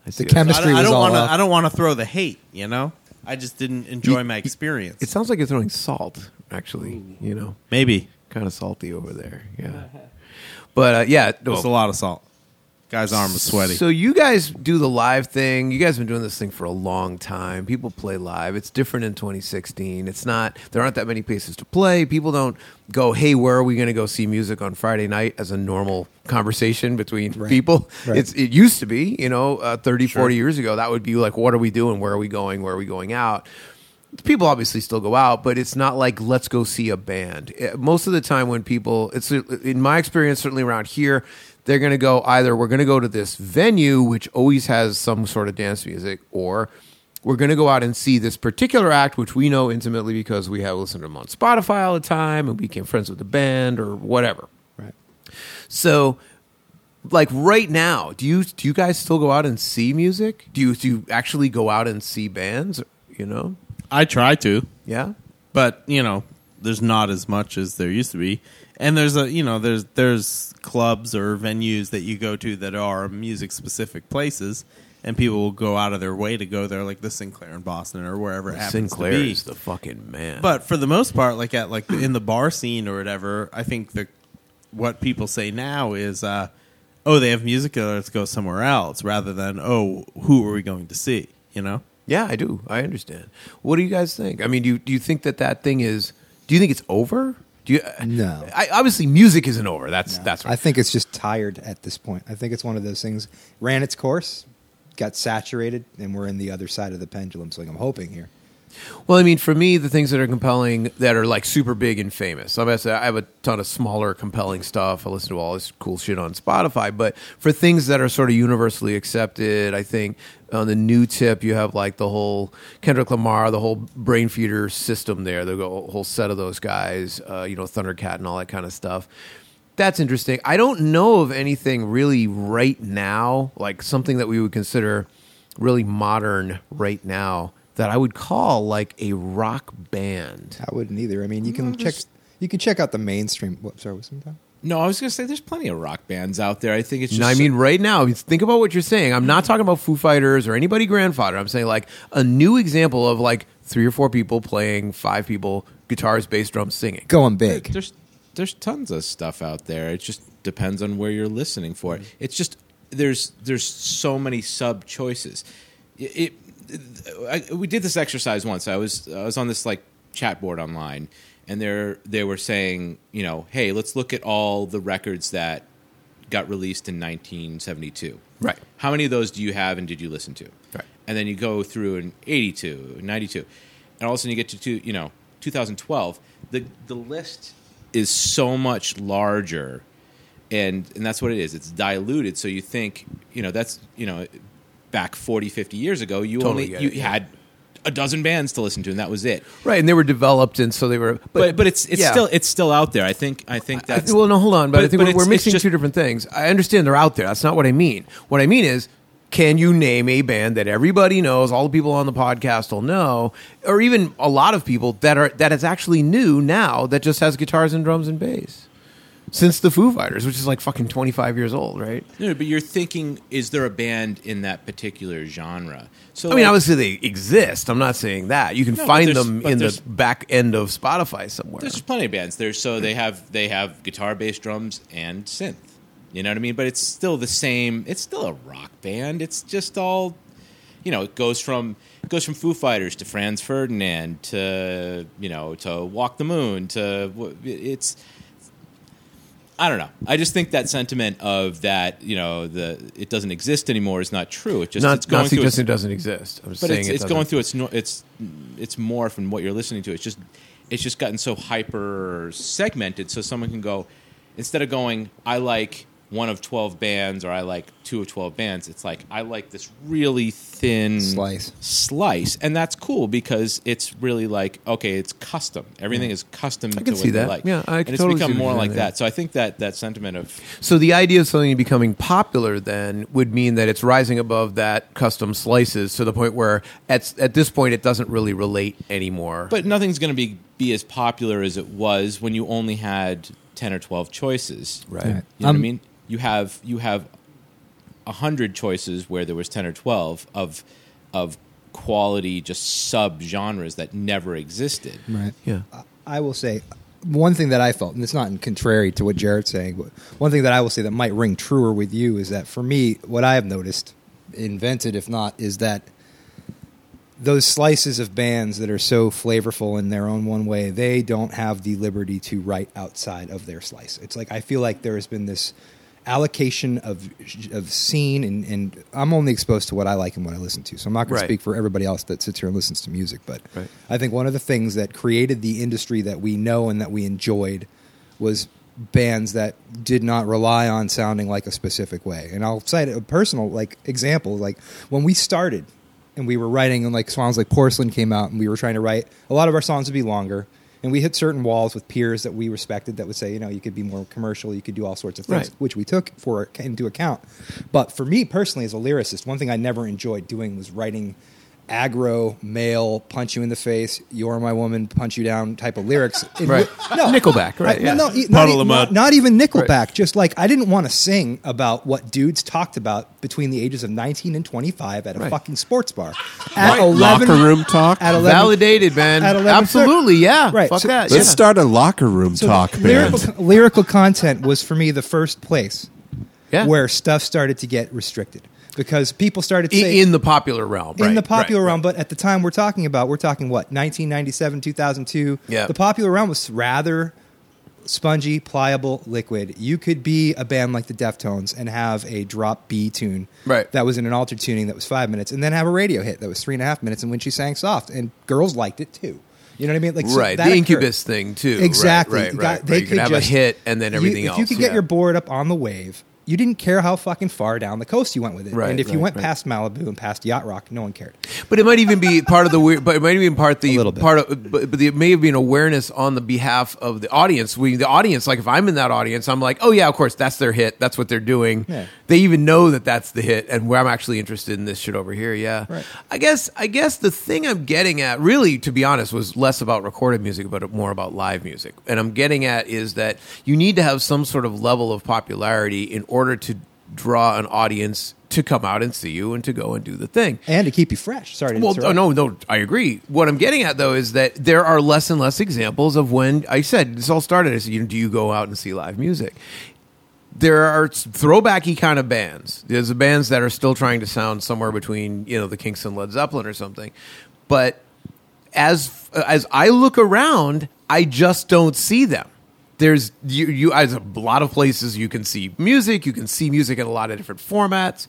S7: the
S5: I
S7: chemistry
S5: don't, I
S7: was
S5: don't
S7: all
S5: want to.
S7: off.
S5: I don't want to throw the hate. You know, I just didn't enjoy my experience.
S12: It sounds like you're throwing salt, actually. You know,
S5: Maybe
S12: kind of salty over there. Yeah, but uh, yeah,
S5: it was a
S12: well,
S5: lot of salt. Guy's arm was sweaty.
S12: So you guys do the live thing. You guys have been doing this thing for a long time. People play live. It's different in 2016. It's not there aren't that many places to play. People don't go, "Hey, where are we going to go see music on Friday night?" as a normal conversation between people.
S7: Right.
S12: It's it used to be, you know, uh, 30, 40 years ago, that would be like, "What are we doing? Where are we going? Where are we going out?" people obviously still go out, but it's not like let's go see a band. Eh, Most of the time, when people, it's in my experience, certainly around here, they're going to go either we're going to go to this venue, which always has some sort of dance music, or we're going to go out and see this particular act, which we know intimately because we have listened to them on Spotify all the time and we became friends with the band or whatever.
S7: Right.
S12: So, like right now, do you do you guys still go out and see music? Do you do you actually go out and see bands? You know,
S5: I try to,
S12: yeah.
S5: but you know, there's not as much as there used to be. And there's a you know there's there's clubs or venues that you go to that are music specific places, and people will go out of their way to go there, like the Sinclair in Boston or wherever it happens
S12: Sinclair
S5: to be.
S12: is the fucking man.
S5: But for the most part, like at like in the bar scene or whatever, I think the what people say now is, uh, "Oh, they have music, uh, let's go somewhere else," rather than, "Oh, who are we going to see?" You know,
S12: yeah, I do. I understand. What do you guys think? I mean, do you, do you think that that thing is? Do you think it's over? Do you?
S7: No.
S12: I, obviously, music isn't over. That's that's right.
S7: I think it's just tired at this point. I think it's one of those things ran its course, got saturated, and we're in the other side of the pendulum swing. I'm hoping here.
S12: Well, I mean, for me, the things that are compelling that are like super big and famous. So I must say, I have a ton of smaller, compelling stuff. I listen to all this cool shit on Spotify. But for things that are sort of universally accepted, I think on the new tip, you have like the whole Kendrick Lamar, the whole brain feeder system there, the whole set of those guys, uh, you know, Thundercat and all that kind of stuff. That's interesting. I don't know of anything really right now, like something that we would consider really modern right now that I would call like a rock band.
S7: I wouldn't either. I mean, you can check. You can check out the mainstream. What, sorry, what's that?
S8: No, I was gonna say there's plenty of rock bands out there. I think it's just
S12: No, I mean, right now, it's- think about what you're saying. I'm not talking about Foo Fighters or anybody grandfather. I'm saying like a new example of like three or four people playing, five people, guitars, bass, drums, singing.
S7: Going big.
S8: there's there's tons of stuff out there. It just depends on where you're listening for it. It's just there's there's so many sub choices. It, it I, we did this exercise once. I was I was on this like chat board online, and they they were saying you know hey let's look at all the records that got released in 1972.
S12: Right.
S8: How many of those do you have and did you listen to?
S12: Right.
S8: And then you go through in 82, 92. And all of a sudden you get to two, you know, 2012. The the list is so much larger and and that's what it is. It's diluted so you think, you know, that's, you know, back 40, 50 years ago, you
S12: Totally get
S8: only you
S12: it, yeah.
S8: had a dozen bands to listen to and that was it.
S12: Right. And they were developed. And so they were, but,
S8: But but it's it's
S12: yeah.
S8: still it's still out there. I think I think
S12: I
S8: that's
S12: think- well, no, hold on. But, I think we're,
S8: it's-
S12: we're
S8: it's
S12: mixing
S8: just-
S12: two different things. I understand they're out there. That's not what I mean. What I mean is, can you name a band that everybody knows, all the people on the podcast will know, or even a lot of people that are that is actually new now that just has guitars and drums and bass since the Foo Fighters, which is like fucking twenty five years old, right?
S8: No, but you're thinking, is there a band in that particular genre? So
S12: I mean,
S8: like,
S12: obviously they exist. I'm not saying that you can
S8: No, but
S12: find
S8: there's-
S12: them
S8: but
S12: in the
S8: there's-
S12: back end of Spotify somewhere.
S8: there's plenty of bands there. So they have they have guitar, bass, drums, and synth. You know what I mean? But it's still the same. It's still a rock band. It's just all, you know, it goes from it goes from Foo Fighters to Franz Ferdinand to you know to Walk the Moon to wh- it's I don't know. I just think that sentiment of that, you know, the it doesn't exist anymore is not true. It just it's
S12: not
S8: going
S12: not
S8: through its-
S12: suggesting it doesn't exist. I'm just
S8: but
S12: saying
S8: it's,
S12: it
S8: it's
S12: doesn't.
S8: going through its nor- it's it's more from what you're listening to. It's just it's just gotten so hyper segmented. So someone can go instead of going, I like one of twelve bands or I like two of twelve bands. It's like I like this really thin
S7: Slice.
S8: slice, and that's cool because it's really like okay, it's custom. Everything is custom
S12: can
S8: to what
S12: see
S8: they
S12: that.
S8: like.
S12: Yeah, I
S8: and it's
S12: totally see
S8: become
S12: what
S8: more
S12: you're
S8: like
S12: saying, yeah.
S8: that. So I think that that sentiment of
S12: So the idea of something becoming popular then would mean that it's rising above that custom slices to the point where at at this point it doesn't really relate anymore.
S8: But nothing's going to be be as popular as it was when you only had ten or twelve choices.
S12: Right.
S8: You
S12: Right.
S8: know what I
S7: Um,
S8: mean? You have you have a hundred choices where there was ten or twelve of of quality just sub genres that never existed.
S7: Right.
S12: yeah,
S7: I- I will say, one thing that I felt, and it's not in contrary to what Jared's saying, but one thing that I will say that might ring truer with you is that for me, what I have noticed, invented if not, is that those slices of bands that are so flavorful in their own one way, they don't have the liberty to write outside of their slice. It's like I feel like there has been this allocation of of scene, and, and I'm only exposed to what I like and what I listen to, so I'm not going
S12: Right.
S7: to speak for everybody else that sits here and listens to music. But
S12: Right.
S7: I think one of the things that created the industry that we know and that we enjoyed was bands that did not rely on sounding like a specific way. And I'll cite a personal like example. Like when we started and we were writing and like songs like Porcelain came out and we were trying to write a lot of our songs would be longer. And we hit certain walls with peers that we respected that would say, you know, you could be more commercial, you could do all sorts of things,
S12: Right.
S7: which we took for into account. But for me personally, as a lyricist, one thing I never enjoyed doing was writing aggro, male, punch you in the face, you're my woman, punch you down type of lyrics. In
S12: Right.
S7: whi- No,
S12: Nickelback, right,
S7: well,
S12: yeah.
S7: no, e- not,
S5: Puddle
S7: e-
S5: of
S7: not,
S5: mud.
S7: not even Nickelback. Just like I didn't want to sing about what dudes talked about between the ages of 19 and 25 at a
S12: Right.
S7: fucking sports bar. At
S6: Locker room talk.
S7: At 11,
S12: Validated, man.
S7: at 11,
S12: Absolutely, yeah.
S7: Right,
S12: Fuck
S7: so-
S12: that.
S6: Let's
S12: yeah.
S6: start a locker room
S7: so
S6: talk band.
S7: lyrical, lyrical content was for me the first place
S12: Yeah.
S7: where stuff started to get restricted because people started to
S2: E,
S12: I-
S7: say,
S12: in the popular realm.
S7: in
S12: right,
S7: the popular
S12: right.
S7: realm. But at the time we're talking about, we're talking what 1997, 2002.
S12: Yeah.
S7: the popular realm was rather spongy, pliable, liquid. You could be a band like the Deftones and have a drop B tune,
S12: Right.
S7: That was in an altered tuning that was five minutes, and then have a radio hit that was three and a half minutes. And when she sang soft, and girls liked it too. You know what I mean? Like so
S12: right,
S7: that
S12: the
S7: occurred.
S12: incubus thing too. Right,
S7: Exactly.
S12: Right,
S7: You
S12: right,
S7: got-
S12: right.
S7: they
S12: you could
S7: could
S12: have
S7: just-
S12: a hit and then
S7: you-
S12: everything else.
S7: If you could get
S12: yeah.
S7: your board up on the wave, you didn't care how fucking far down the coast you went with it.
S12: Right,
S7: and if you
S12: right,
S7: went
S12: right.
S7: past Malibu and past Yacht Rock, no one cared.
S12: But it might even be part of the weird. But it might even part the
S7: A little bit.
S12: part of. But, but it may have been awareness on the behalf of the audience. We the audience, like if I'm in that audience, I'm like, oh yeah, of course, that's their hit. That's what they're doing.
S7: Yeah.
S12: They even know that that's the hit, and where I'm actually interested in this shit over here. Yeah.
S7: Right.
S12: I guess. I guess the thing I'm getting at, really, to be honest, was less about recorded music, but more about live music. And I'm getting at is that you need to have some sort of level of popularity in order to draw an audience to come out and see you and to go and do the thing.
S7: And to keep you fresh. Sorry to
S12: Well,
S7: interrupt.
S12: no, no, I agree. What I'm getting at though is that there are less and less examples of when I said this all started. I said, you know, do you go out and see live music? There are s- throwbacky kind of bands. There's the bands that are still trying to sound somewhere between you know the Kinks and Led Zeppelin or something, but as as I look around, I just don't see them. There's you you as a lot of places you can see music, you can see music in a lot of different formats,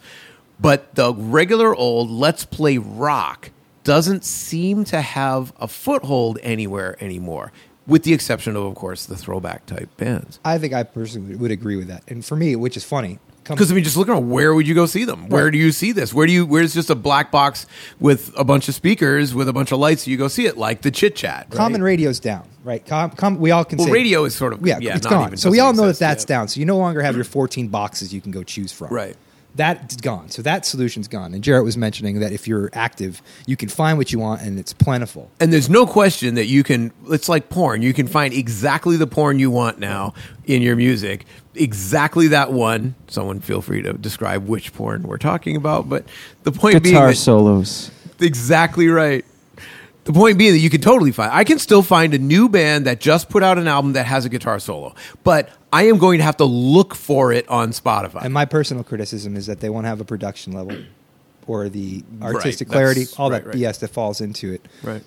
S12: but the regular old let's play rock doesn't seem to have a foothold anywhere anymore, with the exception of of course the throwback type bands.
S7: I think I personally would- would agree with that. And for me, which is funny, come-
S12: Because I mean, just look around. Where would you go see them? Where do you see this? Where do you? Where's just a black box with a bunch of speakers with a bunch of lights? You go see it like the chit chat. Right?
S7: common radio's down, right? Com- com- we all can
S12: Well,
S7: say
S12: radio is sort of
S7: yeah,
S12: yeah,
S7: it's
S12: not
S7: gone.
S12: even-
S7: so we
S12: doesn't
S7: all know
S12: exist,
S7: that that's
S12: yeah.
S7: down. So you no longer have your 14 boxes you can go choose from.
S12: Right.
S7: That's gone. So that solution's gone. And Jarrett was mentioning that if you're active, you can find what you want and it's plentiful.
S12: And there's no question that you can. It's like porn. You can find exactly the porn you want now in your music. Exactly that one. Someone feel free to describe which porn we're talking about. But the point being,
S4: Guitar
S12: that-
S4: solos.
S12: exactly right. The point being that you can totally find. I can still find a new band that just put out an album that has a guitar solo, but I am going to have to look for it on Spotify.
S7: And my personal criticism is that they won't have a production level or the artistic
S12: that's-
S7: clarity, all that
S12: right, right.
S7: BS that falls into it.
S12: right.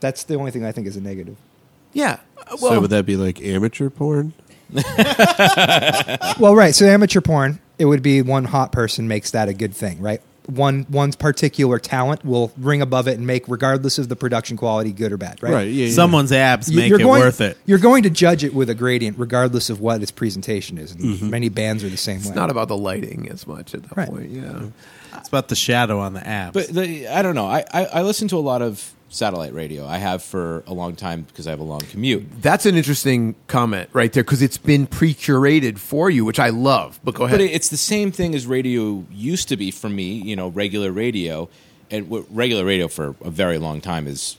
S7: That's the only thing I think is a negative.
S12: Yeah. Uh, Well,
S6: so would that be like amateur porn?
S7: Well, right. So amateur porn, it would be one hot person makes that a good thing, right? One one's particular talent will ring above it and make, regardless of the production quality, good or bad, right?
S6: Right. Yeah. yeah.
S5: Someone's abs
S7: You-
S5: make
S7: you're
S5: it
S7: going-
S5: worth it.
S7: You're going to judge it with a gradient, regardless of what its presentation is. And
S5: Mm-hmm.
S7: Many bands are the same way.
S12: it's not about the lighting as much at that
S7: Right.
S12: point. Yeah.
S5: It's about the shadow on the abs.
S8: But the, I don't know. I, I, I listen to a lot of satellite radio. I have for a long time because I have a long commute.
S12: That's an interesting comment right there because it's been pre curated for you, which I love. But go ahead.
S8: But it- it's the same thing as radio used to be for me. You know, regular radio, and what regular radio for a very long time has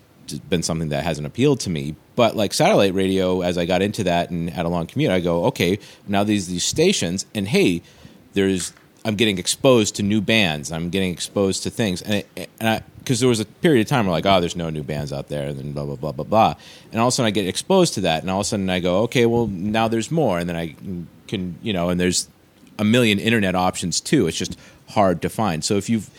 S8: been something that hasn't appealed to me. But like satellite radio, as I got into that and had a long commute, I go, okay, now these these stations, and hey, there's I'm getting exposed to new bands. I'm getting exposed to things, and it, and I because there was a period of time where like, oh, there's no new bands out there, and then blah blah blah blah blah, and all of a sudden I get exposed to that, and all of a sudden I go, okay, well now there's more, and then I can you know, and there's a million internet options too. It's just hard to find. So if you've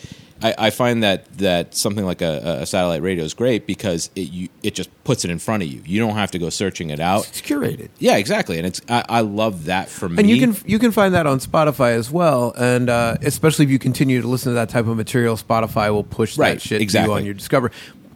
S8: I, I find that, that something like a, a satellite radio is great because it you, it just puts it in front of you. You don't have to go searching it out.
S12: It's curated.
S8: Yeah, exactly. And it's I, I love that for me.
S12: And you can you can find that on Spotify as well, and uh, especially if you continue to listen to that type of material, Spotify will push that
S8: Right,
S12: shit to
S8: exactly.
S12: you on your Discover.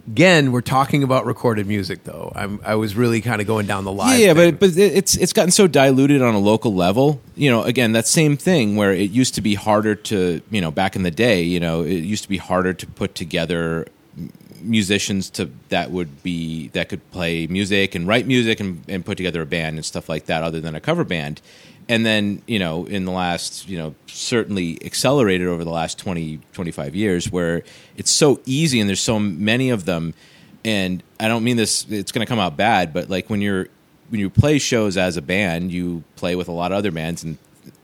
S12: Again, we're talking about recorded music, though. I'm, I was really kind of going down the line.
S8: Yeah, but but it- it's it's gotten so diluted on a local level. You know, again, that same thing where it used to be harder to you know back in the day. You know, it used to be harder to put together m- musicians to that would be that could play music and write music and, and put together a band and stuff like that other than a cover band and then you know in the last you know certainly accelerated over the last 20 25 years where it's so easy and there's so many of them and I don't mean this it's going to come out bad, but like when you're when you play shows as a band, you play with a lot of other bands and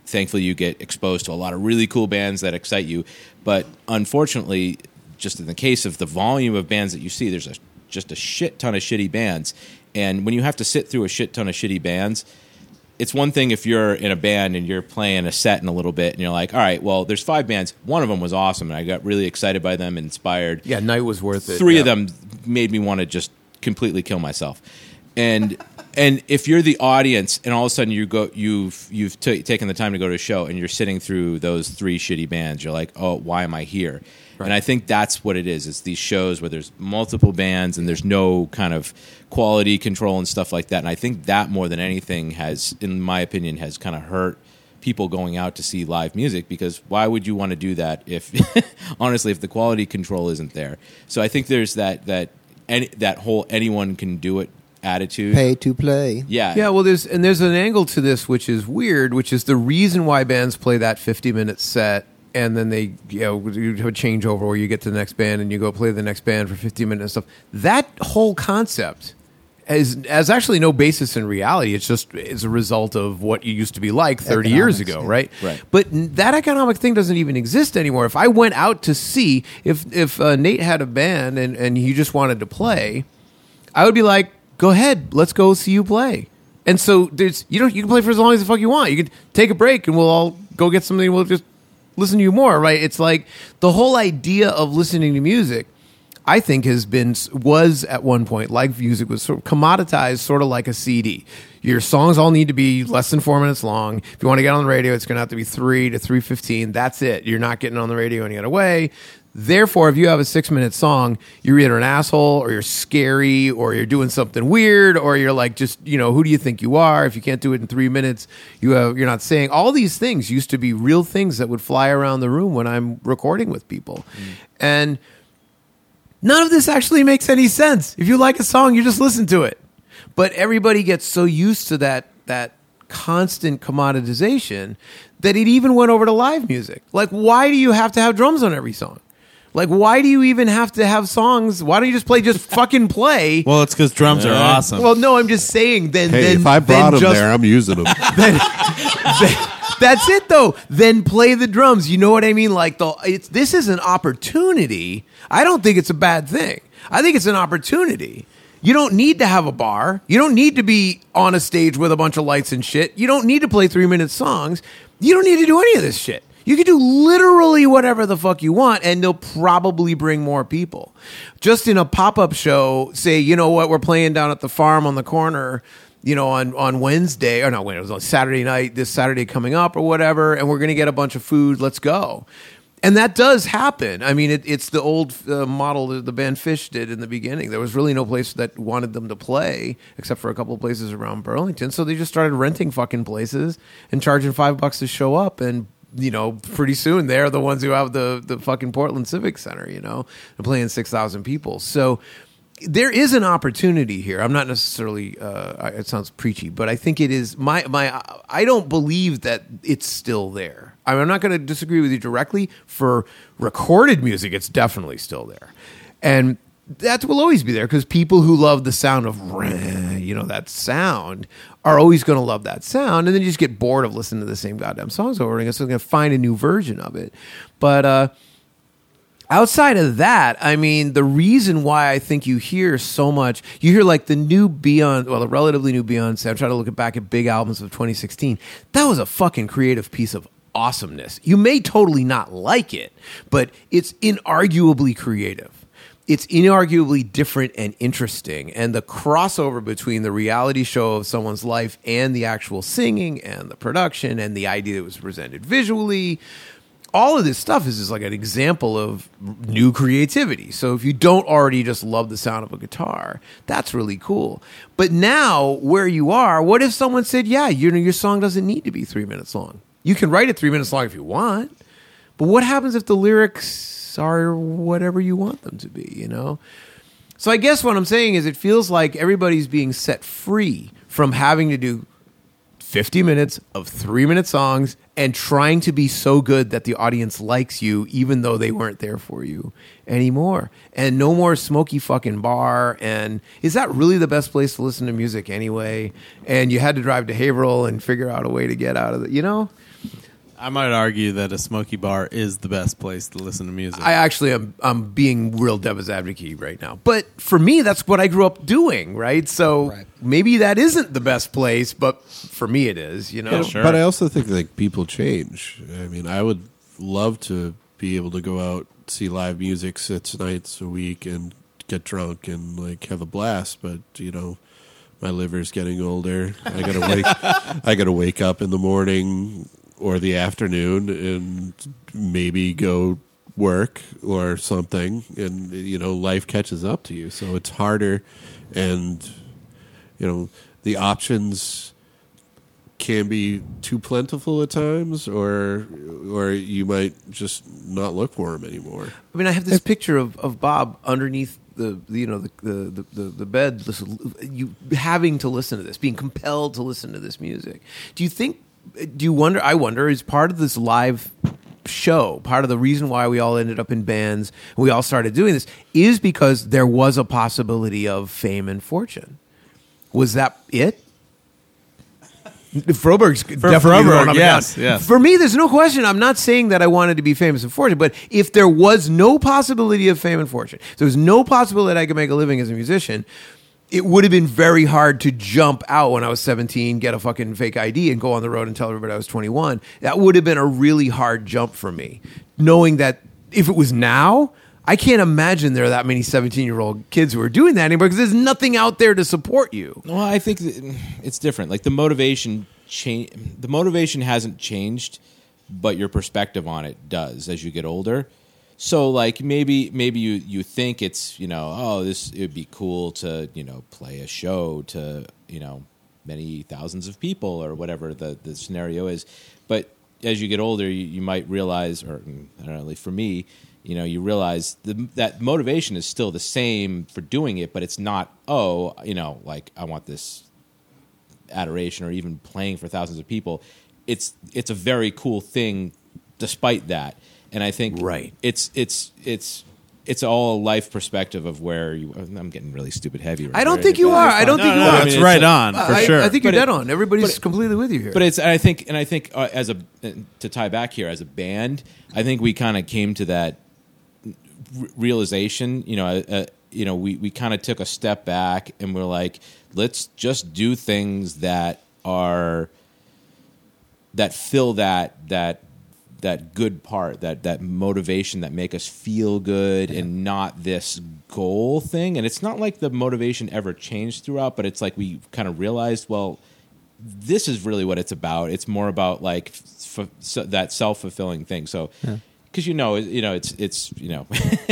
S8: thankfully you get exposed to a lot of really cool bands that excite you, but unfortunately just in the case of the volume of bands that you see, there's a, just a shit ton of shitty bands. And when you have to sit through a shit ton of shitty bands, it's one thing if you're in a band and you're playing a set in a little bit and you're like, all right, well, there's five bands. One of them was awesome and I got really excited by them and inspired
S12: yeah, night was worth it.
S8: three
S12: yeah.
S8: of them made me want to just completely kill myself and and if you're the audience and all of a sudden you go you've you've ta taken the time to go to a show and you're sitting through those three shitty bands you're like oh why am i here and i think that's what it is it's these shows where there's multiple bands and there's no kind of quality control and stuff like that and i think that more than anything has in my opinion has kind of hurt people going out to see live music because why would you want to do that if honestly if the quality control isn't there so i think there's that that any, that whole anyone can do it attitude
S7: Pay to play.
S8: yeah
S12: Yeah, well, there's and there's an angle to this which is weird, which is the reason why bands play that 50 minute set and then they you know you have a changeover where you get to the next band and you go play the next band for 15 minutes and stuff. That whole concept is has actually no basis in reality. It's just it's a result of what you used to be like 30 years
S7: Economics,
S12: ago,
S7: yeah.
S12: right?
S8: Right.
S12: But n- that economic thing doesn't even exist anymore. If I went out to see if if uh, Nate had a band and and he just wanted to play, I would be like, go ahead, let's go see you play. And so there's you don't you can play for as long as the fuck you want. You can take a break and we'll all go get something. We'll just listen to you more, right? It's like the whole idea of listening to music. I think has been was at one point like music was sort of commoditized, sort of like a CD. Your songs all need to be less than four minutes long. If you want to get on the radio, it's going to have to be three to three fifteen. That's it. You're not getting on the radio any other way. Therefore, if you have a six minute song, you're either an asshole or you're scary or you're doing something weird or you're like just you know who do you think you are? If you can't do it in three minutes, you have you're not saying all these things used to be real things that would fly around the room when I'm recording with people, and None of this actually makes any sense. If you like a song, you just listen to it. But everybody gets so used to that that constant commoditization that it even went over to live music. Like why do you have to have drums on every song? Like why do you even have to have songs? Why don't you just play just fucking play?
S5: Well, it's because drums are awesome.
S12: Well, no, I'm just saying then
S6: Hey,
S12: then
S6: if I brought
S12: then
S6: them
S12: just
S6: there, I'm using them.
S12: That's it though. Then play the drums. You know what I mean? Like the it's this is an opportunity. I don't think it's a bad thing. I think it's an opportunity. You don't need to have a bar. You don't need to be on a stage with a bunch of lights and shit. You don't need to play 3-minute songs. You don't need to do any of this shit. You can do literally whatever the fuck you want, and they'll probably bring more people. Just in a pop up show, say, you know what, we're playing down at the farm on the corner, you know, on, on Wednesday, or not Wednesday, it was on Saturday night, this Saturday coming up, or whatever, and we're going to get a bunch of food. Let's go. And that does happen. I mean, it, it's the old uh, model that the band Fish did in the beginning. There was really no place that wanted them to play, except for a couple of places around Burlington. So they just started renting fucking places and charging five bucks to show up. And you know, pretty soon they're the ones who have the the fucking Portland Civic Center. You know, and playing six thousand people. So there is an opportunity here. I'm not necessarily. Uh, I- it sounds preachy, but I think it is. My my. I don't believe that it's still there. I mean, I'm not going to disagree with you directly. For recorded music, it's definitely still there, and that will always be there because people who love the sound of "Rah," you know that sound are always going to love that sound, and then you just get bored of listening to the same goddamn songs over and again. So they're going to find a new version of it, but. uh Outside of that, I mean, the reason why I think you hear so much, you hear like the new Beyond, well, the relatively new Beyonce. I'm trying to look back at big albums of 2016. That was a fucking creative piece of awesomeness. You may totally not like it, but it's inarguably creative it's inarguably different and interesting. And the crossover between the reality show of someone's life and the actual singing and the production and the idea that was presented visually, all of this stuff is just like an example of new creativity. So if you don't already just love the sound of a guitar, that's really cool. But now, where you are, what if someone said, yeah, you know, your song doesn't need to be three minutes long? You can write it three minutes long if you want. But what happens if the lyrics are whatever you want them to be, you know? So I guess what I'm saying is it feels like everybody's being set free from having to do 50 minutes of three minute songs and trying to be so good that the audience likes you, even though they weren't there for you anymore. And no more smoky fucking bar. And is that really the best place to listen to music anyway? And you had to drive to Haverhill and figure out a way to get out of it, you know?
S5: I might argue that a smoky bar is the best place to listen to music.
S12: I actually am I'm being real devil's advocate right now. But for me, that's what I grew up doing, right? So maybe that isn't the best place, but for me it is, you know.
S6: But- But I also think like people change. I mean, I would love to be able to go out see live music six nights a week and get drunk and like have a blast, but you know, my liver's getting older. I gotta wake. I gotta wake up in the morning or the afternoon and maybe go work or something and you know life catches up to you so it's harder and you know the options can be too plentiful at times or or you might just not look for them anymore
S12: I mean, I have this picture of, of Bob underneath the, the you know the the the, the bed, listen, you having to listen to this, being compelled to listen to this music. Do you think? Do you wonder? I wonder. Is part of this live show part of the reason why we all ended up in bands and we all started doing this is because there was a possibility of fame and fortune. Was that it? Froberg's definitely
S5: Froberg,
S12: the one up and
S5: yes,
S12: down.
S5: yes.
S12: For me, there's no question. I'm not saying that I wanted to be famous and fortune, but if there was no possibility of fame and fortune, if there was no possibility that I could make a living as a musician, it would have been very hard to jump out when I was 17, get a fucking fake ID, and go on the road and tell everybody I was 21. That would have been a really hard jump for me, knowing that if it was now, I can't imagine there are that many 17 year old kids who are doing that anymore because there's nothing out there to support you.
S8: Well, I think that it's different. Like the motivation change, the motivation hasn't changed, but your perspective on it does as you get older. So, like maybe maybe you you think it's you know oh this it would be cool to you know play a show to you know many thousands of people or whatever the the scenario is, but as you get older, you, you might realize, or mm, I don't know, at least for me, you know, you realize the, that motivation is still the same for doing it, but it's not, oh, you know, like I want this adoration or even playing for thousands of people. It's it's a very cool thing, despite that. And I think
S12: Right.
S8: it's it's it's it's all a life perspective of where you. I'm getting really stupid heavy. Right
S12: I don't
S8: here.
S12: think you
S8: But-
S12: are. I don't think you
S5: no,
S12: are.
S5: I mean, it's right on,
S12: I-
S5: for
S12: I,
S5: sure.
S12: I think you're
S8: But it-
S12: dead on. Everybody's completely with you here.
S8: But it's and I think and I think uh, as a to tie back here as a band, I think we kind of came to that r- realization. You know, uh, uh, you know, we we kind of took a step back and we're like, let's just do things that are that fill that that that good part that that motivation that make us feel good and not this goal thing and it's not like the motivation ever changed throughout but it's like we kind of realized well this is really what it's about. It's more about like f- f- so that self fulfilling thing. So, because you know, you know, it's it's you know,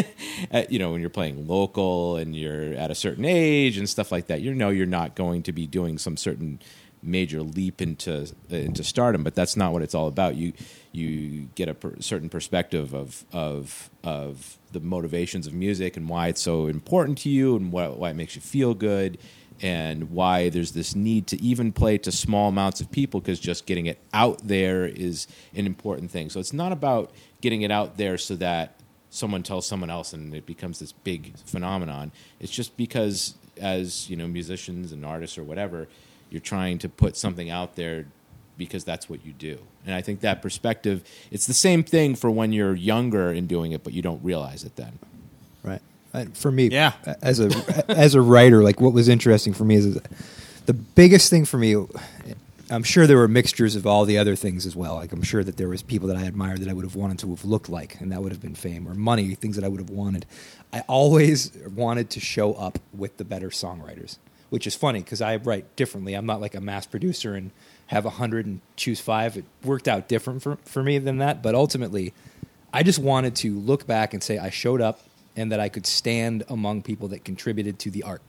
S8: at, you know, when you're playing local and you're at a certain age and stuff like that, you know, you're not going to be doing some certain major leap into into stardom. But that's not what it's all about. You you get a per- certain perspective of of of the motivations of music and why it's so important to you and why, why it makes you feel good and why there's this need to even play to small amounts of people because just getting it out there is an important thing. So it's not about getting it out there so that someone tells someone else and it becomes this big phenomenon. It's just because as you know musicians and artists or whatever, you're trying to put something out there because that's what you do. And I think that perspective, it's the same thing for when you're younger and doing it, but you don't realize it then.
S7: Right. And for me,
S5: Yeah.
S7: as a as a writer, like what was interesting for me is the biggest thing for me. I'm sure there were mixtures of all the other things as well. Like I'm sure that there was people that I admired that I would have wanted to have looked like, and that would have been fame or money, things that I would have wanted. I always wanted to show up with the better songwriters, which is funny because I write differently. I'm not like a mass producer and have a hundred and choose five. It worked out different for, for me than that, but ultimately, I just wanted to look back and say I showed up and that I could stand among people that contributed to the art.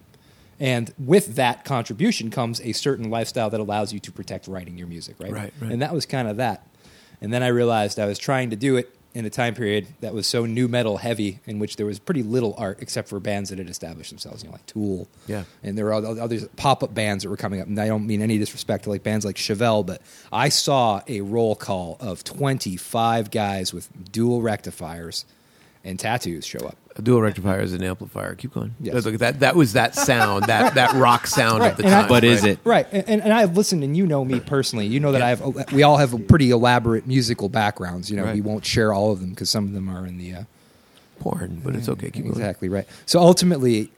S7: And with that contribution comes a certain lifestyle that allows you to protect writing your music, right?
S12: Right, right.
S7: And that was kind of that. And then I realized I was trying to do it in a time period that was so new metal heavy, in which there was pretty little art except for bands that had established themselves, you know, like Tool.
S12: Yeah.
S7: And there were other other pop-up bands that were coming up. And I don't mean any disrespect to like bands like Chevelle, but I saw a roll call of 25 guys with dual rectifiers and tattoos show up.
S12: A dual rectifier is an amplifier. Keep going.
S7: Yes.
S12: Look, that that was that sound, that that rock sound of the time.
S8: But is
S12: right?
S8: it?
S7: Right, and, and, and I've listened, and you know me personally. You know that I have. We all have a pretty elaborate musical backgrounds. You know,
S12: Right.
S7: we won't share all of them because some of them are in the uh,
S12: porn? But it's okay. Keep going.
S7: exactly right. So ultimately,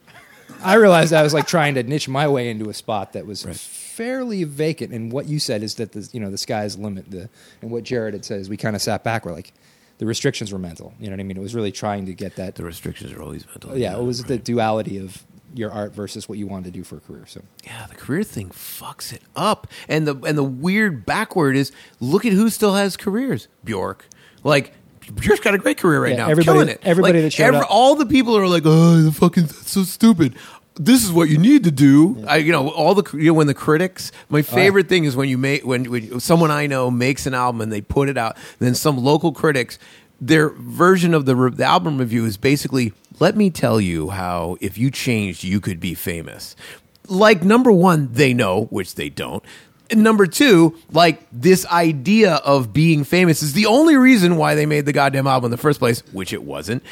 S7: I realized I was like trying to niche my way into a spot that was fairly vacant. And what you said is that the you know the sky's the limit. The and what Jared had said is we kind of sat back. We're like, the restrictions were mental. You know what I mean? It was really trying to get that.
S12: The restrictions are always mental.
S7: yeah, it was the
S12: right.
S7: duality of your art versus what you wanted to do for a career. So
S12: yeah. The career thing fucks it up, and the and the weird backward is look at who still has careers. Bjork, like. Bjork's got a great career right
S7: Yeah,
S12: now,
S7: everybody-
S12: killing it.
S7: everybody
S12: Like,
S7: that showed up-
S12: all the people are like, "Oh, the fucking that's so stupid." This is what you need to do. I, you know, all the you know when the critics. My favorite thing is when you make when, when someone I know makes an album and they put it out. Then some local critics, their version of the, re- the album review is basically, "Let me tell you how if you changed, you could be famous." Like number one, they know which they don't. And number two, like this idea of being famous is the only reason why they made the goddamn album in the first place, which it wasn't.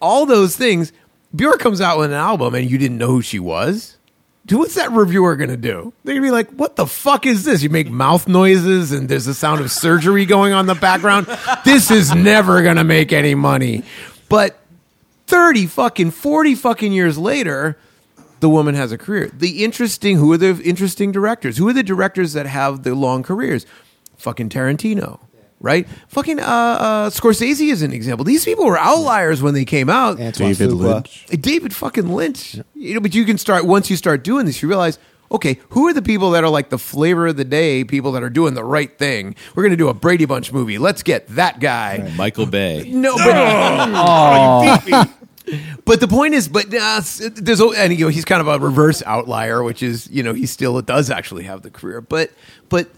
S12: All those things. Bjork comes out with an album and you didn't know who she was. Dude, what's that reviewer gonna do? They're gonna be like, "What the fuck is this? You make mouth noises and there's the sound of surgery going on in the background. This is never gonna make any money." But 30 fucking 40 fucking years later the woman has a career the interesting who are the interesting directors who are the directors that have the long careers fucking tarantino right fucking uh, uh scorsese is an example these people were outliers when they came out
S7: Antoine
S6: David
S7: Fuqua.
S6: Lynch.
S12: Uh, David fucking Lynch. You know, but you can start once you start doing this, you realize, okay, who are the people that are like the flavor of the day? People that are doing the right thing. We're gonna do a Brady Bunch movie. Let's get that guy.
S8: Michael Bay.
S12: No, but, You beat me. but the point is, but uh, s- there's al- and you know he's kind of a reverse outlier, which is you know he still does actually have the career, but but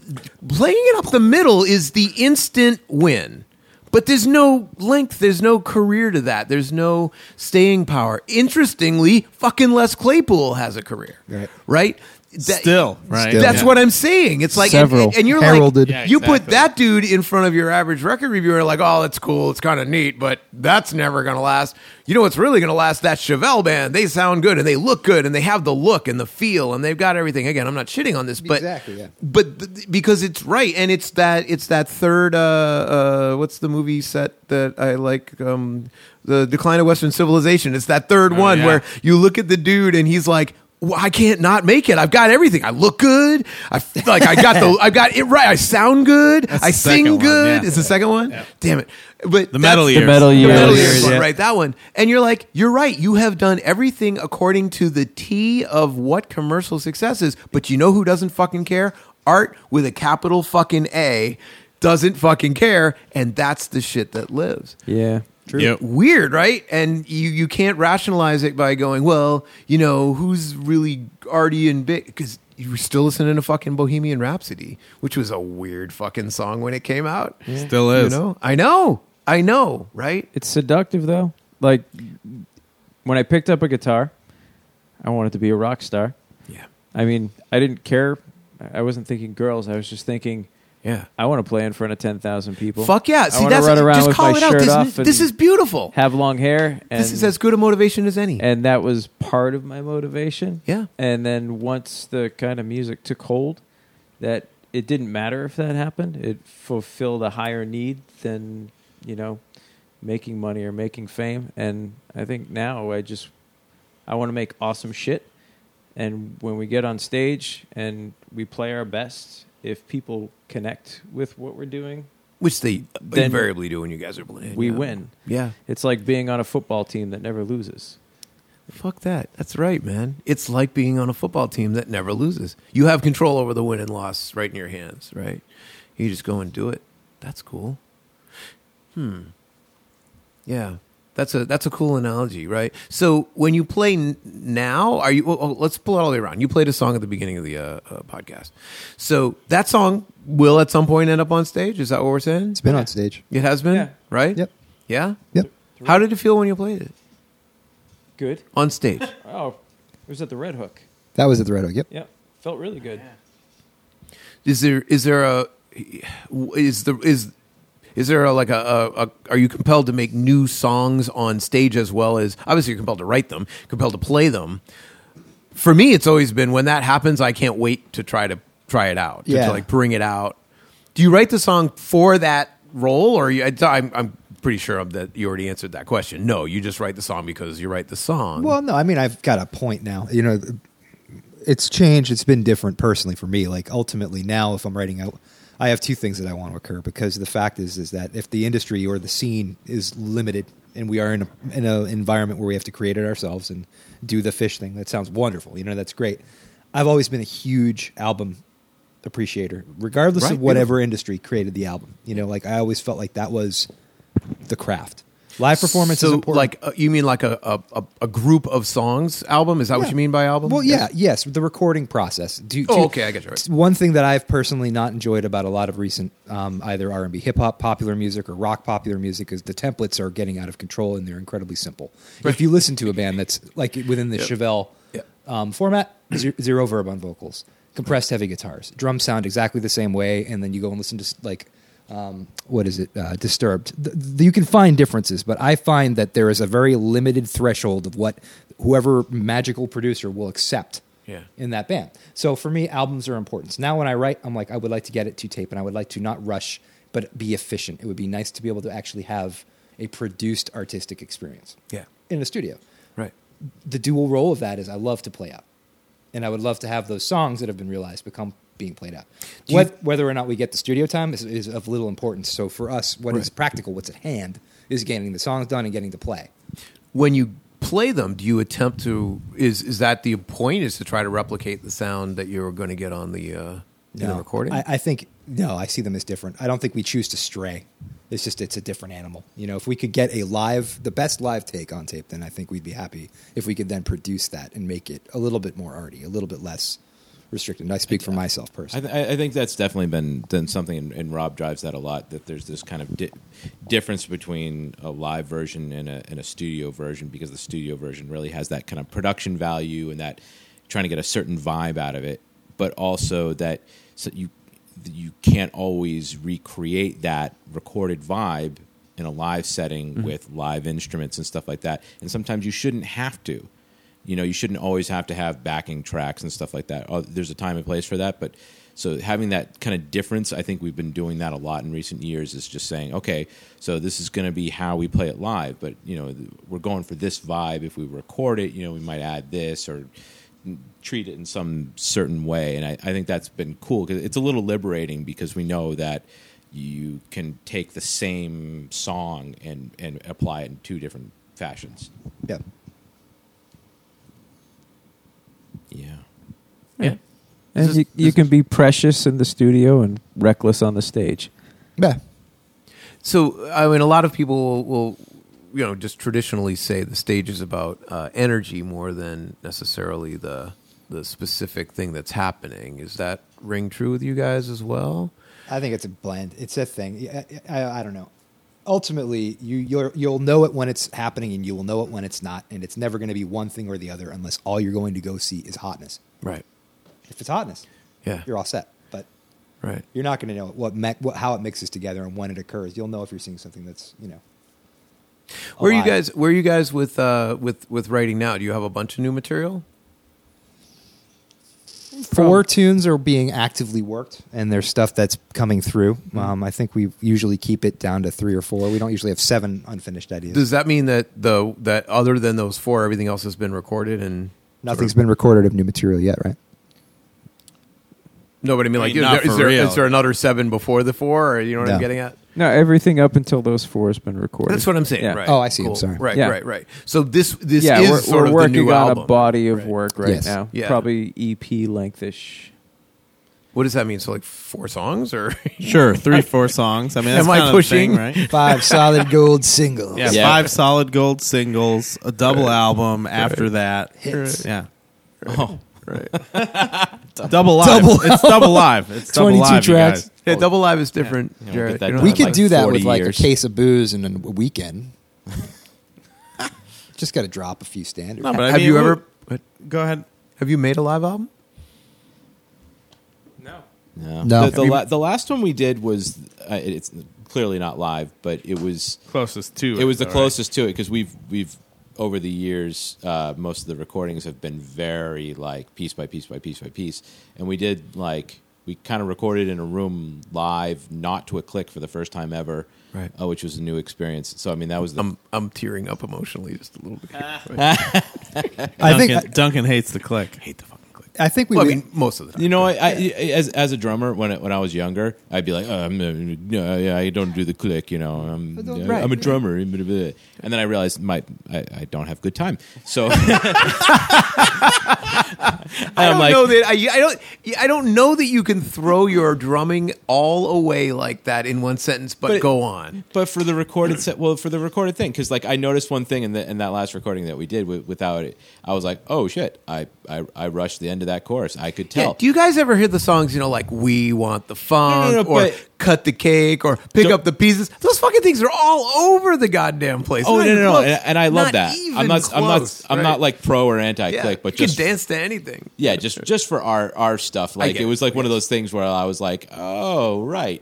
S12: playing it up the middle is the instant win. But there's no length, there's no career to that, there's no staying power. Interestingly, fucking Les Claypool has a career,
S7: Right.
S12: right? That-
S5: Still, right?
S7: Still.
S12: that's what I'm saying. It's like
S4: Several.
S12: and, and you're
S7: Heralded.
S12: like
S7: Yeah,
S12: you put
S8: exactly.
S12: that dude in front of your average record reviewer, like, oh, that's cool, it's kind of neat, but that's never gonna last. You know what's really gonna last? That Chevelle band. They sound good and they look good and they have the look and the feel and they've got everything. Again, I'm not shitting on this, but
S7: Exactly, yeah.
S12: but th- because it's right and it's that it's that third uh, uh, what's the movie set that I like um, the decline of Western civilization. It's that third one
S5: Oh, yeah.
S12: where you look at the dude and he's like. Well, I can't not make it. I've got everything. I look good. I f- like I got the I got it right. I sound good.
S5: That's
S12: I
S5: the second
S12: sing
S5: one,
S12: good.
S5: yeah.
S12: It's the second one. Damn it! But
S5: The metal
S12: that's-
S5: years.
S4: metal
S12: the
S4: years.
S12: metal
S4: Years,
S12: years,
S5: yeah.
S12: right? That one. And you're like, you're right. You have done everything according to the T of what commercial success is. But you know who doesn't fucking care? Art with a capital fucking A doesn't fucking care, and that's the shit that lives.
S4: Yeah.
S5: Yep.
S12: Weird, right? And you you can't rationalize it by going, well, you know, who's really arty and big because. You were still listening to fucking Bohemian Rhapsody, which was a weird fucking song when it came out.
S5: Still
S12: You
S5: is.
S12: know, I know, I know, right?
S4: It's seductive though. Like when I picked up a guitar, I wanted to be a rock star.
S12: Yeah.
S4: I mean, I didn't care. I- I wasn't thinking girls. I was just thinking
S12: Yeah.
S4: I want to play in front of ten thousand people.
S12: Fuck yeah!
S4: I
S12: See,
S4: wanna
S12: that's
S4: run around
S12: just
S4: with
S12: call
S4: my
S12: it out.
S4: shirt
S12: This,
S4: off and-
S12: this is beautiful.
S4: Have long hair. And
S12: this is as good a motivation as any.
S4: and that was part of my motivation.
S12: Yeah.
S4: And then once the kind of music took hold, that
S13: it didn't matter if that happened. It fulfilled a higher need than you know making money or making fame. And I think now I just I want to make awesome shit. And when we get on stage and we play our best, if people connect with what we're doing,
S12: Which they
S13: Then-
S12: invariably do when you guys are playing.
S13: we
S12: yeah.
S13: win.
S12: Yeah.
S13: It's like being on a football team that never loses.
S12: Fuck that. That's right, man. It's like being on a football team that never loses. You have control over the win and loss right in your hands, right? You just go and do it. That's cool. Hmm. Yeah. That's a that's a cool analogy, right? So when you play n- now, are you? Well, oh, let's pull it all the way around. You played a song at the beginning of the uh, uh, podcast, so that song will at some point end up on stage. Is that what we're saying?
S7: It's been on stage.
S12: It has been,
S13: Yeah.
S12: right?
S7: Yep.
S12: Yeah.
S7: Yep.
S12: How did it feel when you played it
S13: Good.
S12: on stage?
S13: Oh, it was at the Red Hook.
S7: That was at the Red Oak. Yep.
S13: Yeah, felt really good.
S12: Is there is there a is the is is there a, like a, a, a are you compelled to make new songs on stage as well as obviously you're compelled to write them, compelled to play them. For me, it's always been when that happens, I can't wait to try to try it out, to, to,
S7: Yeah.
S12: like bring it out. Do you write the song for that role, or you, I- I'm I'm pretty sure that you already answered that question. No, you just write the song because you write the song.
S7: Well, no, I mean I've got a point now. You know, it's changed. It's been different personally for me. Like ultimately now, if I'm writing out, I have two things that I want to occur because the fact is is that if the industry or the scene is limited and we are in a, in an environment where we have to create it ourselves and do the fish thing, that sounds wonderful. You know, that's great. I've always been a huge album appreciator, regardless
S12: Right,
S7: of whatever industry created the album. You know, like I always felt like that was the craft. Live performance is
S12: So,
S7: important.
S12: like, uh, you mean like a, a, a, a group of songs album? Is that what
S7: Yeah.
S12: you mean by album?
S7: Well, yeah, yes, the recording process. Do,
S12: Oh,
S7: do-
S12: okay, I get you, right.
S7: One thing that I've personally not enjoyed about a lot of recent um, either R and B, hip hop, popular music, or rock popular music is the templates are getting out of control and they're incredibly simple. If you listen to a band that's like within the Chevelle
S12: Yep.
S7: um, format, zero, zero verb on vocals, compressed heavy guitars, drums sound exactly the same way, and then you go and listen to like um, what is it? Uh, disturbed. Th- th- you can find differences, but I find that there is a very limited threshold of what whoever magical producer will accept
S12: Yeah.
S7: in that band. So for me, albums are important. So now when I write, I'm like, I would like to get it to tape, and I would like to not rush, but be efficient. It would be nice to be able to actually have a produced artistic experience
S12: Yeah.
S7: in the studio
S12: Right.
S7: the dual role of that is I love to play out, and I would love to have those songs that have been realized become being played out.
S12: Do you-
S7: Whether, whether or not we get the studio time is, is of little importance. So for us, what is practical, what's at hand, is getting the songs done and getting to play.
S12: When you play them, do you attempt to? Is is that the point? Is to try to replicate the sound that you're going to get on the uh, in the recording?
S7: I, I think no. I see them as different. I don't think we choose to stray. It's just it's a different animal. You know, if we could get a live, the best live take on tape, then I think we'd be happy if we could then produce that and make it a little bit more arty, a little bit less restricted. And I speak for myself personally.
S8: I, th- I- I think that's definitely been done something, and, and Rob drives that a lot. That there's this kind of di- difference between a live version and a, and a studio version because the studio version really has that kind of production value and that trying to get a certain vibe out of it, but also that so you you can't always recreate that recorded vibe in a live setting with live instruments and stuff like that. And sometimes you shouldn't have to you know you shouldn't always have to have backing tracks and stuff like that oh, there's a time and place for that but so having that kind of difference i think we've been doing that a lot in recent years is just saying okay so this is going to be how we play it live but you know th- we're going for this vibe if we record it you know we might add this or treat it in some certain way. And I, I think that's been cool because it's a little liberating because we know that you can take the same song and, and apply it in two different fashions.
S7: Yeah.
S8: Yeah.
S13: And you, you can be precious in the studio and reckless on the stage.
S7: Yeah.
S12: so I mean, a lot of people will, will you know just traditionally say the stage is about uh, energy more than necessarily the the specific thing that's happening. Is that ring true with you guys as well?
S7: I think it's a blend. It's a thing. I, I, I don't know. Ultimately, you you're, you'll know it when it's happening, and you will know it when it's not, and it's never going to be one thing or the other unless all you're going to go see is hotness.
S12: Right.
S7: If it's hotness,
S12: Yeah.
S7: you're all set. But
S12: Right.
S7: you're not going to know what, me- what how it mixes together and when it occurs. You'll know if you're seeing something that's you know.
S12: Where are you
S7: alive.
S12: guys? Where are you guys with uh, with with writing now? Do you have a bunch of new material?
S7: four tunes are being actively worked, and there's stuff that's coming through. Um, I think we usually keep it down to three or four. We don't usually have seven unfinished ideas.
S12: Does that mean that the that other than those four, everything else has been recorded and
S7: Nothing's been recorded of new material yet, right?
S12: No, but I mean, like,
S5: Wait, not
S12: is, there,
S5: for
S12: is, there,
S5: real.
S12: is there another seven before the four? Or you know what I'm
S7: No.
S12: getting at?
S4: No, everything up until those four has been recorded.
S12: That's what I'm saying.
S4: Yeah.
S12: Right.
S7: Oh, I see. I'm sorry.
S12: Right,
S4: Yeah.
S12: right, right. So this this
S4: yeah,
S12: is
S4: we're,
S12: sort
S4: we're
S12: of
S4: working
S12: the new
S4: on
S12: album.
S4: a body of work right
S7: Yes.
S4: now.
S12: Yeah.
S4: Probably EP lengthish.
S12: What does that mean? So like four songs, or
S5: Sure, three, four songs. I mean, that's
S12: Am I
S5: kind of the
S12: pushing?
S5: thing, right?
S7: Five solid gold singles.
S5: Yeah,
S8: Yeah.
S5: five solid gold singles, a double album after that.
S7: Hits.
S5: Yeah. Oh. Right. double live. It's double live. It's double
S7: 22
S5: live.
S7: tracks.
S5: You guys.
S12: yeah, double live is different.
S8: Yeah, we'll
S12: Jared.
S8: get that
S12: You
S8: done.
S12: don't
S7: We
S8: in
S12: have
S7: could
S8: like
S7: do that
S8: 40
S7: with like
S8: years.
S7: a case of booze and a weekend. Just got to drop a few standards.
S5: No, but I
S12: have
S5: mean,
S12: you
S5: we-
S12: ever what-
S5: Go ahead.
S12: have you made a live album?
S8: No.
S7: No.
S8: The, the, la- the last one we did was uh, it- it's clearly not live, but it was
S5: Closest to
S8: it was the
S5: though,
S8: closest to it because we've we've over the years uh, most of the recordings have been very like piece by piece by piece by piece, and we did like we kind of recorded in a room live, not to a click for the first time ever,
S12: Right.
S8: Uh, which was a new experience. So I mean that was the
S12: I'm I'm tearing up emotionally just a little bit. here.
S7: I
S5: Duncan,
S7: think I,
S5: Duncan hates the click.
S12: hate the fucking click.
S7: I think we.
S12: Well, I mean, most of the time.
S8: You know, I, I as as a drummer when I, when I was younger, I'd be like, oh, I'm, uh, yeah, I don't do the click, you know, I'm
S7: don't-
S8: uh,
S7: right.
S8: I'm a drummer, and then I realized my I, I don't have good time, so
S12: I
S8: I'm
S12: don't
S8: like-
S12: know that I, I don't I don't know that you can throw your drumming all away like that in one sentence. But,
S8: But-
S12: go on.
S8: but for the recorded set, well, for the recorded thing, because like I noticed one thing in, the, in that last recording that we did wi- without it, I was like, oh shit, I, I I rushed the end of that chorus. I could tell.
S12: Yeah, do you guys ever hear the songs, you know, like We Want the Funk
S8: no, no,
S12: or
S8: but-
S12: Cut the Cake or Pick
S8: Don't-
S12: Up the Pieces? Those fucking things are all over the goddamn place.
S8: Oh
S12: Not
S8: no no
S12: even
S8: no!
S12: close.
S8: And, and I love
S12: Not
S8: that.
S12: even
S8: I'm not I'm
S12: close,
S8: not I'm
S12: right?
S8: not like pro or anti
S12: Yeah,
S8: click, but
S12: you
S8: just
S12: can dance to anything.
S8: Yeah, just just for our our stuff. Like
S12: get
S8: it was
S12: it,
S8: like one of those things where I was like, oh right,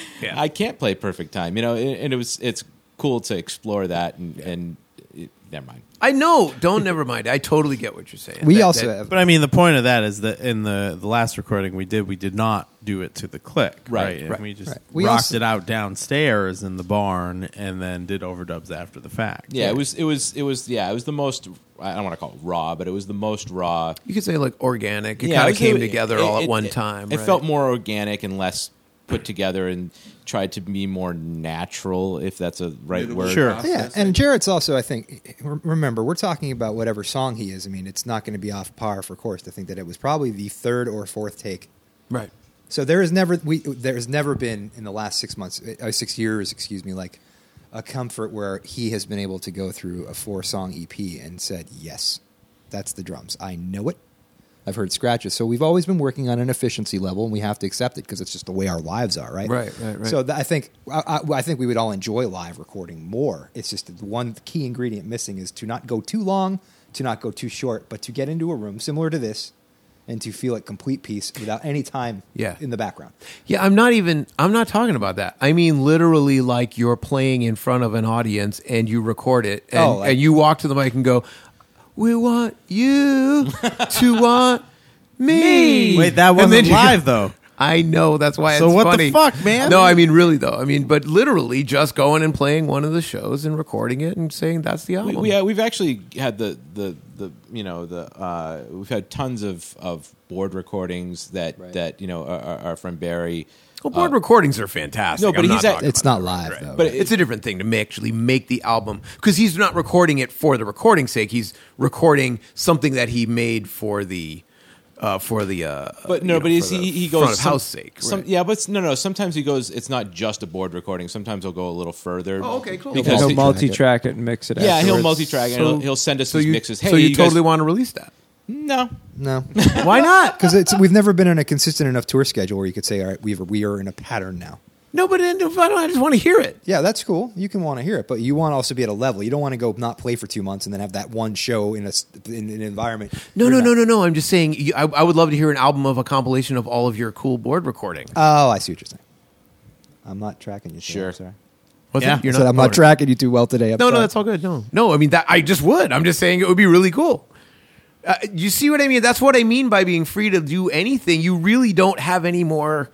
S12: Yeah.
S8: I can't play perfect time, you know. And, and it was it's cool to explore that and and it, never mind.
S12: I know. Don't never mind. I totally get what you're saying.
S7: we
S12: That-
S7: also
S12: that-
S7: have.
S5: But I mean, the point of that is that in the, the last recording we did, we did not do it to the click,
S8: Right,
S5: right? And
S8: right,
S5: we just
S7: right. We
S5: rocked
S7: also-
S5: it out downstairs in the barn, and then did overdubs after the fact.
S8: Yeah, it was it was it was yeah, it was the most. I don't want to call it raw, but it was the most raw.
S12: you could say like organic. It
S8: yeah,
S12: kind
S8: was-
S12: of came
S8: it-
S12: together
S8: it-
S12: all at
S8: it-
S12: one
S8: it-
S12: time.
S8: It
S12: right?
S8: felt more organic and less put together, and tried to be more natural, if that's a right word.
S5: Sure.
S7: Yeah, and Jarrett's also. I think. re- Remember, we're talking about whatever song he is. I mean, it's not going to be off par for course to think that it was probably the third or fourth take.
S12: right.
S7: So there is never we there has never been in the last six months, uh, six years, excuse me, like a comfort where he has been able to go through a four song EP and said, "Yes, that's the drums. I know it. I've heard scratches." So we've always been working on an efficiency level, and we have to accept it because it's just the way our lives are, right?
S12: Right, right, right.
S7: So that, I think I, I, I think we would all enjoy live recording more. It's just the one key ingredient missing is to not go too long, to not go too short, but to get into a room similar to this. And to feel at complete peace without any time
S12: Yeah.
S7: in the background.
S12: Yeah, I'm not even I'm not talking about that. I mean literally like you're playing in front of an audience and you record it and,
S7: Oh, like-
S12: and you walk to the mic and go, We want you to want me.
S5: Wait, that
S12: And then
S5: wasn't
S12: you-
S5: live though.
S12: I know that's why.
S5: So
S12: it's
S5: what the
S12: funny.
S5: fuck, man?
S12: No, I mean really though. I mean, but literally just going and playing one of the shows and recording it and saying that's the
S8: we,
S12: album.
S8: we, uh, we've actually had the, the, the you know the uh, we've had tons of, of board recordings that that you know our, our- our friend
S12: Uh,
S8: Barry.
S12: well, board recordings are fantastic.
S8: No, but
S12: I'm
S8: he's
S12: not
S8: at-
S12: talking
S7: It's
S12: about
S7: not live though.
S8: But
S7: But
S8: it-
S12: it's a different thing to ma- actually make the album because he's not recording it for the recording's sake. He's recording something that he made for the uh, for the uh,
S8: But
S12: you
S8: no,
S12: know,
S8: but he's,
S12: for the
S8: he, he goes
S12: front of
S8: some-
S12: house sake.
S8: some-
S12: right.
S8: Yeah, but s- no, no. Sometimes he goes. It's not just a board recording. Sometimes he'll go a little further.
S12: Oh, okay, cool.
S8: Because
S4: He'll
S8: he-
S4: multi-track it and mix it.
S8: yeah, he'll
S4: afterwards.
S8: multi-track and
S12: So-
S8: he'll, he'll send us
S12: so
S8: his
S12: you,
S8: mixes. Hey,
S12: so you,
S8: guys-
S12: totally want to release that?
S8: no.
S7: no,
S12: Why not?
S7: because it's we've never been on a consistent enough tour schedule where you could say, all right, we we are in a pattern now.
S12: No, but I don't- I just want to hear it.
S7: Yeah, that's cool. You can want to hear it, but you want to also be at a level. You don't want to go not play for two months and then have that one show in a s- in an environment.
S12: No,
S7: you're
S12: no, no,
S7: not-
S12: no, no. I'm just saying. you- I, I would love to hear an album of a compilation of all of your cool board recording.
S7: Oh, I see what you're saying. I'm not tracking you. today,
S8: Sure.
S7: I'm sorry.
S12: What's
S5: yeah.
S12: that? You're
S7: I said I'm not
S12: oh,
S7: tracking you too well today. I'm
S12: No, no,
S7: sorry.
S12: that's all good. No, no. I mean that. I just would. I'm just saying it would be really cool. Uh, you see what I mean? That's what I mean by being free to do anything. You really don't have any more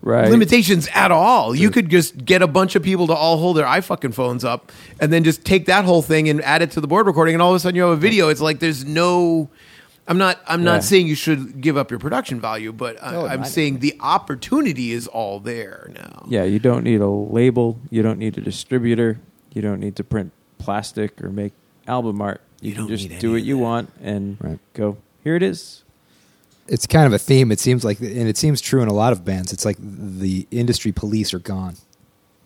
S4: Right.
S12: limitations at all. You could just get a bunch of people to all hold their iFucking phones up and then just take that whole thing and add it to the board recording and all of a sudden you have a video. It's like there's no I'm not I'm not
S4: Yeah.
S12: saying you should give up your production value, but I,
S7: No,
S12: I'm
S7: not.
S12: saying the opportunity is all there now.
S4: Yeah, you don't need a label. You don't need a distributor. You don't need to print plastic or make album art. You,
S12: You
S4: can
S12: don't
S4: just
S12: need
S4: do
S12: any
S4: what
S12: of
S4: you
S12: that.
S4: want and
S7: Right.
S4: go. Here it is.
S7: It's kind of a theme. It seems like, and it seems true in a lot of bands. It's like the industry police are gone.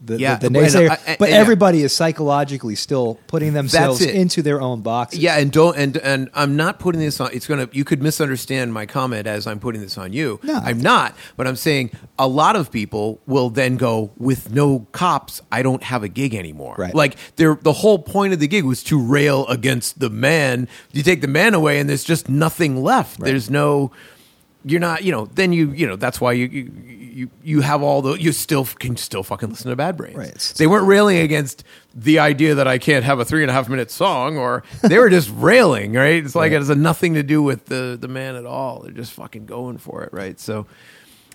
S7: The,
S12: Yeah,
S7: the,
S12: and,
S7: the
S12: uh,
S7: naysayer,
S12: I- I-
S7: but
S12: yeah.
S7: everybody is psychologically still putting themselves
S12: it.
S7: into their own boxes.
S12: Yeah, and don't and and I'm not putting this on. It's gonna. You could misunderstand my comment as I'm putting this on you.
S7: No.
S12: I'm not. But I'm saying a lot of people will then go with no cops. I don't have a gig anymore.
S7: Right.
S12: Like they're, the whole point of the gig was to rail against the man. You take the man away, and there's just nothing left. There's no. You're not. You know. Then you. You know. That's why you. you you, you have all the you still can still fucking listen to Bad Brains.
S7: Right. It's-
S12: They weren't railing against the idea that I can't have a three and a half minute song, or they were just railing, right? It's like it has nothing to do with the the man at all. They're just fucking going for it, right? So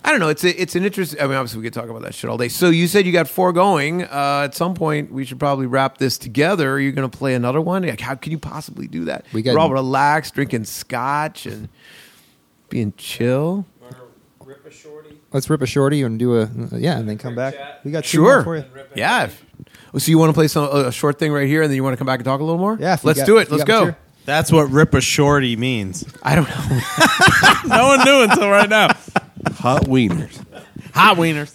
S12: I don't know. It's a, it's an interesting. I mean, obviously we could talk about that shit all day. So you said you got four going. Uh, at some point, we should probably wrap this together. Are you going to play another one? Like, how can you possibly do that?
S7: We got-
S12: We're all relaxed, drinking scotch, and being chill.
S4: Rip a shorty.
S7: Let's rip a shorty and do a yeah, and then come back. We got two more for you.
S12: Sure. Yeah. Oh, So you want to play some a short thing right here, and then you want to come back and talk a little more?
S7: Yeah, if you
S12: Let's
S7: got-
S12: do
S7: if
S12: it.
S7: you
S12: Let's
S7: got
S12: go.
S7: material.
S14: That's what rip a shorty means.
S12: I don't know.
S14: No one knew until right now.
S6: Hot wieners.
S14: Hot wieners.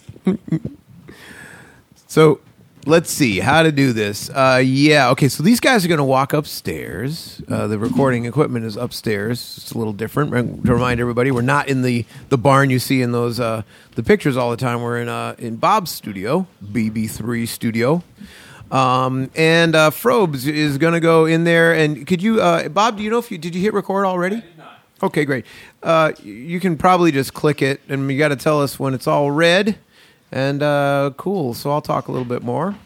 S12: So let's see how to do this. Uh, yeah, okay. So these guys are going to walk upstairs. Uh, the recording equipment is upstairs. It's a little different. Rem- To remind everybody, we're not in the, the barn you see in those uh, the pictures all the time. We're in uh, in Bob's studio, BB3 studio. Um, and uh, Frobes is going to go in there. And could you, uh, Bob? Do you know if you did you hit record already? Okay, great. Uh, y- you can probably just click it, and you got to tell us when it's all red. And uh, cool. So I'll talk a little bit more.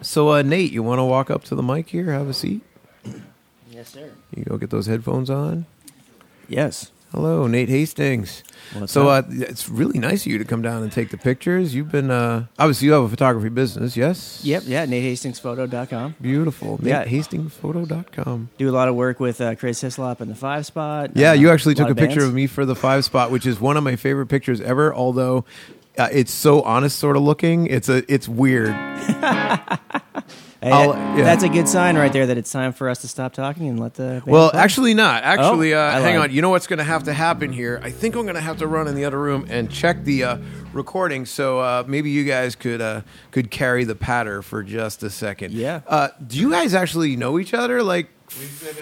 S12: So uh, Nate, you want to walk up to the mic here? Have a seat.
S5: Yes, sir.
S12: You go get those headphones on.
S5: Yes.
S12: Hello, Nate Hastings.
S5: What's
S12: so uh, it's really nice of you to come down and take the pictures. You've been uh, obviously you have a photography business, yes?
S5: Yep. Yeah. NateHastingsPhoto.com.
S12: Beautiful.
S5: Yeah.
S12: NateHastingsPhoto.com.
S5: Do a lot of work with uh, Chris Hislop and the Five Spot.
S12: Yeah,
S5: Uh,
S12: you actually took
S5: lot
S12: a picture
S5: bands.
S12: of me for the five spot, which is one of my favorite pictures ever. Although uh, it's so honest, sort of looking. It's a it's weird.
S5: Hey,
S12: I'll-
S5: that-
S12: yeah.
S5: That's a good sign right there that it's time for us to stop talking and let the. band
S12: Well,
S5: play.
S12: actually, not. Actually,
S5: Oh,
S12: uh,
S5: I
S12: hang
S5: lied.
S12: on. You know what's going to have to happen here? I think I'm going to have to run in the other room and check the uh, recording. So uh, maybe you guys could uh, could carry the patter for just a second.
S5: Yeah.
S12: Uh, do you guys actually know each other? Like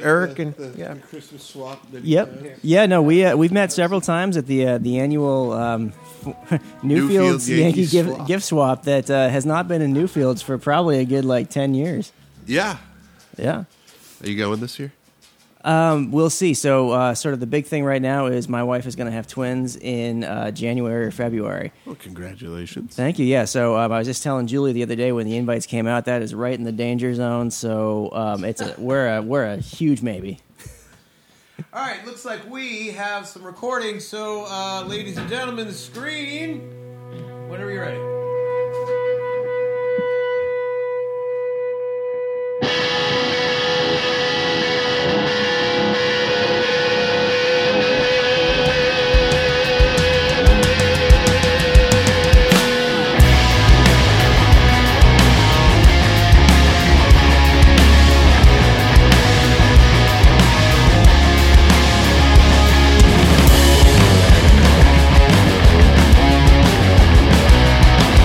S12: Eric and yeah.
S6: Christmas swap.
S5: Yep. Yeah. No, we uh, we've met several times at the uh, the annual um, Newfields
S6: Newfields
S5: Yankee,
S6: Yankee
S5: gift,
S6: Swap.
S5: gift swap that uh, has not been in Newfields for probably a good like ten years.
S6: Yeah.
S5: Yeah.
S6: Are you going this year?
S5: Um, we'll see. So, uh, sort of the big thing right now is my wife is going to have twins in uh, January or February.
S6: Well, congratulations.
S5: Thank you. Yeah. So um, I was just telling Julie the other day when the invites came out that is right in the danger zone. So um, it's a, we're a we're a huge maybe.
S12: All right. Looks like we have some recording. So, uh, ladies and gentlemen, the screen. Whenever you're ready.
S15: Thank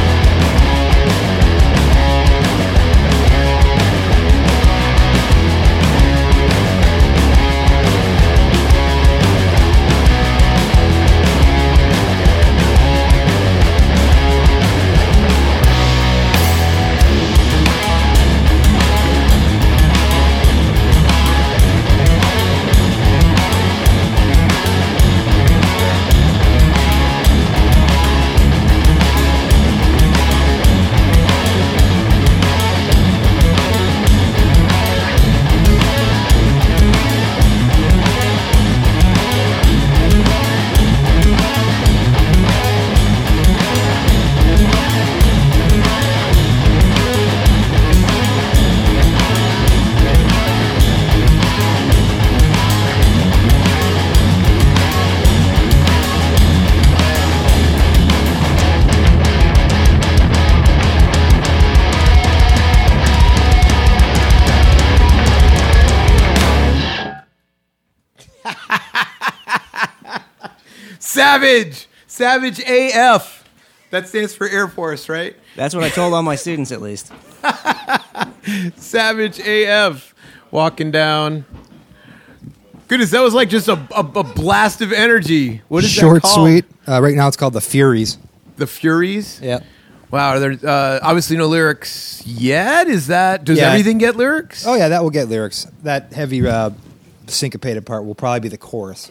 S12: Savage. Savage AF. That stands for Air Force, right?
S16: That's what I told all my students, at least.
S12: Savage AF walking down. Goodness, that was like just a, a, a blast of energy. What is that
S7: Short,
S12: called?
S7: sweet. Uh, right now it's called The Furies.
S12: The Furies.
S7: Yeah.
S12: Wow, are there uh, obviously no lyrics yet? Is that does
S7: Yeah.
S12: everything get lyrics?
S7: Oh yeah, that will get lyrics. That heavy uh, syncopated part will probably be the chorus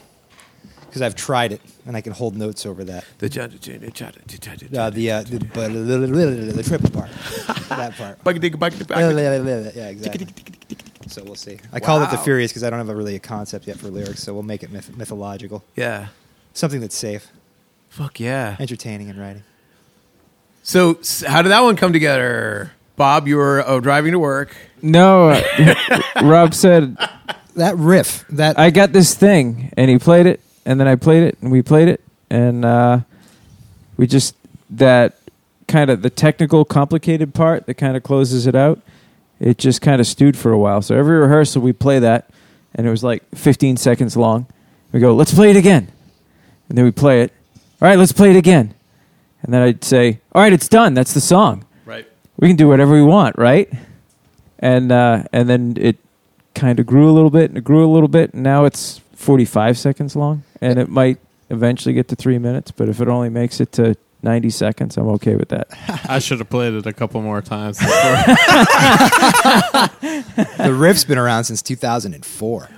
S7: because I've tried it and I can hold notes over that.
S12: The
S7: Uh, the uh, the, but- the triple part, that part. Yeah, exactly. So we'll see. I call it the
S12: Wow.
S7: Furies because I don't have a really a concept yet for lyrics, so we'll make it myth- mythological.
S12: Yeah.
S7: Something that's safe,
S12: Fuck yeah.
S7: entertaining, and writing.
S12: So s- how did that one come together? Bob, you were uh, driving to work.
S4: No, uh, Rob said
S7: That riff, that
S4: I got this thing, and he played it, and then I played it, and we played it, and uh, we just that kind of the technical, complicated part that kind of closes it out. It just kind of stewed for a while. So every rehearsal, we play that, and it was like 15 seconds long. We go, let's play it again, and then we play it. All right, let's play it again, and then I'd say, all right, it's done. That's the song.
S12: Right.
S4: We can do whatever we want, right? And uh, and then it kind of grew a little bit and it grew a little bit and now it's 45 seconds long and it might eventually get to three minutes but if it only makes it to 90 seconds i'm okay with that
S5: I should have played it a couple more times. Before.
S7: the riff's been around since 2004.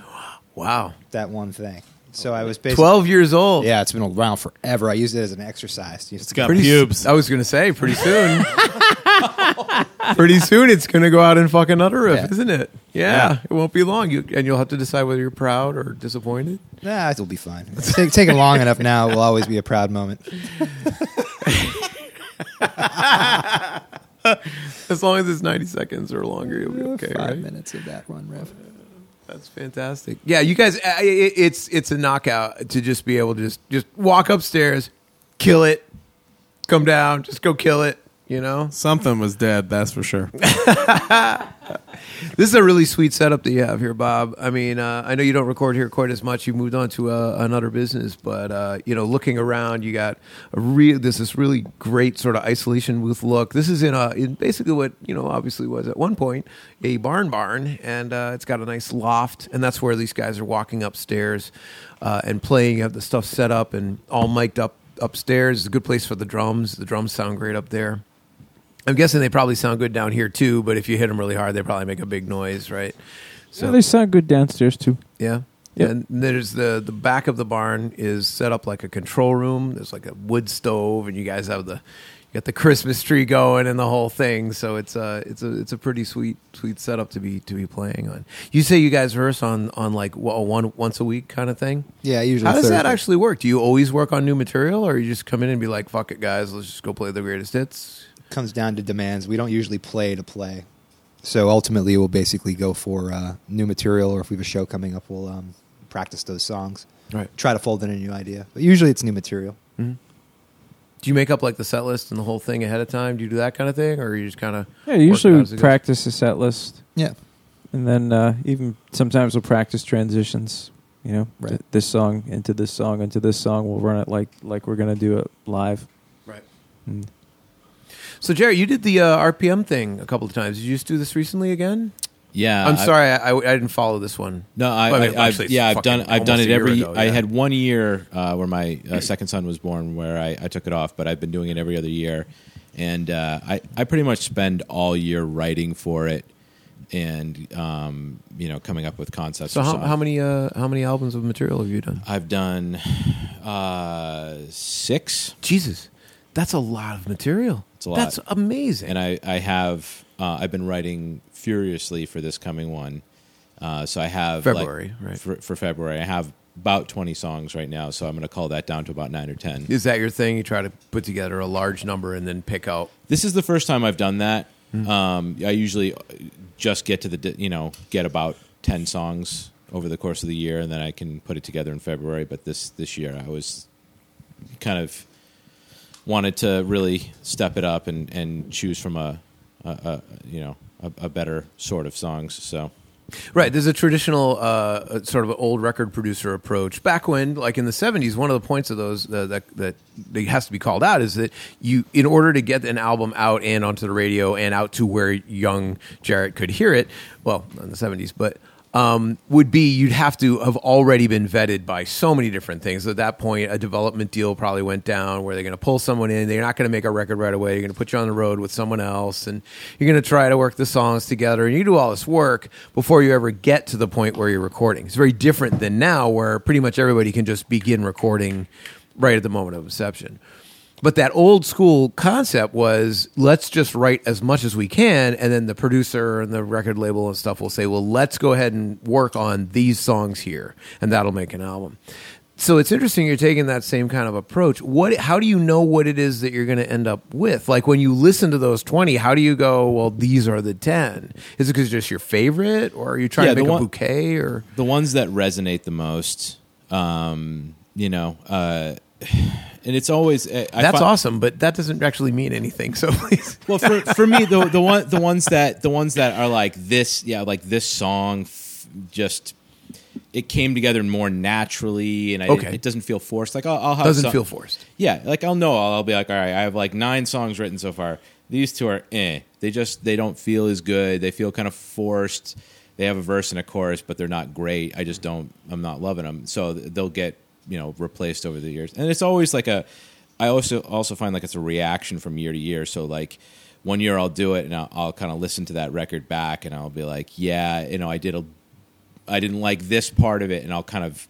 S12: Wow.
S7: That one thing. So I was basically
S12: Twelve years old.
S7: Yeah, it's been around forever. I used it as an exercise. You
S5: it's
S7: just-
S5: got
S12: Pretty s-
S5: pubes.
S12: I was gonna say pretty soon. pretty soon it's gonna go out and fuck another roof,
S7: Yeah.
S12: isn't it? Yeah, It won't be long. You and you'll have to decide whether you're proud or disappointed.
S7: Nah, it'll be fine. Take, taking long enough now will always be a proud moment.
S12: As long as it's ninety seconds or longer, you'll be okay, right?
S7: minutes of that one riff.
S12: That's fantastic. Yeah, you guys, I- I- it's it's a knockout to just be able to just just walk upstairs, kill it, come down, just go kill it. You know,
S5: Something was dead, that's for sure.
S12: this is a really sweet setup that you have here, Bob. I mean, uh, I know you don't record here quite as much. You moved on to uh, another business, but uh, you know, looking around, you got a real this is really great sort of isolation booth look. This is in a in basically what you know obviously was at one point a barn barn, and uh, it's got a nice loft, and that's where these guys are walking upstairs uh, and playing. You have the stuff set up and all mic'd up upstairs. It's a good place for the drums. The drums sound great up there. I'm guessing they probably sound good down here too, but if you hit them really hard, they probably make a big noise, right?
S4: so they sound good downstairs too
S12: Yeah.
S4: Yep.
S12: And there's the the back of the barn is set up like a control room. There's like a wood stove, and you guys have the you got the Christmas tree going and the whole thing. So it's a it's a it's a pretty sweet sweet setup to be to be playing on. You say you guys rehearse on on like wha- one once a week kind of thing.
S7: Yeah, usually.
S12: How does that
S7: Thursday.
S12: actually work? Do you always work on new material, or you just come in and be like, "Fuck it, guys, let's just go play the greatest hits"?
S7: comes down to demands? We don't usually play to play, so ultimately we'll basically go for uh, new material, or if we have a show coming up, we'll um, practice those songs.
S12: Right.
S7: Try to fold in a new idea, but usually it's new material.
S12: Do you make up like the set list and the whole thing ahead of time? Do you do that kind of thing, or are you just kind of
S4: yeah
S12: working
S4: usually
S12: out as it
S4: we
S12: goes?
S4: practice the set list
S7: Yeah.
S4: and then uh, even sometimes we'll practice transitions you know
S7: Right.
S4: th- this song into this song into this song we'll run it like like we're gonna do it live
S12: Right.
S4: Mm.
S12: So, Jerry, you did the uh, RPM thing a couple of times. Did you just do this recently again?
S8: Yeah,
S12: I'm
S8: Uh, I-
S12: sorry, I, I, I didn't follow this one.
S8: No, I,
S12: Well, I
S8: I,
S12: mean,
S8: have
S12: actually, it's
S8: yeah, I've
S12: fucking
S8: done I've
S12: almost
S8: done it
S12: a year
S8: every.
S12: ago,
S8: I
S12: yeah.
S8: had one year uh, where my uh, second son was born, where I, I took it off, but I've been doing it every other year, and uh, I I pretty much spend all year writing for it, and um, you know coming up with concepts.
S12: So,
S8: or
S12: how,
S8: something.
S12: how many uh, how many albums of material have you done?
S8: I've done uh, six,
S12: Jesus, that's a lot of material.
S8: It's a lot.
S12: That's amazing.
S8: and I I have uh, I've been writing furiously for this coming one. Uh, so I have like,
S12: February, right.
S8: for, for February. I have about twenty songs right now, so I'm going to call that down to about nine or ten.
S12: Is that your thing? You try to put together a large number and then pick out.
S8: This is the first time I've done that. Um, I usually just get to the di- you know get about ten songs over the course of the year, and then I can put it together in February. But this this year, I was kind of wanted to really step it up and, and choose from a, a, a you know a, a better sort of songs. So
S12: Right. There's a traditional uh, sort of old record producer approach. Back when, like in the 70s, one of the points of those uh, that, that that has to be called out is that you, in order to get an album out and onto the radio and out to where young Jarrett could hear it, well, not in the 70s, but um, would be you'd have to have already been vetted by so many different things. At that point, a development deal probably went down where they're going to pull someone in. They're not going to make a record right away. You're going to put you on the road with someone else and you're going to try to work the songs together. And you do all this work before you ever get to the point where you're recording. It's very different than now where pretty much everybody can just begin recording right at the moment of inception. But that old school concept was let's just write as much as we can, and then the producer and the record label and stuff will say, well, let's go ahead and work on these songs here, and that'll make an album. So it's interesting you're taking that same kind of approach. What? How do you know what it is that you're going to end up with? Like when you listen to those twenty, how do you go? Well, these are the ten. Is it because just your favorite, or are you trying to
S8: Yeah, the
S12: make a
S8: one-
S12: bouquet? Or
S8: the ones that resonate the most um you know uh and it's always I I
S12: that's
S8: fi-
S12: awesome, but that doesn't actually mean anything. So please,
S8: well for, for me the the one the ones that the ones that are like this yeah like this song f- just it came together more naturally and I,
S12: Okay.
S8: it doesn't feel forced like I'll, I'll have
S12: doesn't
S8: some-
S12: feel forced.
S8: yeah like I'll know I'll, I'll be like all right I have like nine songs written so far these two are eh they just they don't feel as good they feel kind of forced they have a verse and a chorus but they're not great I just don't I'm not loving them so th- they'll get you know replaced over the years and it's always like a I also also find like it's a reaction from year to year. So like one year I'll do it and I'll, I'll kind of listen to that record back and I'll be like, yeah, you know, I did a, I didn't like this part of it, and I'll kind of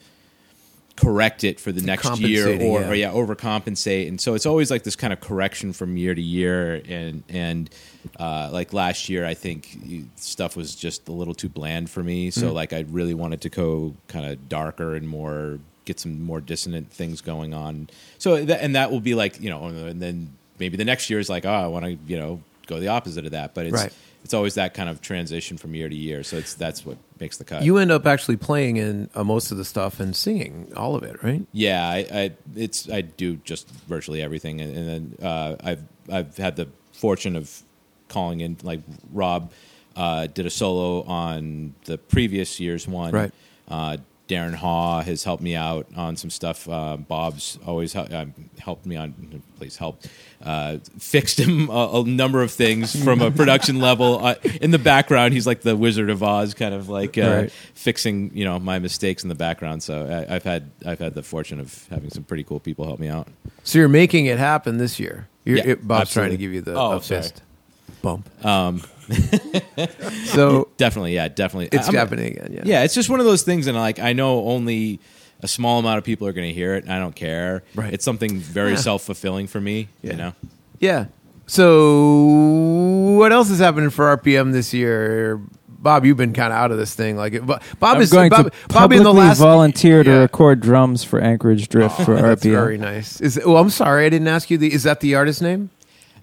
S8: correct it for the next year
S12: Compensating,
S8: or
S12: yeah.
S8: yeah. or yeah overcompensate. And so it's always like this kind of correction from year to year. And and uh, like last year, I think stuff was just a little too bland for me. So like I really wanted to go kind of darker and more get some more dissonant things going on. So that, and that will be like you know, and then maybe the next year is like oh I want to you know go the opposite of that. But it's
S12: Right.
S8: it's always that kind of transition from year to year. So it's that's what makes the cut.
S12: You end up actually playing in uh, most of the stuff and singing all of it, right?
S8: Yeah, I, I it's I do just virtually everything, and, and then uh, I've I've had the fortune of calling in like Rob uh, did a solo on the previous year's one.
S12: Right.
S8: Uh, Darren Haw has helped me out on some stuff. Uh, Bob's always hel- um, helped me on. Please help. Uh, fixed him a, a number of things from a production level. Uh, in the background, he's like the Wizard of Oz, kind of like uh,
S12: Right.
S8: fixing you know my mistakes in the background. So I, I've had I've had the fortune of having some pretty cool people help me out.
S12: So you're making it happen this year. You're,
S8: Yeah,
S12: it- Bob's trying to
S8: absolutely.
S12: give you the
S8: Oh,
S12: a
S8: sorry.
S12: fist bump. Um. so
S8: Definitely, yeah, definitely.
S12: it's
S8: I'm-
S12: happening again. Yeah.
S8: Yeah, it's just one of those things, and like I know only a small amount of people are going to hear it. And I don't care.
S12: Right.
S8: It's something very self fulfilling for me.
S12: Yeah.
S8: You know.
S12: Yeah. So what else is happening for RPM this year? Bob, you've been kind of out of this thing. Like Bob
S4: I'm
S12: is
S4: going
S12: Bob,
S4: to
S12: Bob
S4: publicly
S12: in the last
S4: volunteer to
S12: Yeah. Oh,
S4: record drums for Anchorage Drift for RPM.
S12: That's very nice. Is oh, I'm sorry, I didn't ask you. The, is that the artist name?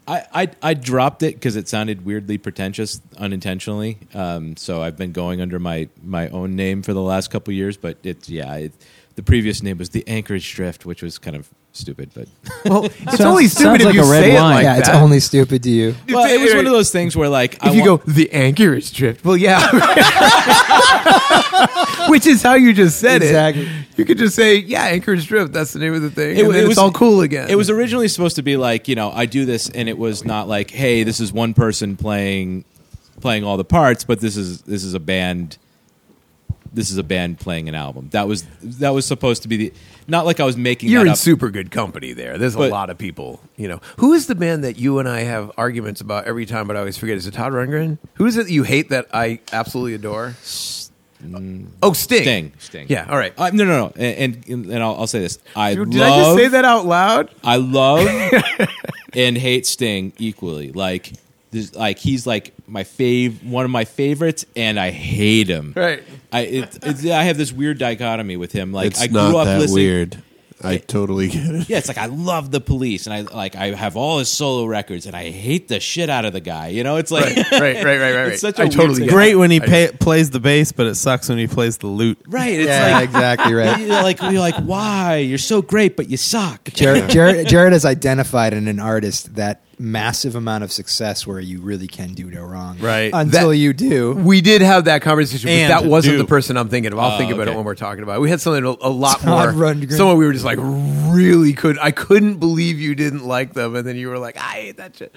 S8: I, I, I dropped it because it sounded weirdly pretentious unintentionally. Um, so I've been going under my, my own name for the last couple years, but it's yeah. It, the previous name was the Anchorage Drift, which was kind of stupid, but
S12: Well, it's
S4: Sounds-
S12: only stupid
S4: sounds
S12: if
S4: like
S12: you
S4: a red
S12: say
S4: line.
S12: it like
S7: yeah, it's
S12: that.
S7: only stupid to you.
S8: well, it was one of those things where like I
S12: if you
S8: wa-
S12: go, the anchor is drift. Well, yeah, which is how you just said it.
S7: Exactly.
S12: You could just say, yeah, anchor is drift. That's the name of the thing.
S8: It
S12: and
S8: wa-
S12: then
S8: it
S12: it's
S8: was-
S12: all cool again.
S8: It was originally supposed to be like, you know, I do this, and it was not like, hey, this is one person playing playing all the parts, but this is this is a band. This is a band playing an album. That was that was supposed to be the not like I was making.
S12: You're
S8: that
S12: in
S8: up.
S12: super good company there. There's a
S8: But-
S12: lot of people. You know, who is the band that you and I have arguments about every time, but I always forget? Is it Todd Rundgren? Who is it that you hate that I absolutely adore? Oh, Sting.
S8: Sting, Sting.
S12: Yeah. All right.
S8: Uh, no, no, no, and and, and I'll, I'll say this. I
S12: Did
S8: love,
S12: I just say that out loud?
S8: I love and hate Sting equally. Like, this, like he's like my fav, one of my favorites, and I hate him.
S12: Right.
S8: I it, it's I have this weird dichotomy with him. Like
S6: it's
S8: I grew
S6: not
S8: up
S6: that
S8: listening.
S6: weird. I totally get it.
S8: Yeah, it's like I love the police, and I like I have all his solo records, and I hate the shit out of the guy. You know, it's like
S12: Right, right, right, right, right.
S8: It's such
S12: I
S8: a weird
S12: totally
S8: thing.
S12: get it.
S5: Great when he pa plays the bass, but it sucks when he plays the lute.
S8: right. It's
S7: Yeah,
S8: like
S7: exactly right.
S8: you're like you're like why you're so great, but you suck.
S7: Jared, Jared, Jared has identified in an artist that massive amount of success where you really can do no wrong.
S5: Right.
S7: Until
S12: That-
S7: you do.
S12: We did have that conversation, but
S5: And
S12: that wasn't
S5: do.
S12: the person I'm thinking of. I'll think about
S8: okay.
S12: it when we're talking about it. We had something a, a lot
S7: Todd
S12: more.
S7: Rundgren.
S12: Someone we were just like, really could. I couldn't believe you didn't like them. And then you were like, I hate that shit.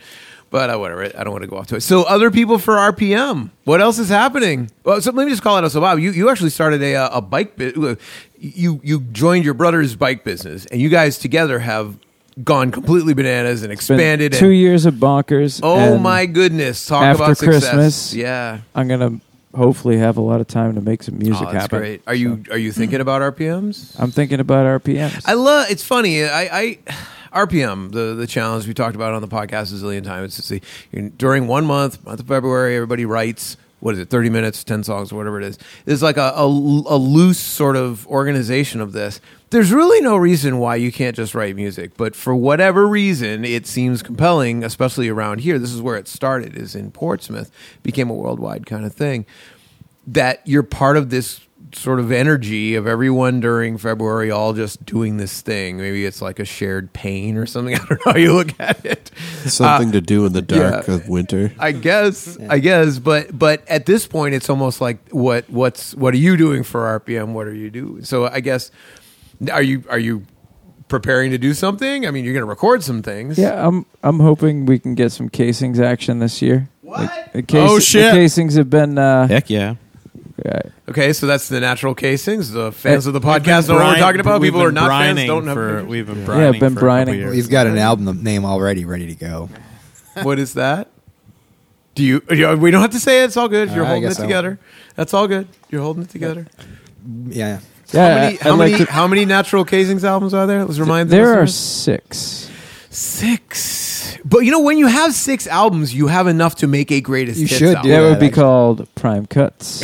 S12: But uh, whatever. I don't want to go off to it. So, other people for RPM. What else is happening? Well, so let me just call it out. So, Bob, you, you actually started a, uh, a bike business. You, you joined your brother's bike business, and you guys together have gone completely bananas and
S4: Been
S12: expanded.
S4: two
S12: and,
S4: years of bonkers.
S12: Oh,
S4: and
S12: my goodness. Talk
S4: after
S12: about success.
S4: Christmas,
S12: Yeah.
S4: I'm gonna hopefully have a lot of time to make some music
S12: Oh, that's
S4: happen.
S12: great. Are you are you thinking about RPMs?
S4: I'm thinking about RPMs.
S12: I love. It's funny. I, I RPM the the challenge we talked about on the podcast a zillion times. It's the during one month, month of February, everybody writes. What is it? Thirty minutes, ten songs, whatever it is. There's like a, a, a loose sort of organization of this. There's really no reason why you can't just write music, but for whatever reason, it seems compelling, especially around here. This is where it started. Is in Portsmouth, became a worldwide kind of thing that you're part of this sort of energy of everyone during February all just doing this thing. Maybe it's like a shared pain or something. I don't know how you look at it. Uh,
S6: Something to do in the dark of winter.
S12: I guess, I guess, but but at this point, it's almost like what what's what are you doing for RPM? What are you doing? So I guess are you are you preparing to do something? I mean, you're going to record some things.
S4: yeah, I'm I'm hoping we can get some casings action this year. What? The, case-
S5: Oh, shit.
S4: The casings have been. Uh,
S8: Heck yeah.
S4: uh,
S12: Okay, so that's the natural casings. The fans of the podcast know
S5: We've been
S12: what we're talking about.
S5: we've
S12: People who are
S5: been
S12: not fans.
S5: brining
S12: Don't have
S5: for, We've been brining.
S4: Yeah, been
S5: for a couple
S4: brining.
S5: years.
S7: Well, you've got an album name already ready to go.
S12: What is that? Do you, you- We don't have to say it. It's all good. You're
S7: I
S12: holding it
S7: guess I
S12: together. That's all good. You're holding it together.
S7: Yeah.
S4: yeah,
S12: how many,
S4: I-
S12: how
S4: I'd
S12: many,
S4: like to-
S12: how many natural casings albums are there? Let's remind the
S4: there are
S12: listeners.
S4: six.
S12: six. But you know, when you have six albums, you have enough to make a greatest.
S7: You
S12: hits
S7: should
S12: album.
S7: do
S4: that
S7: that,
S4: would be
S7: actually.
S4: called prime cuts.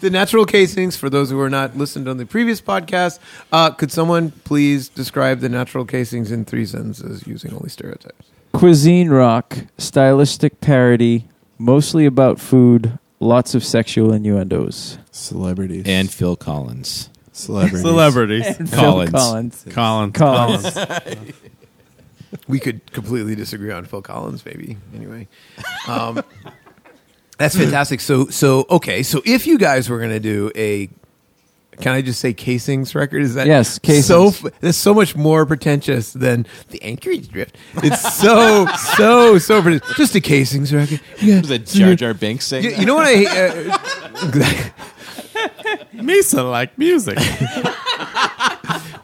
S12: the natural casings. For those who are not listened on the previous podcast, uh, could someone please describe the natural casings in three sentences using only stereotypes?
S4: Cuisine rock, stylistic parody, mostly about food, lots of sexual innuendos.
S6: Celebrities.
S8: And Phil Collins.
S6: celebrities.
S5: Celebrities.
S8: Collins.
S4: Phil
S5: Colin.
S4: Collins. Collins.
S12: We could completely disagree on Phil Collins, maybe. Anyway, um, that's fantastic. So, so okay. So, if you guys were going to do a, can I just say casings record? Is that
S4: Yes, Casings.
S12: So f- that's so much more pretentious than the Anchorage Drift. It's so so so pretentious. Just a casings record. Yeah.
S8: Was it Jar Jar Binks saying
S12: You,
S8: that?
S12: you know what I? Uh,
S5: Misa like music.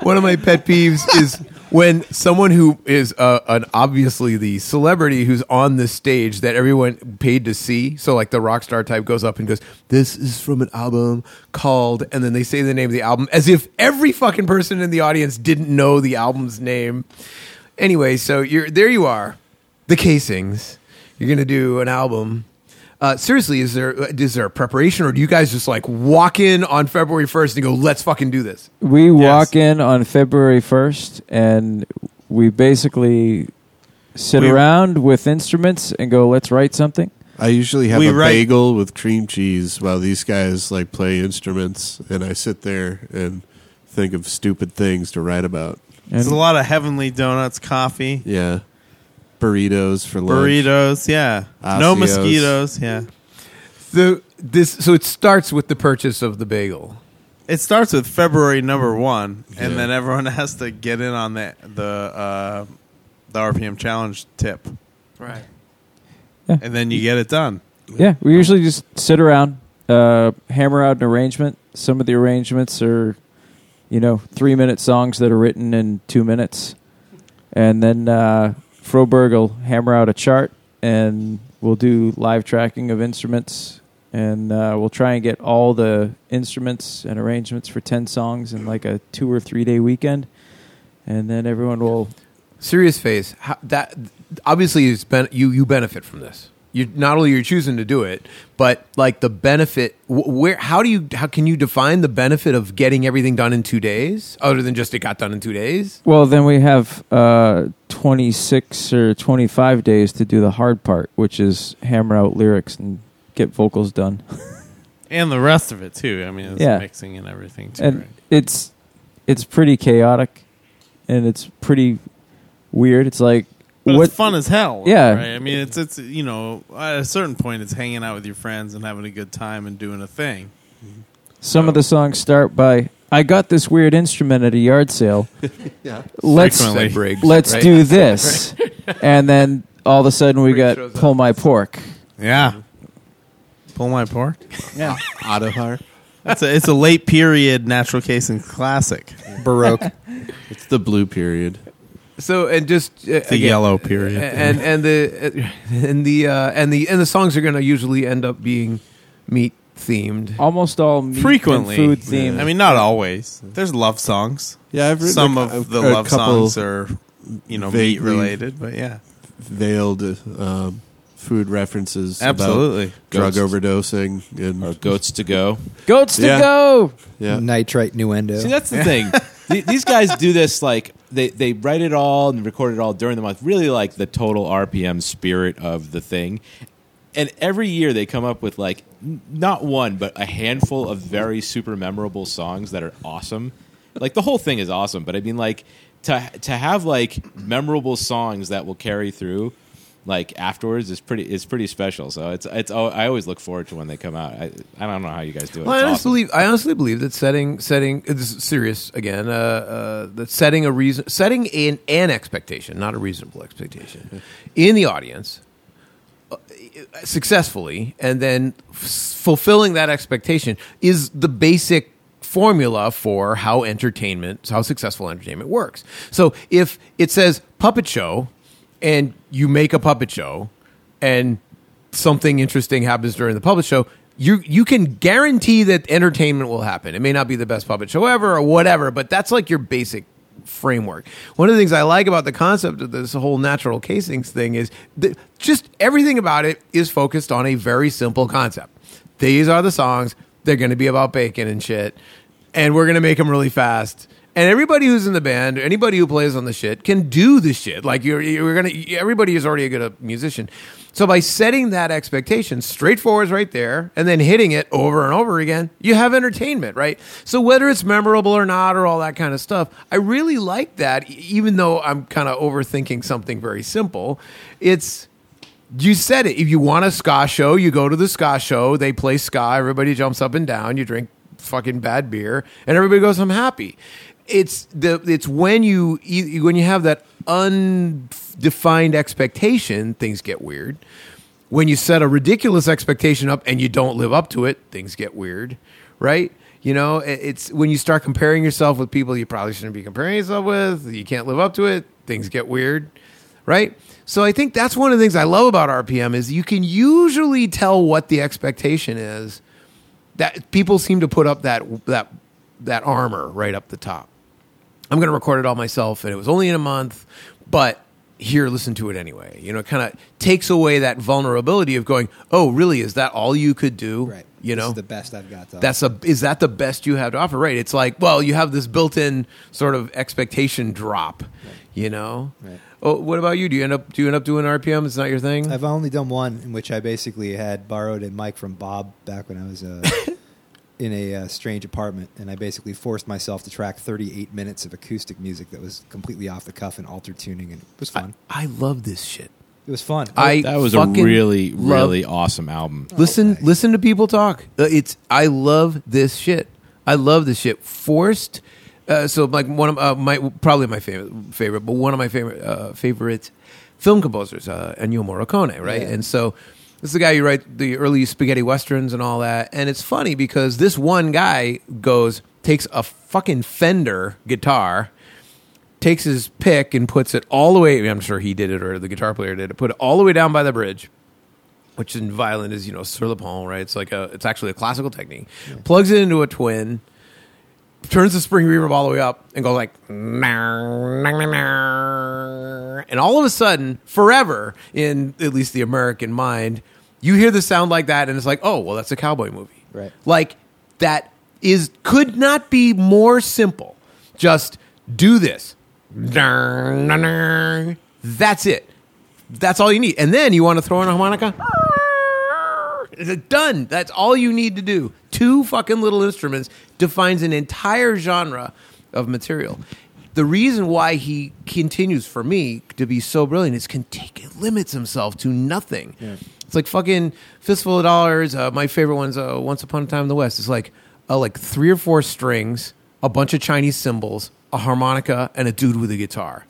S12: one of my pet peeves is when someone who is uh, an obviously the celebrity who's on the stage that everyone paid to see, so like the rock star type goes up and goes, "This is from an album called," and then they say the name of the album as if every fucking person in the audience didn't know the album's name. Anyway, so you're there. You are, the casings. You're gonna do an album. Uh, seriously, is there is there a preparation, or do you guys just like walk in on February first and go, "Let's fucking do this"?
S4: We walk in on February 1st and we basically sit
S5: We-
S4: around with instruments and go, let's write something.
S6: I usually have
S5: We
S6: a
S5: write-
S6: bagel with cream cheese while these guys like play instruments, and I sit there and think of stupid things to write about.
S5: There's a lot of heavenly donuts, coffee,
S6: Yeah, burritos for lunch.
S5: burritos. Yeah. No
S6: Osseos.
S5: mosquitoes. Yeah.
S12: So this so it starts with the purchase of the bagel.
S5: It starts with February number one, and
S6: Yeah.
S5: then everyone has to get in on that the uh, the RPM challenge tip,
S12: Right.
S4: Yeah.
S5: and then you get it done.
S4: Yeah, we usually just sit around, uh, hammer out an arrangement. Some of the arrangements are, you know, three minute songs that are written in two minutes. And then uh, Froberg will hammer out a chart and we'll do live tracking of instruments. And uh, we'll try and get all the instruments and arrangements for 10 songs in like a two or three day weekend. And then everyone will.
S12: Serious face. How, that obviously it's ben, you you benefit from this. You not only you're choosing to do it, but like the benefit wh- where how do you how can you define the benefit of getting everything done in 2 days other than just it got done in 2 days?
S4: Well, then we have uh, 26 or 25 days to do the hard part, which is hammer out lyrics and get vocals done.
S5: And the rest of it too. I mean, it's
S4: Yeah.
S5: mixing and everything too.
S4: and
S5: right?
S4: it's it's pretty chaotic and it's pretty weird. It's like
S5: But
S4: what
S5: it's fun as hell.
S4: Yeah.
S5: right? I mean, it's it's you know at a certain point it's hanging out with your friends and having a good time and doing a thing.
S4: Some of the songs start by I got this weird instrument at a yard sale.
S12: Yeah.
S4: Let's
S5: Frequently.
S12: Briggs,
S4: let's
S12: right?
S4: do this. and then all of a sudden we
S12: Briggs
S4: got
S12: shows
S4: pull my pork.
S5: Yeah. Pull my pork.
S4: Yeah.
S6: Auto har.
S5: It's a, it's a late period natural casing classic.
S7: Baroque.
S6: It's the blue period.
S12: So and just uh,
S5: The
S12: again,
S5: yellow period.
S12: and and the and the uh, and the and the songs are going to usually end up being meat themed.
S4: Almost all meat and
S5: frequently
S4: food themed.
S5: I mean, not always. There's love songs.
S6: Yeah, I've written
S5: Some
S6: a-
S5: of the
S6: a
S5: love
S6: couple
S5: songs are you know meat
S6: vaguely-
S5: related, but yeah,
S6: veiled um, food references. about
S5: absolutely.
S6: drug
S8: Ghosts.
S6: overdosing and
S8: or goats to go.
S4: Goats to
S6: Yeah.
S4: go.
S6: yeah.
S7: Nitrite nuendo.
S8: See, that's the thing. Th- These guys do this like they, they write it all and record it all during the month. Really, like the total RPM spirit of the thing. And every year they come up with like n- not one but a handful of very super memorable songs that are awesome. Like the whole thing is awesome, but I mean like to to have like memorable songs that will carry through like afterwards is pretty is pretty special. So it's it's al- I always look forward to when they come out. I, I don't know how you guys do it.
S12: Well, I
S8: It's
S12: honestly
S8: awesome.
S12: believe I honestly believe that setting setting this is serious again. Uh, uh, that setting a reason, setting an an expectation, not a reasonable expectation, in the audience uh, successfully, and then f- fulfilling that expectation is the basic formula for how entertainment, how successful entertainment works. So if it says puppet show, and you make a puppet show, and something interesting happens during the puppet show, you you can guarantee that entertainment will happen. It may not be the best puppet show ever or whatever, but that's like your basic framework. One of the things I like about the concept of this whole natural casings thing is that just everything about it is focused on a very simple concept. These are the songs. They're going to be about bacon and shit, and we're going to make them really fast. And everybody who's in the band, anybody who plays on the shit, can do the shit. Like you're, you're gonna. Everybody is already a good uh, musician. So by setting that expectation, straightforward is right there, and then hitting it over and over again, you have entertainment, right? So whether it's memorable or not, or all that kind of stuff, I really like that. e- Even though I'm kind of overthinking something very simple, it's you said it. If you want a ska show, you go to the ska show. They play ska. Everybody jumps up and down. You drink fucking bad beer, and everybody goes home happy. It's the it's when you you- when you have that undefined expectation, things get weird. When you set a ridiculous expectation up and you don't live up to it, things get weird, right? You know, it- it's when you start comparing yourself with people you probably shouldn't be comparing yourself with. You can't live up to it. Things get weird right? So I think that's one of the things I love about RPM is you can usually tell what the expectation is. That people seem to put up that that that armor right up the top. I'm going to record it all myself, and it was only in a month, but here, listen to it anyway. You know, it kind of takes away that vulnerability of going, "Oh, really? Is that all you could do?"
S7: Right.
S12: You
S7: This
S12: know,
S7: is the best I've got. Though.
S12: that's a is that the best you have to offer right it's like well you have this built-in sort of expectation drop you know
S7: Right.
S12: oh what about you do you end up do you end up doing rpm it's not your thing
S7: I've only done one in which I basically had borrowed a mic from Bob back when I was uh, in a uh, strange apartment, and I basically forced myself to track 38 minutes of acoustic music that was completely off the cuff and altered tuning, and it was fun.
S12: i love this shit
S7: it was fun.
S12: i
S8: that was a
S12: fucking
S8: really
S12: love-
S8: really awesome album.
S12: listen
S7: Oh, Okay.
S12: listen to people talk Uh, it's i love this shit i love this shit forced uh, so like one of uh, my probably my favorite favorite but one of my favorite uh, favorite film composers uh, Ennio Morricone right
S7: Yeah.
S12: and so this is the guy who write the early spaghetti westerns and all that and it's funny because this one guy goes takes a fucking Fender guitar takes his pick and puts it all the way. I'm sure he did it, or the guitar player did it. Put it all the way down by the bridge, which in violin is you know sur le pont, right? It's like a, it's actually a classical technique. Plugs it into a twin, turns the spring reverb all the way up, and goes like, "Nar, nar, nar, nar." and all of a sudden, forever in at least the American mind, you hear the sound like that, and it's like, oh well, that's a cowboy movie,
S7: Right.
S12: Like that is could not be more simple. Just do this. Darn, darn, darn. That's it. That's all you need. And then you want to throw in a harmonica? It's Done. That's all you need to do. Two fucking little instruments defines an entire genre of material. the reason why he continues for me to be so brilliant is can take it limits himself to nothing. It's like fucking fistful of dollars. Uh, my favorite one's uh, Once Upon a Time in the West. It's like uh, like three or four strings, a bunch of Chinese cymbals, a harmonica, and a dude with a guitar.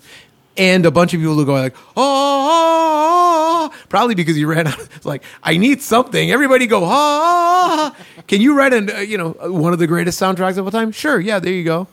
S12: And a bunch of people who go like, oh, ah, ah," probably because you ran out. It's like, I need something. Everybody go, ah. Can you write an, uh, you know, one of the greatest soundtracks of all time? Sure. Yeah, there you go.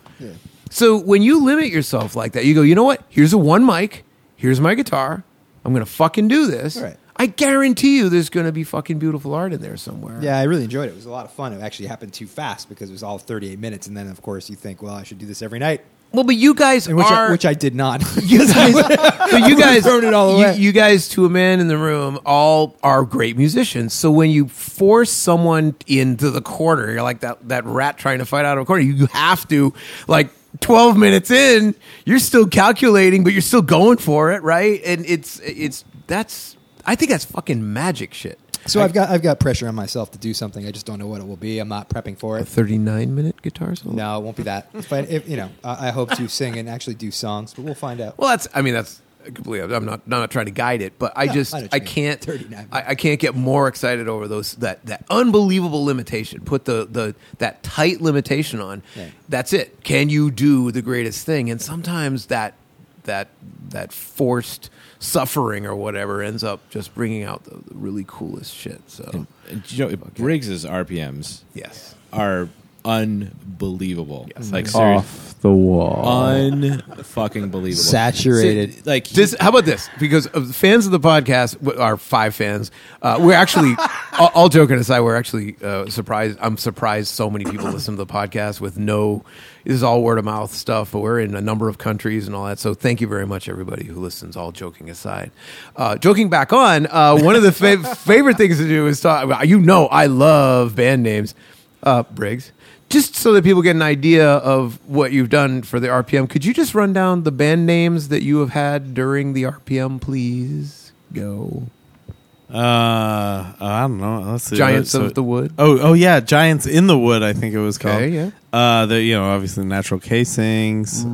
S12: So when you limit yourself like that, you go, you know what? Here's a one mic. Here's my guitar. I'm going to fucking do this.
S7: Right.
S12: I guarantee you there's going to be fucking beautiful art in there somewhere.
S7: Yeah, I really enjoyed it. It was a lot of fun. It actually happened too fast because it was all 38 minutes, and then of course you think, well, I should do this every night,
S12: Well, but you guys
S7: and which
S12: are.
S7: I, which I did not. Because I was-
S12: but you guys
S7: thrown it all
S12: you-
S7: away.
S12: You, guys, to a man in the room, all are great musicians. So when you force someone into the corner, you're like that that rat trying to fight out of a corner. You have to like. 12 minutes in you're still calculating but you're still going for it right and it's it's that's i think that's fucking magic shit
S7: so I've got I've got pressure on myself to do something. I just don't know what it will be. I'm not prepping for
S12: a
S7: it.
S12: 39 minute guitar solo
S7: No, it won't be that. But if, you know, I, I hope to sing and actually do songs, but we'll find out.
S12: Well, that's. I mean, that's completely. I'm not. I'm not trying to guide it, but I
S7: No,
S12: just.
S7: I know
S12: I,
S7: what you mean.
S12: can't.
S7: 39.
S12: I, I can't get more excited over those. That that unbelievable limitation. Put the the that tight limitation on.
S7: Yeah.
S12: That's it. Can you do the greatest thing? And sometimes that that that forced suffering or whatever ends up just bringing out the, the really coolest shit. So
S8: And, you know, Briggs's RPMs
S12: yes.
S8: are unbelievable. Like
S12: Oh.
S8: seriously,
S4: Off the wall.
S8: unfucking believable.
S7: Saturated.
S8: Like he-
S12: This, how about this? Because of the fans of the podcast, w- our five fans, uh, we're actually, all, all joking aside, we're actually uh, surprised. I'm surprised so many people listen to the podcast with no, this is all word of mouth stuff, but we're in a number of countries and all that. So thank you very much, everybody who listens, all joking aside. Uh, joking back on, uh, one of the fa- favorite things to do is talk, well, you know, I love band names. Uh, Briggs. Just so that people get an idea of what you've done for the RPM, could you just run down the band names that you have had during the RPM, please? Go.
S5: Uh, I don't know. Let's see.
S12: Giants
S5: So-
S12: of the Wood.
S5: Oh, oh yeah, Giants in the Wood. I think it was called.
S12: Okay, yeah.
S5: Uh, the you know obviously natural casings.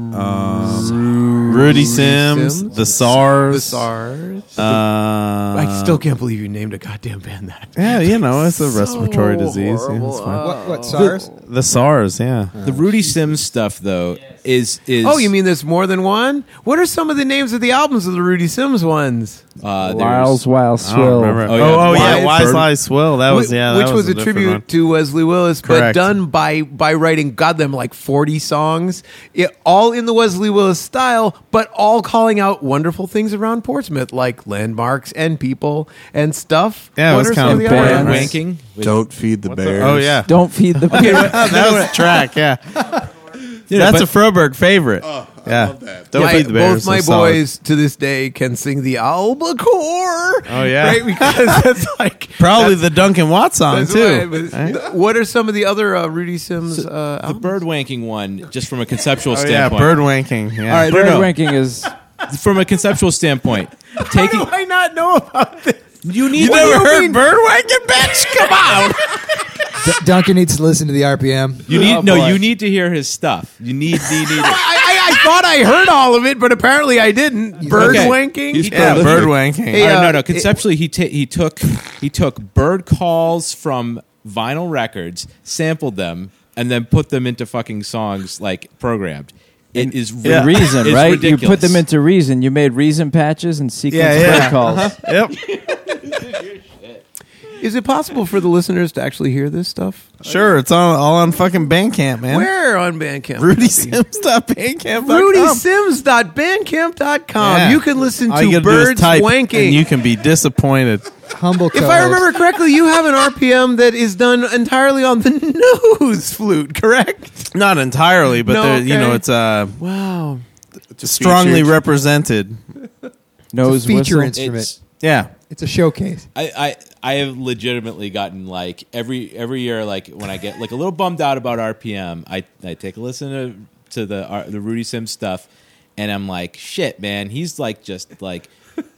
S5: Um, Rudy Sims,
S12: Sims.
S5: the SARS,
S12: The SARS.
S5: Uh,
S12: I still can't believe you named a goddamn band that.
S5: Yeah, you know it's a
S12: So
S5: respiratory disease. Yeah,
S12: horrible.
S5: it's fine.
S7: What, what SARS?
S5: the SARS, yeah.
S8: the Rudy Sims stuff though is is
S12: Oh, you mean there's more than one? What are some of the names of the albums of the Rudy Sims ones?
S8: uh, there's-
S4: Lyle's Wild
S5: I don't
S4: Swill.
S5: remember.
S8: Oh,
S5: Oh,
S8: yeah.
S5: oh, yeah,
S12: Wise
S5: Wise
S12: Bird.
S5: Lies Swell. That was
S12: Whi-
S5: yeah, that
S12: which was, a,
S5: different
S12: tribute
S5: one.
S12: to Wesley Willis,
S5: Correct.
S12: but done by by writing goddamn like forty songs, it, all in the Wesley Willis style, but all calling out wonderful things around Portsmouth, like landmarks and people and stuff.
S5: Yeah, it
S12: What
S5: was
S12: are
S5: kind
S12: some
S5: of
S12: the
S5: boring,
S12: other ones?
S5: right?
S8: wanking.
S6: Don't feed the bears.
S5: Oh yeah,
S4: Don't feed the bear.
S5: that was a track. Yeah, that's a Froberg favorite. yeah, Oh, love that. don't
S12: My-
S5: feed the bears.
S12: both my
S5: they're solid.
S12: boys to this day can sing the albacore. Oh
S5: yeah.
S12: right? because that's like
S5: Probably the Duncan Watts song
S12: that's
S5: too. Oh,
S12: why it was- What are some of the other uh, Rudy Sims? Uh,
S8: the bird wanking one, just from a conceptual
S5: Oh yeah,
S8: standpoint.
S5: bird wanking. Yeah.
S8: All right,
S4: Bird
S8: no, no.
S4: ranking is
S8: from a conceptual standpoint, taking
S12: I not know about this.
S8: you need
S12: You never heard
S8: bird wanking, bitch. Come on,
S7: D- Duncan needs to listen to the RPM.
S8: you
S5: Oh,
S8: need no, you need to hear his stuff. You need, you need it.
S12: I, I, I thought I heard all of it, but apparently I didn't. Bird
S8: Okay.
S12: wanking.
S8: He's
S5: Yeah,
S8: prolific.
S5: bird wanking.
S12: Hey,
S8: All right,
S12: uh,
S8: no, no.
S12: it-
S8: Conceptually, he ta- he took he took bird calls from vinyl records, sampled them, and then put them into fucking songs like programmed. It is ri-
S5: Yeah.
S4: reason,
S8: it's
S4: right?
S8: Ridiculous.
S4: You put them into reason. You made reason patches and sequence
S5: Yeah, yeah.
S4: protocols.
S5: Yep.
S12: Is it possible for the listeners to actually hear this stuff?
S5: Sure, it's on all on fucking Bandcamp, man.
S12: Where on Bandcamp?
S5: Rudy Sims Bandcamp.
S12: RudySims.bandcamp.com. You can listen to birds wanking.
S5: and you can be disappointed.
S7: Humble.
S12: if I remember correctly, you have an RPM that is done entirely on the nose flute, correct?
S5: Not entirely, but
S12: No,
S5: there- you
S12: okay.
S5: know it's uh,
S12: Wow.
S5: strongly represented.
S4: Nose
S7: feature
S4: whistle.
S7: instrument.
S8: It's-
S5: Yeah,
S7: It's, a showcase.
S8: I, I I have legitimately gotten like every every year like when I get like a little bummed out about RPM, I, I take a listen to to the uh, the Rudy Sims stuff, and I'm like, shit, man, he's like just like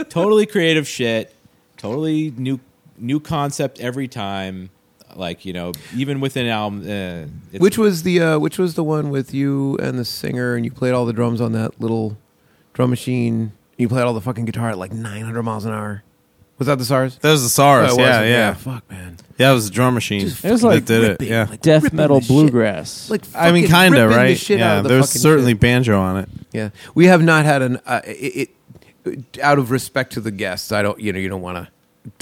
S8: totally creative shit, totally new new concept every time. Like you know, even within album, uh, it's-
S12: Which was the uh, which was the one with you and the singer, and you played all the drums on that little drum machine. You played all the fucking guitar at like 900 miles an hour. Was that the SARS?
S5: That was the SARS.
S12: Oh, it
S5: yeah,
S12: wasn't.
S5: yeah,
S12: yeah.
S5: yeah.
S12: Fuck man.
S5: That was the drum machine.
S12: Just
S5: that
S4: was like
S5: did
S12: ripping,
S5: it. Yeah.
S12: like
S4: Death
S12: ripping
S4: metal
S12: the shit.
S4: bluegrass.
S12: Like
S5: I mean,
S12: fucking
S5: kind of
S12: ripping the
S5: right.
S12: shit
S5: yeah,
S12: out of the
S5: there was
S12: fucking
S5: certainly
S12: shit.
S5: banjo on it.
S12: Yeah, we have not had an uh, it, it. Out of respect to the guests, I don't. You know, you don't want to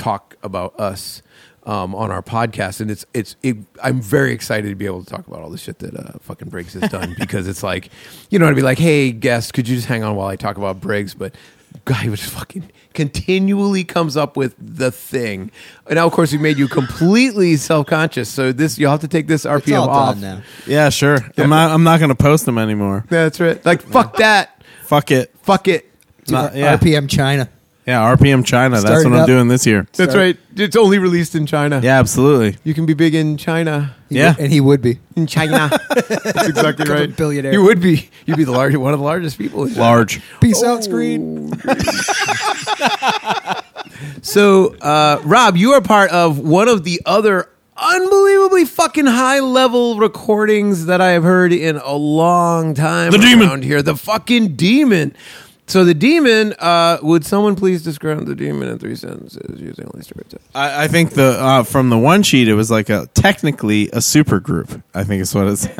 S12: talk about us um, on our podcast, and it's it's. It, I'm very excited to be able to talk about all the shit that uh, fucking Briggs has done because it's like, you know, to be like, hey, guest, could you just hang on while I talk about Briggs? But guy was fucking continually comes up with the thing, and now of course we made you completely self conscious. So this you'll have to take this RPM
S7: It's all
S12: off.
S7: done now.
S5: Yeah, sure. I'm not. I'm not going to post them anymore.
S12: That's right. Like fuck that.
S5: Fuck it.
S12: Fuck it.
S5: Not-
S12: uh,
S5: yeah.
S7: RPM China.
S5: yeah, RPM China. That's
S7: Start
S5: what
S7: it
S5: I'm
S7: up.
S5: doing this year.
S12: That's right. It's only released in China.
S5: Yeah, absolutely.
S12: You can be big in China.
S7: He
S5: Yeah.
S7: would- and he would be.
S12: In China. That's exactly
S7: Become a
S12: right.
S7: billionaire.
S12: You would be. You'd be the large, one of the largest people. in China. Oh,
S5: Large.
S7: Peace out, screen.
S12: So, uh, Rob, you are part of one of the other unbelievably fucking high level recordings that I have heard in a long time.
S5: The Demon.
S12: around here, the fucking demon. So the demon. Uh, would someone please describe the demon in three sentences using only stereotypes?
S5: I, I think the uh, from the one sheet it was like a technically a super group. I think is what it said.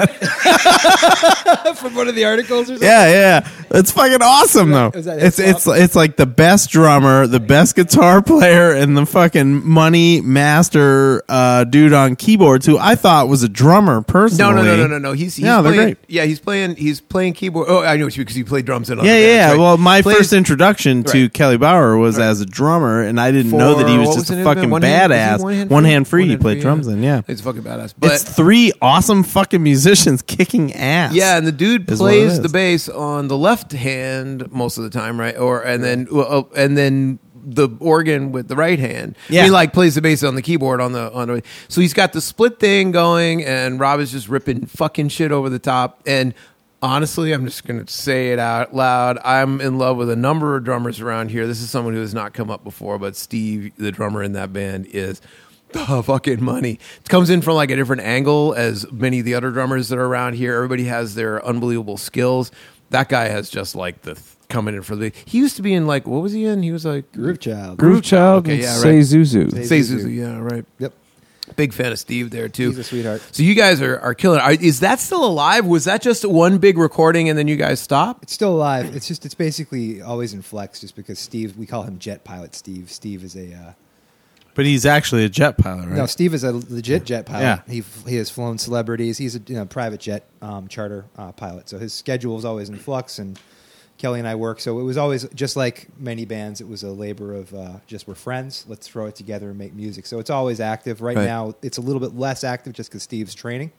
S7: From one of the articles or something?
S5: yeah, yeah. It's fucking awesome though.
S7: is that
S5: it's
S7: hip-hop?
S5: it's it's like the best drummer, the best guitar player, and the fucking money master uh, dude on keyboards who I thought was a drummer
S12: No,
S5: personally.
S12: no, no, no, no, no. He's, he's
S5: Yeah, they're
S12: playing,
S5: great.
S12: Yeah, he's playing. He's playing keyboard. Oh, I know what you because he played drums in other
S5: Yeah,
S12: bands,
S5: yeah.
S12: right?
S5: Well, my
S12: Plays
S5: first introduction to
S12: Right.
S5: Kelly Bauer was as a drummer, and I didn't know that he
S12: for-
S5: was
S12: what
S5: just
S12: it
S5: a
S12: in
S5: fucking
S12: band? One hand- is
S5: badass.
S12: it
S5: One hand, free,
S12: One
S5: he
S12: hand
S5: played drums in. Yeah,
S12: it's fucking badass. But
S5: it's three awesome fucking musicians kicking ass.
S12: yeah, and the dude
S5: is what it
S12: plays
S5: is.
S12: the bass on the left hand most of the time, right? Or and then well, uh, and then the organ with the right hand.
S5: Yeah.
S12: he like plays the bass on the keyboard on the on the. So he's got the split thing going, and Rob is just ripping fucking shit over the top and. Honestly, I'm just going to say it out loud. I'm in love with a number of drummers around here. This is someone who has not come up before, but Steve, the drummer in that band, is the fucking money. It comes in from like a different angle as many of the other drummers that are around here. Everybody has their unbelievable skills. That guy has just like the th- coming in for the. He used to be in like what was he in? He was like
S7: Groove Child.
S4: Groove Child
S12: Okay,
S4: and
S12: yeah, right.
S4: Say Zuzu.
S12: Say Zuzu. Yeah, right.
S7: Yep.
S12: Big fan of Steve there too.
S7: He's a sweetheart.
S12: So you guys are are killing. it. Are, is that still alive? Was that just one big recording and then you guys stopped?
S7: It's still alive. It's just it's basically always in flex, just because Steve. We call him Jet Pilot Steve. Steve is a uh,
S5: but he's actually a jet pilot, right?
S7: no. Steve is a legit jet pilot.
S5: Yeah.
S7: He he has flown celebrities. He's a you know, private jet um, charter uh, pilot, so his schedule is always in flux. And Kelly and I work, so it was always just like many bands. It was a labor of uh, just we're friends. Let's throw it together and make music. So it's always active. Right,
S12: Right.
S7: now, it's a little bit less active just because Steve's training,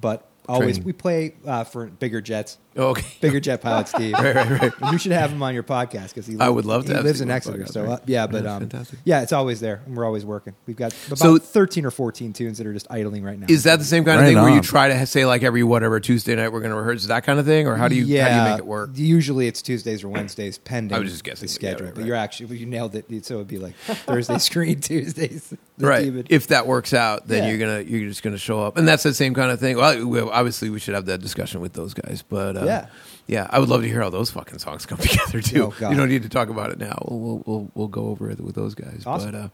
S7: but always
S12: Training.
S7: we play uh, for bigger jets.
S12: Okay.
S7: Bigger Jet Pilot Steve. right, right, right. you should have him on your podcast because he.
S12: I would love to
S7: He
S12: have
S7: lives
S12: Steve
S7: in
S12: on the
S7: Exeter,
S12: podcast,
S7: so
S12: right?
S7: uh, yeah, but
S12: That's
S7: um,
S12: fantastic.
S7: yeah, it's always there, and we're always working. We've got about
S12: So-
S7: thirteen or fourteen tunes that are just idling right now.
S12: Is that the same kind of
S5: Right
S12: thing where you
S5: on.
S12: try to say like every whatever Tuesday night we're going to rehearse that kind of thing, or how do you
S7: yeah,
S12: how do you make it work?
S7: Usually it's Tuesdays or Wednesdays, pending.
S12: I was just guessing, but
S7: the
S12: yeah,
S7: schedule,
S12: right,
S7: but
S12: right.
S7: you're actually you nailed it. dude. So it'd be like Thursday screen, Tuesdays. the
S12: right.
S7: David.
S12: If that works out, then
S7: Yeah.
S12: you're gonna you're just gonna show up, and that's the same kind of thing. Well, we- obviously we should have that discussion with those guys, but uh,
S7: Yeah.
S12: yeah, I would love to hear how those fucking songs come together too.
S7: Oh, God.
S12: you don't need to talk about it now. We'll we'll we'll, we'll go over it with those guys.
S7: Awesome.
S12: But uh,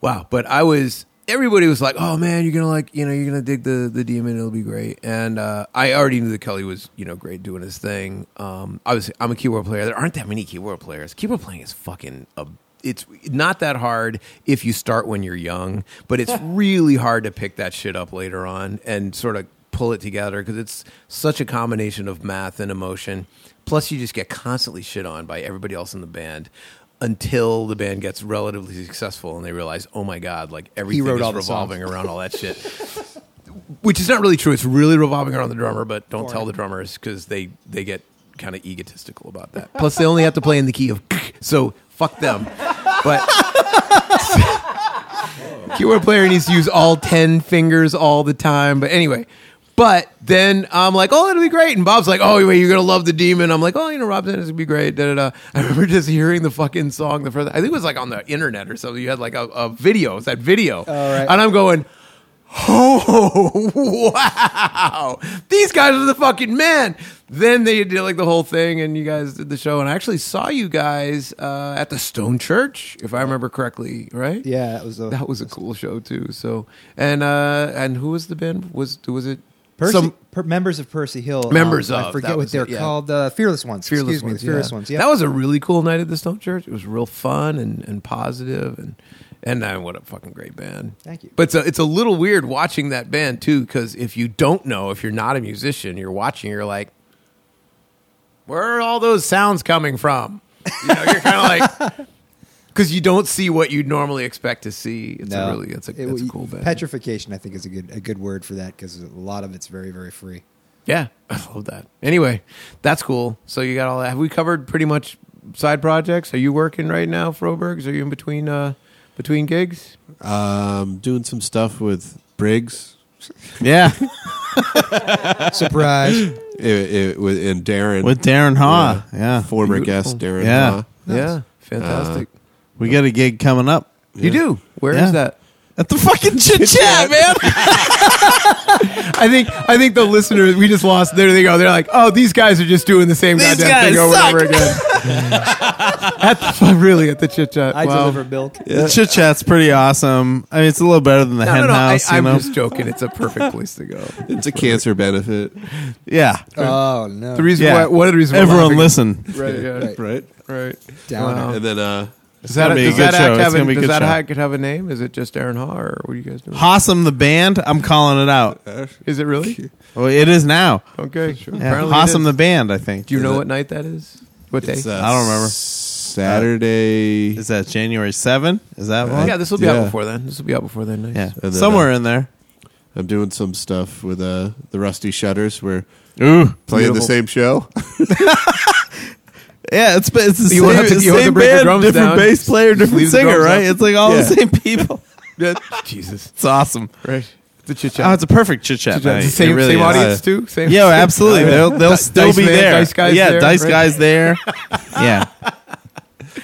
S12: wow, but I was. Everybody was like, "Oh man, you're gonna like, you know, you're gonna dig the the demon. It'll be great." And uh, I already knew that Kelly was, you know, great doing his thing. Um, obviously, I'm a keyboard player. There aren't that many keyboard players. Keyboard playing is fucking a it's not that hard if you start when you're young, but it's really hard to pick that shit up later on and sort of pull it together because it's such a combination of math and emotion. Plus, you just get constantly shit on by everybody else in the band until the band gets relatively successful and they realize, oh my god, like everything
S7: wrote
S12: is
S7: all the
S12: revolving around all that shit. Which is not really true. It's really revolving around the drummer, but don't tell the drummers because they they get kind of egotistical about that. Plus, they only have to play in the key of so fuck them. But keyboard player needs to use all ten fingers all the time. But anyway, But then I'm like, oh, it'll be great. And Bob's like, oh, wait, you're going to love the demon. I'm like, oh, you know, Rob Sanders would be great. Da, da, da. I remember just hearing the fucking song the first I think it was like on the internet or something. You had like a, a video. It's that video.
S7: right.
S12: And I'm going, oh, wow. These guys are the fucking men. Then they did like the whole thing and you guys did the show. And I actually saw you guys uh, at the Stone Church, if I remember correctly, right?
S7: Yeah, that was a,
S12: That was a cool show too. So and uh and who was the band? Was was it
S7: Percy,
S12: some
S7: per- members of Percy Hill.
S12: Members
S7: um,
S12: of,
S7: I forget
S12: that
S7: what
S12: was
S7: they're
S12: it, yeah.
S7: called. Uh, Fearless ones.
S12: Fearless
S7: Excuse me,
S12: ones,
S7: the Fearless
S12: yeah.
S7: ones. Yeah,
S12: That was a really cool night at the Stone Church. It was real fun and, and positive and and uh, what a fucking great band.
S7: Thank you.
S12: But it's a, it's a little weird watching that band too because if you don't know, if you're not a musician, you're watching, you're like, where are all those sounds coming from? You know, you're kind of like. Because you don't see what you'd normally expect to see. It's a
S7: No.
S12: really, it's a,
S7: It-
S12: it's a cool band.
S7: Petrification, I think, is a good a good word for that because a lot of it's very very free.
S12: Yeah, I love that. Anyway, that's cool. So you got all that. Have we covered pretty much side projects? Are you working right now, Frobergs? Are you in between uh, between gigs?
S6: Um, doing some stuff with Briggs
S5: Yeah,
S7: Surprise!
S6: it, it, with, and Darren,
S5: with Darren Ha. Yeah,
S6: former guest Darren.
S5: Yeah.
S6: Haw.
S12: Yeah, fantastic.
S5: we got a gig coming up
S12: You do. Where is
S5: Yeah.
S12: that?
S5: at the fucking chit chat, man.
S12: I think I think the listeners we just lost. There they go. They're like, oh, these guys are just doing the same
S5: These
S12: goddamn thing
S5: guys
S12: over and
S5: suck.
S12: over again. at the, really at the chit chat.
S7: I
S12: Wow.
S7: deliver milk.
S5: The chit chat's pretty awesome. I mean, it's a little better than the
S12: No,
S5: hen
S12: no, no.
S5: house,
S12: I,
S5: you
S12: I'm
S5: know.
S12: just joking. It's a perfect place to go.
S6: It's a cancer benefit,
S5: yeah,
S7: Oh no!
S12: The reason why,
S5: Yeah.
S12: one of the reasons why
S5: everyone
S12: we're laughing-
S5: listen.
S12: Right.
S6: right?
S12: Yeah. Right.
S7: Downer.
S6: And then uh,
S12: Does that,
S5: gonna be a
S12: does
S5: good
S12: that act
S5: show. It's
S12: have
S5: gonna be
S12: a,
S5: a
S12: does
S5: good
S12: that
S5: show.
S12: act have a name? Is it just Aaron Haar or what are you guys doing?
S5: Hossam the band, I'm calling it out.
S12: Is it really?
S5: Well, it is now.
S12: Okay, sure.
S5: Yeah.
S12: Apparently it
S5: Hossam
S12: is.
S5: the band, I think.
S12: Do you know
S6: it-
S12: what night that is? What day?
S6: it's, uh,
S5: I don't remember.
S6: Saturday.
S5: Is that January 7? Is that one?
S12: Uh, yeah, this will be out
S6: yeah.
S12: before then. This will be out before then. Nice.
S5: Yeah.
S6: And then,
S5: Somewhere in there.
S6: I'm doing some stuff with uh, the Rusty Shutters. We're
S5: Ooh.
S6: playing
S5: beautiful. Uh,
S6: the same show.
S5: Yeah, it's it's the
S12: You won't
S5: same,
S12: have to- you
S5: same
S12: won't have to bring the
S5: band,
S12: drums
S5: different
S12: down.
S5: bass player, different
S12: leave the
S5: singer,
S12: drums
S5: right?
S12: up.
S5: It's like all
S6: Yeah.
S5: the same people.
S12: Yeah. Jesus.
S5: It's awesome.
S12: Right. It's a chit
S5: Oh,
S12: chat.
S5: it's a perfect chit chat. night.
S12: the
S5: It
S12: same,
S5: really
S12: same
S5: is.
S12: audience too. Same.
S5: Yeah, absolutely. They'll, they'll
S12: Di-
S5: still
S12: Dice
S5: be
S12: Man,
S5: there.
S12: Dice Guy's
S5: yeah,
S12: there,
S5: Dice
S12: right?
S5: Guy's there. Yeah.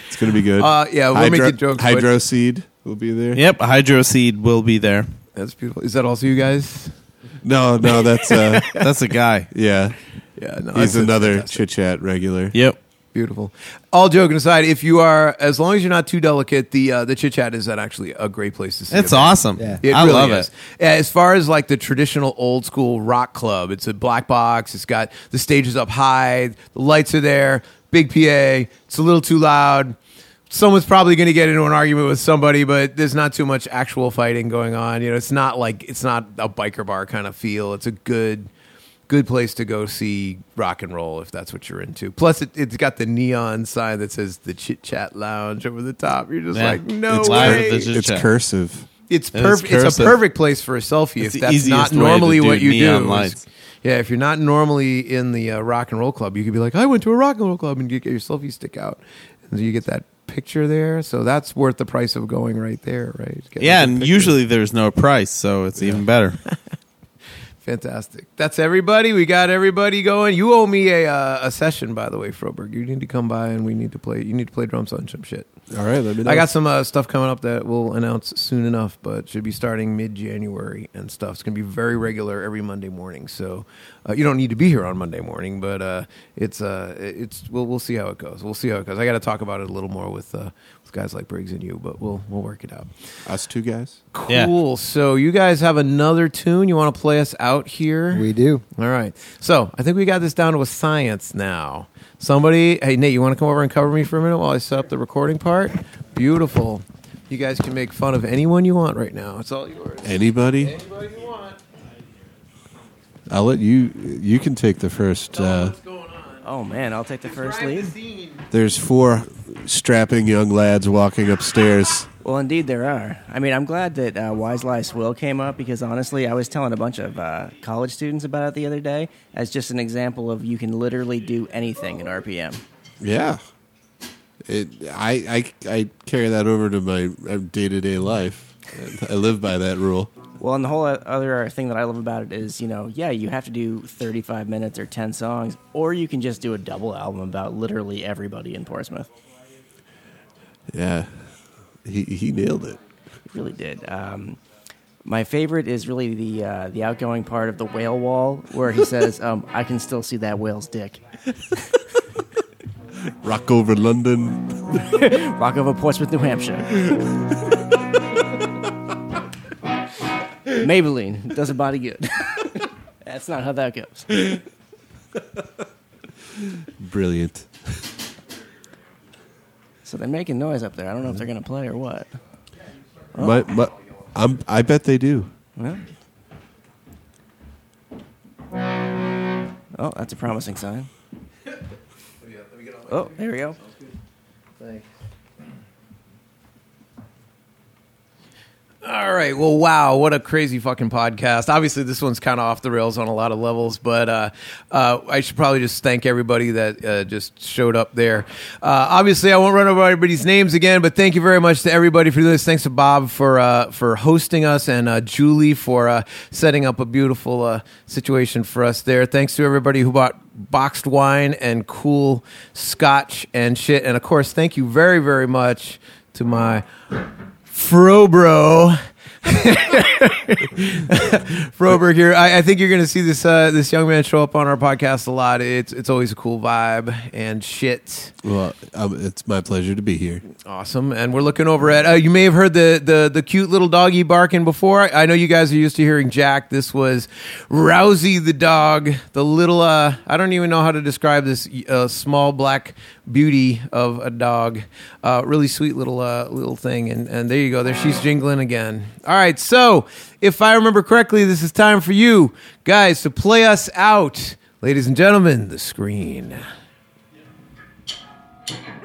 S6: It's gonna be good.
S12: Uh, yeah, we're
S6: Hydro,
S12: making jokes, but-
S6: Hydro Seed will be there.
S5: Yep, Hydro Seed will be there.
S12: That's beautiful. Is that also you guys?
S6: No, no, that's uh,
S5: That's a guy.
S6: yeah.
S12: Yeah, no. that's-
S6: He's another chit chat regular.
S5: Yep.
S12: Beautiful. All joking aside, if you are, as long as you're not too delicate, the uh, the chit chat is that actually a great place to see.
S5: It's
S12: a band.
S5: awesome.
S7: Yeah.
S12: It
S5: I
S12: really
S5: love
S12: is.
S5: it.
S12: As far as like the traditional old school rock club, it's a black box. It's got the stages up high, the lights are there, big PA. It's a little too loud. Someone's probably going to get into an argument with somebody, but there's not too much actual fighting going on. You know, it's not like it's not a biker bar kind of feel. It's a good good place to go see rock and roll if that's what you're into. Plus, it, it's got the neon sign that says the Chit Chat Lounge over the top. You're just
S5: Yeah.
S12: like, no
S5: It's live
S12: way.
S5: at the Chit
S6: It's
S5: Chat.
S6: cursive.
S12: It's
S5: And
S12: perfect.
S5: it's
S12: It's, a
S5: cursive.
S12: perfect place for a selfie
S5: It's
S12: if that's
S5: the
S12: not
S5: easiest way to
S12: normally
S5: do
S12: what you
S5: neon
S12: do. is-
S5: lights.
S12: Yeah, if you're not normally in the uh, rock and roll club, you could be like, "I went to a rock and roll club," and you get your selfie stick out, and so you get that picture there. So that's worth the price of going right there, right? Get
S5: Yeah,
S12: a
S5: and
S12: picture.
S5: usually there's no price, so it's even better.
S12: fantastic. That's everybody. We got everybody going. You owe me a uh, a session, by the way, Froberg. You need to come by, and we need to play. You need to play drums on some shit.
S6: All right, let me know.
S12: I got some uh, stuff coming up that we'll announce soon enough, but should be starting mid January and stuff. It's going to be very regular every Monday morning. So uh, you don't need to be here on Monday morning, but uh, it's uh, it's we'll we'll see how it goes. We'll see how it goes. I got to talk about it a little more with uh, with guys like Briggs and you, but we'll we'll work it out.
S6: us two guys.
S5: Yeah.
S12: Cool. So you guys have another tune you want to play us out here?
S7: We do.
S12: All right. So I think we got this down to a science now. Somebody, hey, Nate, you want to come over and cover me for a minute while I set up the recording part? Beautiful. You guys can make fun of anyone you want right now. It's all yours.
S6: Anybody?
S12: Anybody you want.
S6: I'll let you. You can take the first. Uh,
S12: What's going on?
S16: Oh man, I'll take the first lead.
S6: there's four strapping young lads walking upstairs.
S16: Well, indeed there are. I mean, I'm glad that uh, Wise Lies Will came up because honestly, I was telling a bunch of uh, college students about it the other day as just an example of you can literally do anything in RPM.
S6: Yeah. It, uh, I, I I carry that over to my day to day life. I live by that rule.
S5: Well, and the whole other thing that I love about it is, you know, yeah, you have to do 35 minutes or 10 songs, or you can just do a double album about literally everybody in Portsmouth.
S6: Yeah, he he nailed it.
S5: really did. Um, my favorite is really the uh, the outgoing part of the whale wall, where he says, um, "I can still see that whale's dick."
S6: Rock over London.
S5: Rock over Portsmouth, New Hampshire. Maybelline does a body good. That's not how that goes.
S6: Brilliant.
S5: So they're making noise up there. I don't know if they're gonna play or what.
S6: My, my, I'm, I bet they do.
S5: Yeah. Oh, that's a promising sign. Oh, there we go.
S12: All right. Well, wow, what a crazy fucking podcast. Obviously, this one's kind of off the rails on a lot of levels, but uh, uh, I should probably just thank everybody that uh, just showed up there. Uh, obviously, I won't run over everybody's names again, but thank you very much to everybody for this. Thanks to Bob for uh, for hosting us and uh, Julie for uh, setting up a beautiful uh, situation for us there. Thanks to everybody who bought boxed wine and cool scotch and shit, and of course, thank you very very much to my Frobro. Froberg here. I, I think you're going to see this uh, this young man show up on our podcast a lot. It's it's always a cool vibe and shit.
S6: Well, um, it's my pleasure to be here.
S12: Awesome. And we're looking over at. Uh, you may have heard the, the the cute little doggy barking before. I, I know you guys are used to hearing Jack. This was Rousey the dog, the little. Uh, I don't even know how to describe this uh, small black beauty of a dog. Uh, really sweet little uh, little thing. And and there you go. There she's jingling again. All right. So if I remember correctly, this is time for you guys to play us out, ladies and gentlemen. The screen.
S17: Thank